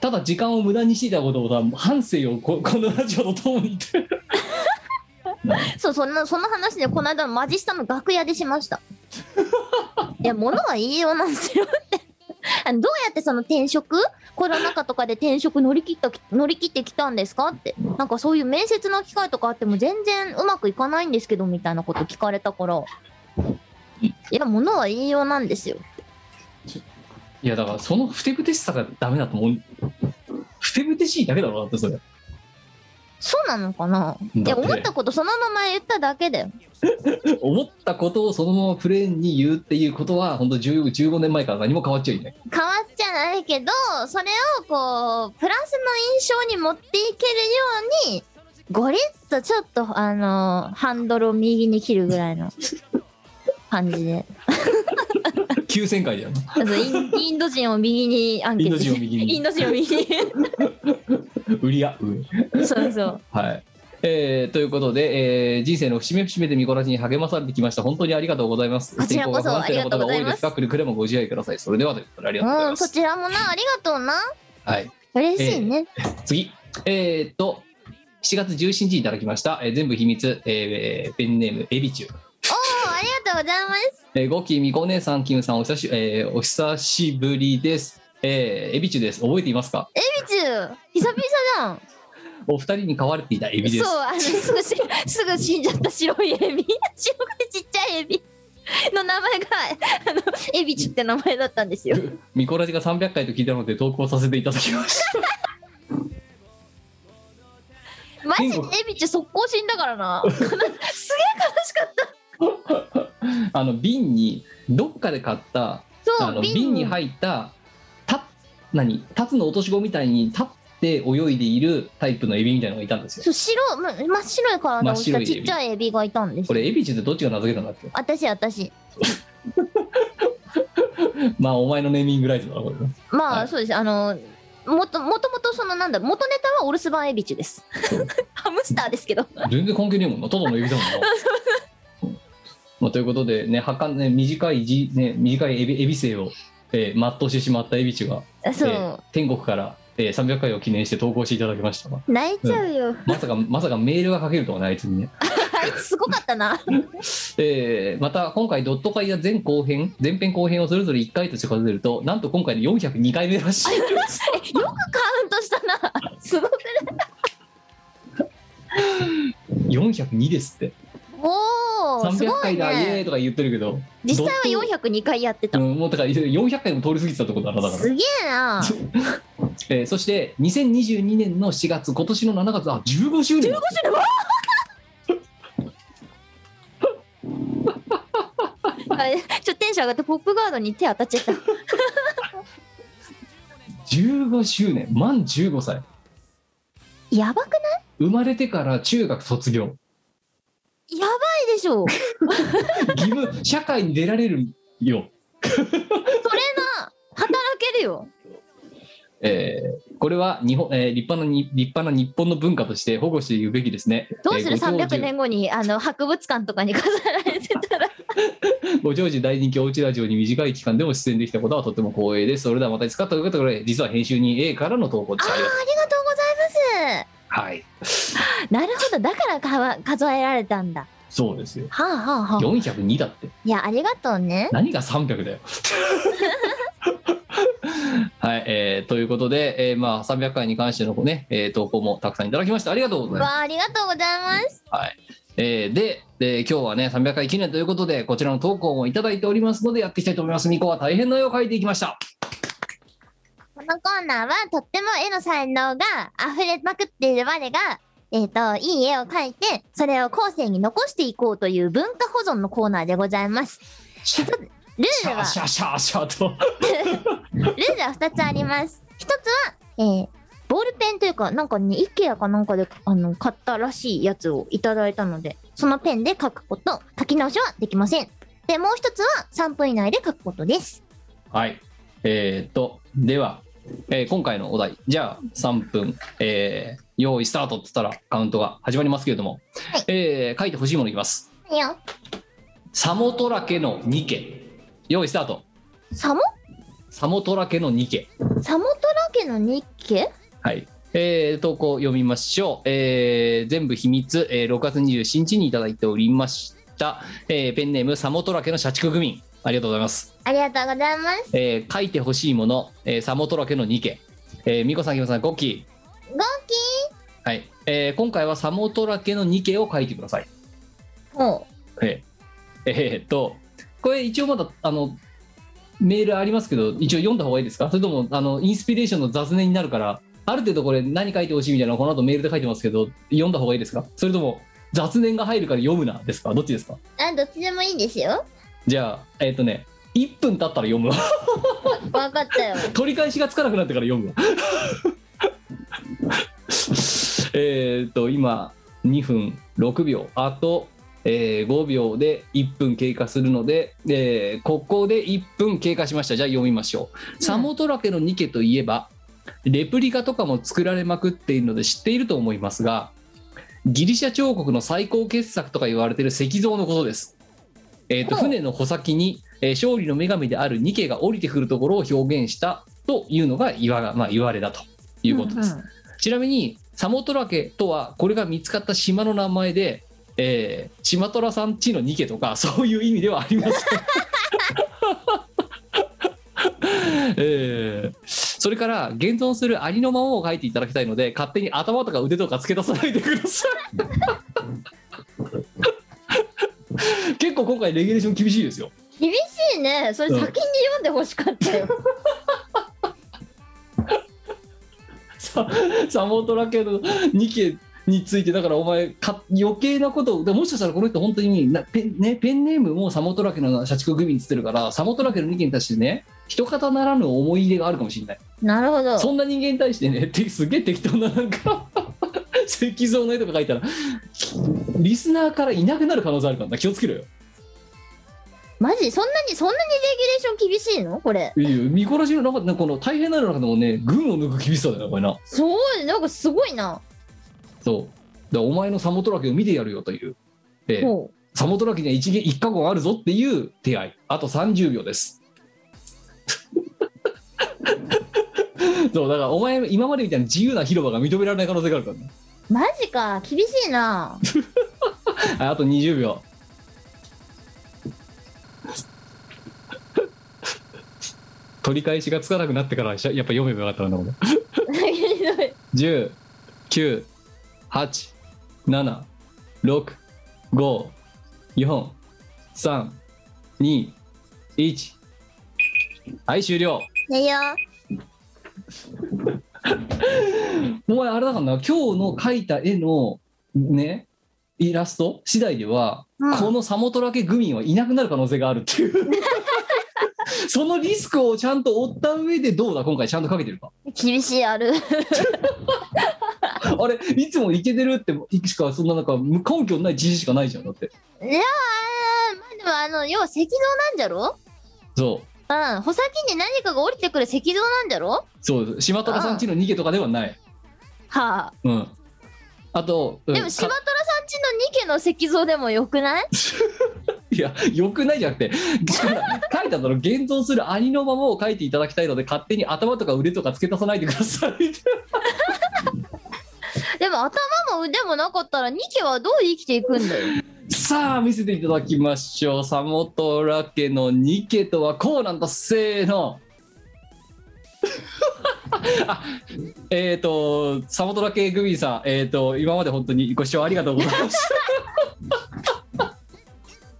C: ただ時間を無駄にしていたことをさ半生をこ [laughs] このラジオとともに
A: そうそんなその話でこの間のマジスタの楽屋でしました [laughs] いやものは言いようなんですよってあのどうやってその転職コロナ禍とかで転職乗り切った乗り切ってきたんですかってなんかそういう面接の機会とかあっても全然うまくいかないんですけどみたいなこと聞かれたからいやものは言いようなんですよ
C: いやだからそのふてぶてしさがダメだと思うふてぶてしいだけだろだってそれ
A: そうなのかないや
C: だって
A: 思ったことそのまま言っただけだよ
C: 思ったことをそのままプレーンに言うっていうことは本当10 15年前から何も変わっちゃいない
A: 変わっちゃないけどそれをこうプラスの印象に持っていけるようにゴリッとちょっとあのハンドルを右に切るぐらいの [laughs] 感じで
C: 急旋回だよな
A: そうインインド人を右にアンケート
C: インド人を右に
A: インド人を右に
C: 売りや上
A: [laughs] そうそう
C: はい。えーということで、えー人生の節目節目で見こらしに励まされてきました。本当にありがとうございます。
A: こちらこそ
C: 天候が不安定なことが多いです
A: あ
C: が、くれくれもご自愛ください。それではということでありがとうござい
A: うん
C: ま
A: そ
C: す。
A: ちらもなありがとうな
C: はい。
A: 嬉しいね、
C: 次。えーっと、7月17日にいただきました。えー全部秘密、えーペンネーム、エビチュ
A: お
C: ー。
A: ーありがとうございます
C: えー、ゴキミコ姉さん、キムさん、お久し,、えーお久しぶりです。えーエビチューです。覚えていますか
A: ピチュー久々じゃん
C: お二人に飼われていたエビです。
A: そうあのすぐし
C: [laughs]
A: すぐ死んじゃった白いエビ白いちっちゃいエビの名前があのエビチュって名前だったんです
C: [laughs]
A: よ
C: ミコラジが300回と聞いたので投稿させていただきました。
A: マジでエビチュ速攻死んだから
C: [laughs]
A: なすげえ悲しかっ
C: あの、瓶に、どっかで買った
A: た
C: あ
A: そ
C: の
A: う
C: 瓶に入ったた何タツの落とし子みたいに立って泳いでいるタイプのエビみたいなのがいたんですよ
A: そう白ま真っ白い体をした
C: 真っ白いエビ
A: ちっちゃいエビがいたんです
C: こ
A: よ
C: れエビチュってどっちが名付けたんだっけ
A: 私私
C: まあお前のネーミングライズだなこれな
A: まあ、
C: はい
A: そうですあのもともともとそのなんだ元ネタはオルスバンエビチュです [laughs] ハムスターですけど
C: 全然関係ねえもんなただのエビだもん
A: [laughs]
C: なうんまあ、ということでねはかね短い [laughs] じ、ね、短いエビエビ生を、えー全うしてしまったエビチュが、
A: そ
C: えー
A: う
C: 天国から、ええー300回を記念して投稿していただきましたが
A: 泣いちゃうよ。
C: まさか [laughs] まさかメールが書けるとはねあいつにね
A: あいつすごかったな。 [laughs]
C: えーまた今回ドット会や前後編前編後編をそれぞれ1回として数えるとなんと今回で402回目らしい
A: [laughs] カウントしたな。すごくね。
C: 402ですって
A: おお、す
C: 300
A: ごい
C: 回だ、イエーイ
A: ね。
C: とか言ってるけど
A: 実際
C: ド
A: は
C: ッ
A: 402回やって
C: ト
A: た。
C: うん、もうだから400回も通り過ぎてたってことだなだから
A: すげえな。す
C: えーそして2022年の4月今年の7月あ15周年15周年
A: ごいちょっとテンション上がってポップガードに手当たっちゃった。
C: 15周年満15歳
A: やばくな
C: 生まれてから中学卒業
A: いやばいでしょ。
C: 義務 [laughs] 社会に出られるよ
A: 働けるよ。
C: えーこれは日本、えー立派なに立派な日本の文化として保護していくべきですね。
A: どうする
C: えーご長寿
A: 300年後にあの博物館とかに飾られてた
C: [laughs]
A: ら。
C: ご長寿大人気おうちラジオに短い期間でも出演できたことはとても光栄です。それではまたいつかということで、実は編集人 A からの投稿でした。ありがとう
A: ありがとうございま
C: はい。
A: す。なるほど、だからかわ数えられたんだ。
C: そうですよ。
A: はあはあはあ。
C: 402だって。
A: いや、ありがとうね。
C: 何が300だよ。 [laughs] はい、えーということで、えーまあ、300回に関しての、ねえー投稿もたくさんいただきました。ありがとうございます。
A: わあ、ありがとうございます。
C: えーで、えー今日はね、300回記念ということで、こちらの投稿もいただいておりますので、やっていきたいと思います。みこは大変な絵を描いていきました。
A: このコーナーはとっても絵の才能が溢れまくっている我が、えっ、と、いい絵を描いて、それを後世に残していこうという文化保存のコーナーでございます。
C: シャ
A: ル
C: シ
A: ール
C: ャ
A: は、
C: シャシャシャと。 [laughs]
A: ルールは2つあります。1つは、えーボールペンというか、なんかね、IKEA かなんかであの買ったらしいやつをいただいたので、そのペンで書くこと、書き直しはできません。で、もう1つは3分以内で書くことです。
C: はい。えーっと、では、えー今回のお題、じゃあ3分、えー用意スタートって言ったらカウントが始まりますけれども、
A: はい
C: えー書いてほしいものいきます。
A: いや、
C: サモトラケのニケ。用意スタート。
A: サモ
C: サモトラケのニケ。
A: サモトラ家の日記
C: はい。えー投稿読みましょう。えー全部秘密、えー6月27日にいただいておりました。えーペンネーム、サモトラケの社畜組員。ありがとうございます。
A: ありがとうございます。
C: えー書いてほしいもの、えーサモトラケの2家。えー、ミコさん、キムさん、ゴッキー。
A: ゴーキ
C: はい。えー今回はサモトラケの2家を書いてください。
A: ーほう。
C: えーえーっと、これ一応まだ、あの、メールありますけど、一応読んだ方がいいですかそれとも、あの、インスピレーションの雑念になるから、ある程度これ何書いてほしいみたいなのこの後メールで書いてますけど、読んだ方がいいですかそれとも、雑念が入るから読むなですかどっちですか
A: あ、どっちでもいいんですよ。
C: じゃあ、えーっとね、1分経ったら読むわ。
A: わか
C: [laughs]
A: ったよ。
C: 取り返しがつかなくなってから読むわ [laughs] えっと今2分6秒あと、えー5秒で1分経過するので、えーここで1分経過しましたじゃあ読みましょう、サモトラケのニケといえばレプリカとかも作られまくっているので知っていると思いますがギリシャ彫刻の最高傑作とか言われている石像のことです、えーと
A: ほう
C: 船の穂先に、えー勝利の女神であるニケが降りてくるところを表現したというのが言わ,、まあ、言われだということです、
A: うんうん
C: ちなみにサモトラ家とはこれが見つかった島の名前で、えー、島虎さん地のニケとかそういう意味ではありません。えーそれから現存するありのままを書いていただきたいので勝手に頭とか腕とか付け足さないでください結構今回レギュレーション厳しいですよ
A: 厳しいね。それ先に読んでほしかったよ。
C: サ [laughs] サモトラケの2家についてだからお前か余計なことをでもしかしたらこの人本当になペン,、ね、ペンネームもサモトラケの社畜組につってるからサモトラケの2家に対してね一方ならぬ思い入れがあるかもしれない
A: なるほど。
C: そんな人間に対してね [laughs] てすげえ適当ななんか [laughs] 石像の絵とか描いたらリスナーからいなくなる可能性あるからな気をつけろよ
A: マジそんなにそんなにレギュレーション厳しいのこれ
C: いいよ見殺しの中でねこの大変なの中でもね群を抜く厳しさだよこれな
A: すごいなんかすごいな
C: そうだからお前のサモトラケを見てやるよという、ええ
A: ほ
C: サモトラキには一撃一過言あるぞっていう手合いあと30秒です [laughs] そうだからお前今までみたいな自由な広場が認められない可能性があるからね
A: マジか厳しいな
C: [laughs] はいあと20秒 [laughs] 取り返しがつかなくなってからしゃやっぱ読めばよかったなこれ1 0 9 8 7 6 5 4 3 2 1はい終了
A: ねよ
C: お前あれだからな今日の描いた絵のねイラスト次第では、
A: うん
C: このサモトラケグミンはいなくなる可能性があるっていう [laughs] そのリスクをちゃんと負った上でどうだ今回ちゃんと描けてるか
A: 厳しいある
C: あれいつもいけてるっていくしかそんななんか無根拠のない自信しかないじゃんだって
A: いやーまあでもあの要は赤道なんじゃろ
C: そう
A: うん穂先に何かが降りてくる赤道なんじゃろ
C: そう島虎さんちの逃げとかではない
A: はあ
C: うんあと、うん
A: でも島
C: か
A: 虎さんちの2家の石像でもよくない
C: いやよくないじゃなく
A: [laughs]
C: てしかもな書いたの現存するありのままを書いていただきたいので勝手に頭とか腕とか付け足さないでください
A: でも頭も腕もなかったら2家はどう生きていくんだよ
C: さあ見せていただきましょうサモトラ家のニケとはこうなんだせーの [laughs] あえっ、とサモトラ家グミさんえっ、と今まで本当にご視聴ありがとうございました [laughs]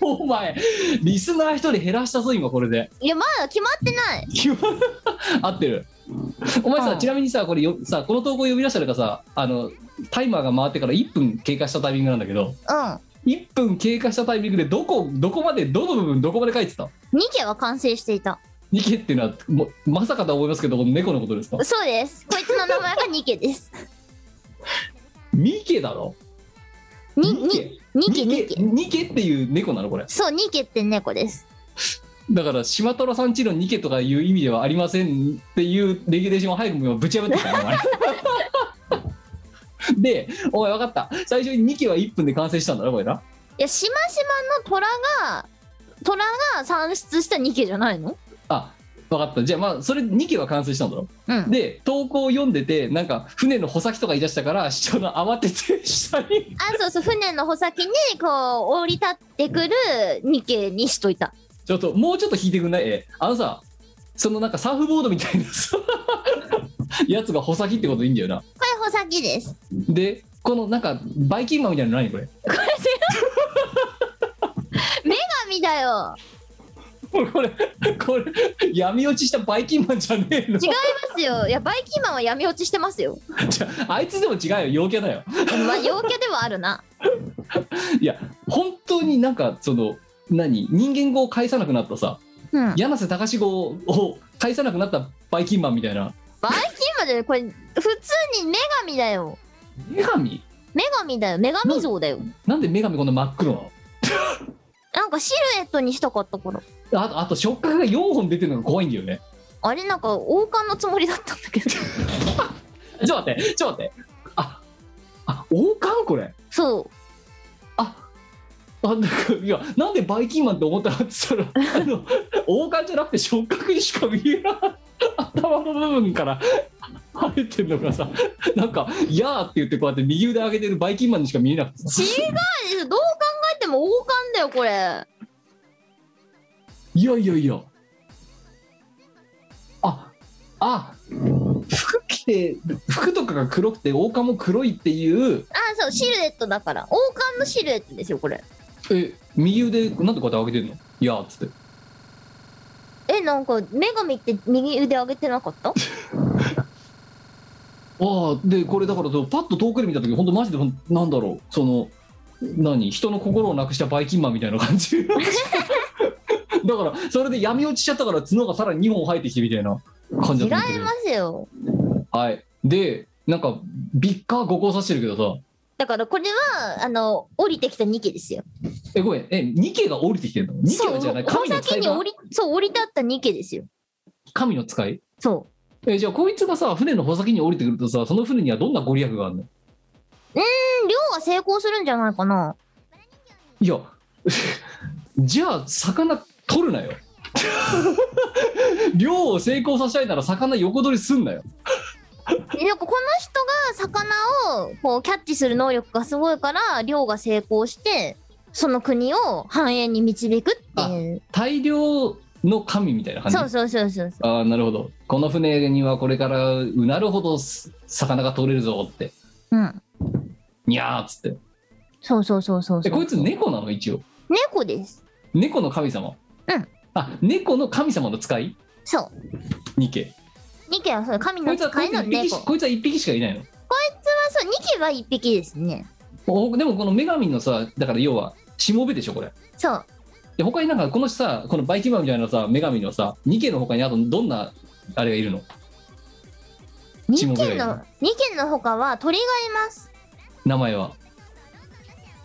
C: お前リスナー一人減らしたぞ今これで
A: [laughs] いやまだ決まってない
C: 合ってるお前さ、
A: うん
C: ちなみにさこれよさこの投稿呼び出したのがさあのタイマーが回ってから1分経過したタイミングなんだけど
A: う
C: 1分経過したタイミングでどこどこまでどの部分どこまで書いてた
A: ん2家は完成していた
C: ニケっていうのはもまさかとは思いますけどこの猫のことですか
A: そうですこいつの名前が2家です [laughs]
C: ミケだろ
A: に
C: ニ
A: に
C: ケ
A: 2家
C: ニ
A: 2
C: ケ
A: 家
C: ニケっていう猫なのこれ
A: そう2家って猫です
C: だから島虎さんちのニケとかいう意味ではありませんっていうレギュレーションを早くもうぶち破ってきたよ
A: [laughs]
C: お前でお前分かった最初にニケは1分で完成したんだろこれない
A: やしましまの虎が虎が産出した2家じゃないの
C: あ分かったじゃあまあそれ2期は完成したんだろ、
A: うん
C: で投稿を読んでてなんか船の穂先とか言い出したから [laughs] 市長の慌てて下に
A: あそうそう船の穂先にこう降り立ってくる2家にしといた
C: ちょっともうちょっと引いてくんないえあのさそのなんかサーフボードみたいな [laughs] さやつが穂先ってことでいいんだよな
A: これ穂先です
C: でこのなんかバイキンマンみたいなの何これ [laughs]
A: [laughs] 神だよ
C: これこれ闇落ちしたバイキンマンじゃねえの
A: 違いますよいやバイキンマンは闇落ちしてますよ
C: じゃああいつでも違うよ陽キャだよ
A: まあ陽キャではあるない
C: や本当になんかその何人間語を返さなくなったさ
A: うん
C: 柳瀬隆子を返さなくなったバイキンマンみたいな
A: バイキンマンじゃないこれ普通に女神だよ
C: 女神
A: 女神だよ女神像だよ
C: なんで女神こんな真っ黒なの
A: なんかシルエットにしたかったから
C: あとあと触覚が4本出てるのが怖いんだよね
A: あれなんか王冠のつもりだったんだけど [laughs]
C: ちょっと待ってちょっと待ってああ王冠これ
A: そう
C: ああなんかいやなんでバイキンマンって思ったのって言ったらあの王冠じゃなくて触覚にしか見えない頭の部分から生えてるのがさなんか「やー」って言ってこうやって右腕上げてるバイキンマンにしか見えなくて
A: 違うでしょどう考えても王冠だよこれ
C: いやいやいや。あ、あ、服着て、服とかが黒くて、王冠も黒いっていう、
A: あそうシルエットだから王冠のシルエットですよこれ
C: え、右腕、なんでこうやって上げてるのいやーっつって。
A: えなんか女神って右腕上げてなか
C: [laughs]
A: った
C: ああ、で、これだから、そうパッと遠くで見たとき、本当マジでほん、なんだろう、その、何、人の心をなくしたバイキンマンみたいな感 [laughs] じ。だから、それで闇落ちしちゃったから、角がさらに2本生えてきてみたいな感
A: 違
C: じ
A: い
C: だ
A: ま
C: ったんだけど
A: すよ
C: はい。で、なんか、ビッカー5個刺してるけどさ、
A: だからこれはあの降りてきた2機ですよ
C: え、ごめん、え、ニケが降りてきてるのニケ
A: そ
C: は
A: う
C: じゃない、
A: 穂
C: 神の使
A: 先
C: い
A: に
C: か
A: 降りそう降り立った2機ですよ
C: 神の使い
A: そ
C: え、じゃあこいつがさ、船の穂先に降りてくるとさ、その船にはどんなご利益があるの
A: ううん漁は成功するんじゃないか
C: [laughs]
A: ない
C: や、じゃあ魚取るなよ。 [laughs] 漁を成功させたいなら魚横取りすんなよ
A: でなんかこの人が魚をこうキャッチする能力がすごいから漁が成功してその国を繁栄に導くっていう
C: 大量の神みたいな感じ
A: そうそうそうそうそ
C: ああなるほどこの船にはこれからうなるほどす魚が取れるぞって
A: ううん
C: にゃーっつって
A: そうそうそうそう
C: え
A: そ
C: こ
A: う
C: いつ猫なの一応
A: 猫です
C: 猫の神様
A: うん
C: あ猫の神様の使い
A: そう
C: ニケ
A: ニキはそう神
C: こ
A: の
C: いつはこ
A: 使
C: い
A: い
C: つは
A: の
C: 一匹
A: 猫
C: しこいつは一匹しかいないの
A: そうそうニキは一匹ですね
C: おでもこの女神のさだから要はしもべでしょこれ
A: そう
C: で他になんかこのさこのバイキンマンみたいなさ女神のさニケの他にあとどんなあれがいるの
A: ニ
C: し
A: キ
C: もべがいる
A: のニキの他は鳥がいます
C: 名前は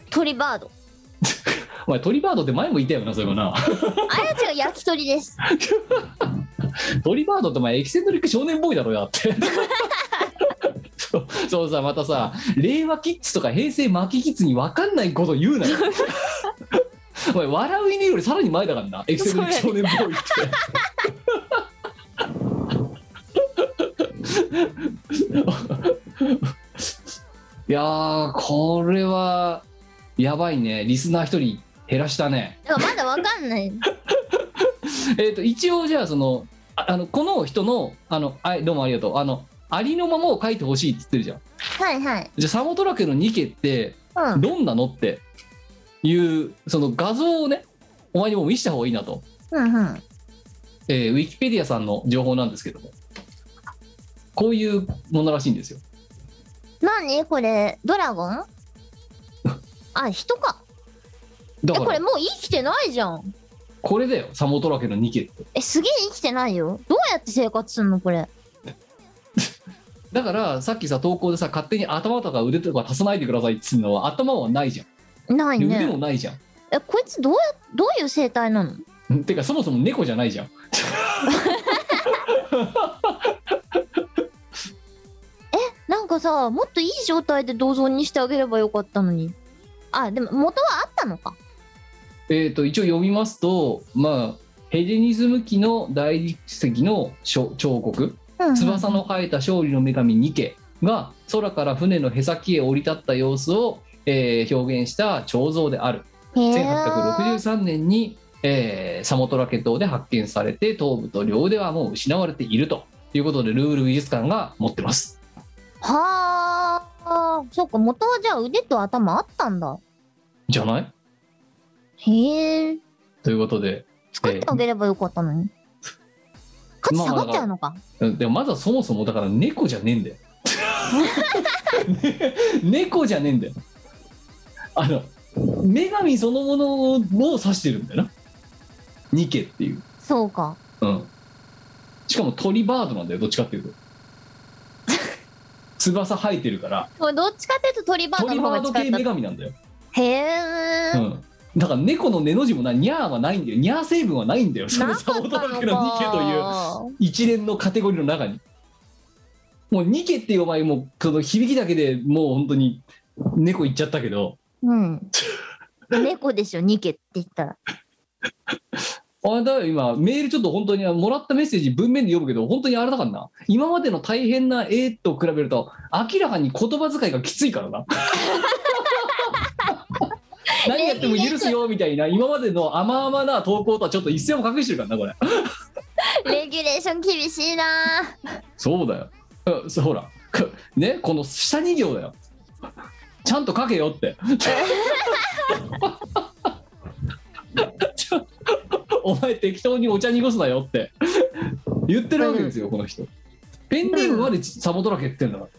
A: 鳥バード
C: お前トリバードって前も言ったよなそういえばな
A: あれは違う焼き鳥です
C: トリバードってお前エキセントリック少年ボーイだろよだって [laughs] そうそうさまたさ令和キッズとか平成末期キッズに分かんないこと言うなよ [laughs] お前笑う犬よりさらに前だからなエキセントリック少年ボーイって [laughs] いやーこれはやばいねリスナー一人減らしたね
A: だからまだわかんない
C: えー、と一応じゃあそのああのこの人のあのあいどうもありがとうあのありのままを書いてほしいって言ってるじゃん
A: はいはい
C: じゃあサモトラケのニケって
A: うん
C: どんなのっていうその画像をねお前にも見せた方がいいなと、
A: うんうん
C: えーウィキペディアさんの情報なんですけどもこういうものらしいんですよ
A: 何これドラゴ
C: [laughs]
A: ンあ人か
C: だ
A: え
C: か
A: これ
C: ら
A: もう生きてないじゃん
C: これだよサモトラケのニケって
A: えすげえ生きてないよどうやって生活すんのこれ
C: だからさっきさ投稿でさ勝手に頭とか腕とか足さないでくださいっつうのは頭はないじゃん
A: ない
C: で腕
A: ね
C: もないじゃん
A: えこいつどうやどういう生態なの
C: うんてかそもそも猫じゃないじゃん
A: なんかさもっといい状態で銅像にしてあげればよかったのにあでも元はあったのか
C: えー、と一応読みますと、まあ、ヘレニズム期の大理石の書彫刻
A: うんうん
C: 翼の生えた勝利の女神ニケが空から船のへさきへ降り立った様子を、えー表現した彫像である
A: へえ
C: 1863年に、えーサモトラケ島で発見されて頭部と両腕はもう失われているということでルーブル美術館が持ってます。
A: はあそっか元はじゃあ腕と頭あったんだ
C: じゃない
A: へえ
C: ということで
A: 作ってあげればよかったのに価値下がっちゃうのか
C: うんでもまずはそもそもだから猫じゃねえんだよ。 [laughs] ね猫じゃねえんだよ。あの女神そのものを指してるんだよな。ニケっていう。
A: そうか
C: うん。しかも鳥バードなんだよどっち
A: [laughs]
C: かっていうと。翼生えてるから
A: これどっちかっていうと鳥バード
C: 鳥
A: の方
C: バ
A: が
C: ード
A: 近か
C: 系
A: った
C: 女神なんだよ。
A: へ
C: う
A: え、
C: ん。だから猫の根の字もなニャーはないんだよ。ニャー成分はないんだよ。その
A: なか
C: サ
A: った
C: ボ
A: の
C: ト
A: か
C: ラックのニケという。一連のカテゴリーの中にもうニケっていうお前もうその響きだけでもう本当に猫いっちゃったけど
A: うん。猫ですよ、ニケって言ったら。
C: あれだよ今メールちょっと本当にあもらったメッセージ文面で読むけど本当にあれだからな今までの大変な絵と比べると明らかに言葉遣いがきついからな何やっても許すよみたいな今までの甘々な投稿とはちょっと一線を隠してるからなこれ
A: レギュレーション厳しいな
C: そうだようんそうほら [laughs] こねこの下2行だよちゃんと書けよって [laughs] ちょお前適当にお茶濁すなよって言ってるわけですよこの人ペンネームまでサボトラケって言ってんだか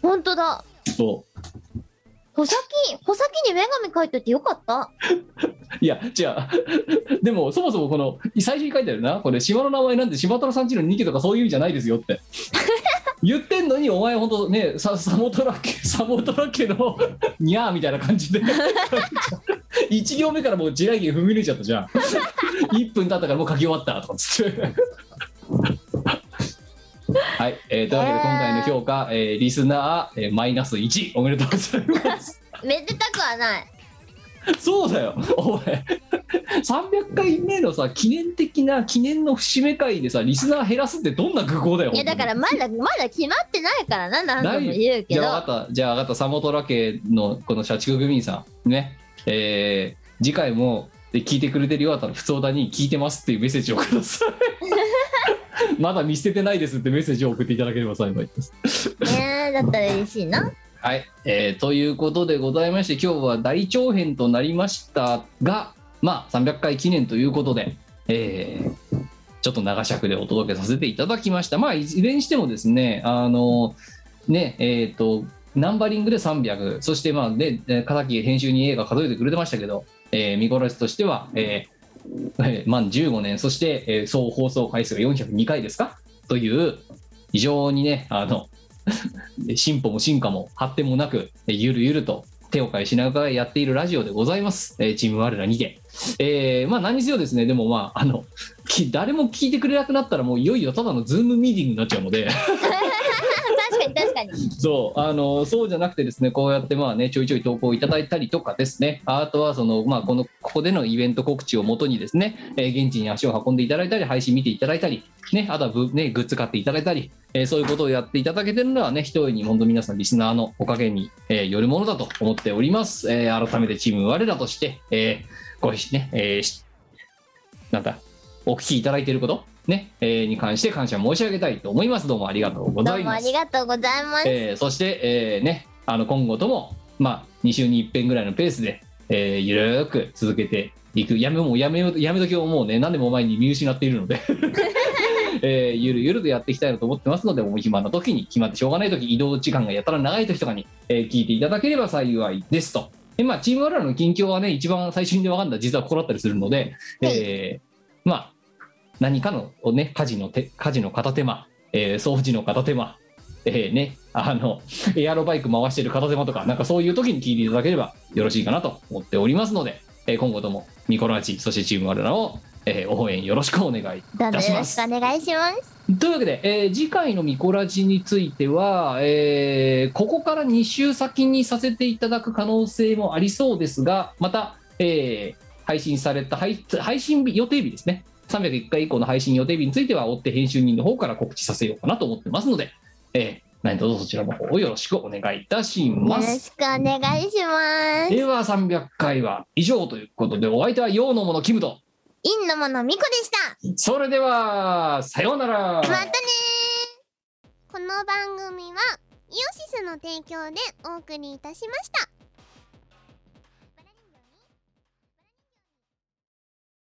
A: ほんとだ。
C: らそう
A: 穂先、穂先に女神描いといてよかった。
C: いや違うで [laughs] もそもそもこの最初に書いてあるなこれ島の名前なんて島虎さんちの2家とかそういう意味じゃないですよって言ってんのにお前ほんとねササボトラケサボトラケのニャーみたいな感じで1行目からもう地雷原踏み抜いちゃったじゃん1分経ったからもう書き終わったとかっつってはい、えーというわけで
A: えー
C: 今回の評価、えーリスナー、えーマイナス1おめでとうございます
A: めでたくはない。
C: そうだよお前300回目のさ記念的な記念の節目会でさリスナー減らすってどんな愚行だよ
D: いやだからまだまだ決まってないからな何度も言うけ
C: じ
D: ど
C: ゃあ分かったじゃあ分かったサモトラ家のこの社畜組員さんねえー次回もで聞いてくれてるようだったら普通だに聞いてますっていうメッセージをく
D: [laughs]
C: ださいまだ見捨ててないですってメッセージを送っていただければ幸いです
D: ねえだったら嬉しいな [laughs]
C: はい、えーということでございまして今日は大長編となりましたがまあ300回記念ということで、えーちょっと長尺でお届けさせていただきましたまあいずれにしてもですねあのねえっ、とナンバリングで300そしてまあねえー片桐編集に映画数えてくれてましたけど、えー、ミコラスとしては、えーえー [laughs] 満15年そして、えー総放送回数が402回ですかという非常にねあので進歩も進化も発展もなく、えーゆるゆると手を変え品を変えやっているラジオでございます、えーチーム我らにて。えーまあ何にせよですね、でもまあ、あの、き誰も聞いてくれなくなったら、もういよいよただのズームミーティングになっちゃうので、
D: 確かに確かに
C: そう、あの、そうじゃなくてですね、こうやってまあね、ちょいちょい投稿いただいたりとかですね、あとはその、まあこの、ここでのイベント告知をもとにですね、えー現地に足を運んでいただいたり、配信見ていただいたり、ね、あとはブ、ね、グッズ買っていただいたり、えーそういうことをやっていただけてるのはね、一重に本当皆さん、リスナーのおかげに、えーよるものだと思っております。えー改めてチーム我らとして、えーごしね、えーしなんだ、お聞きいただいていること、ね、えーに関して感謝申し上げたいと思います。どうもありがとうご
D: ど
C: ざ
D: う
C: い
D: も
C: ま
D: あ
C: す
D: り。がとうございます、
C: えーそして、えーね、あの今後とも、まあ、2週に1遍ぐらいのペースで、えーゆるーく続けていくやめもうやめようやめときをもうね何でも前に見失っているので、 [laughs] えーゆるゆるとやっていきたいなと思ってますのでお暇な時に決まってしょうがない時移動時間がやたら長い時とかに、えー聞いていただければ幸いですと。でまあ、チームワールドの近況はね一番最初に分かんだ実はここだったりするので、えーまあ何かの、ね、家事の手家事の片手間、えー掃除の片手間、えーね、あのエアロバイク回してる片手間とか、なんかそういう時に聞いていただければよろしいかなと思っておりますので、えー今後ともミコラチ、そしてチームワルナを、えー応援よろしくお願いい
D: どうぞ
C: たし
D: よろ
C: ま
D: し
C: す
D: く。お願いします
C: というわけで、えー次回のミコラジについては、えーここから2週先にさせていただく可能性もありそうですが、また、えー配信された配配信日予定日ですね、301回以降の配信予定日については、追って編集人の方から告知させようかなと思ってますので、えー何卒そちらの方をよろしくお願いいたし
D: よ
C: ま
D: ろ
C: す。
D: しくお願いします
C: では300回は以上ということで、お相手は陽のものキムと、
D: インのものみこでした
C: それでは、さようなら。
D: またね
E: この番組はイオシスの提供でお送りいたしました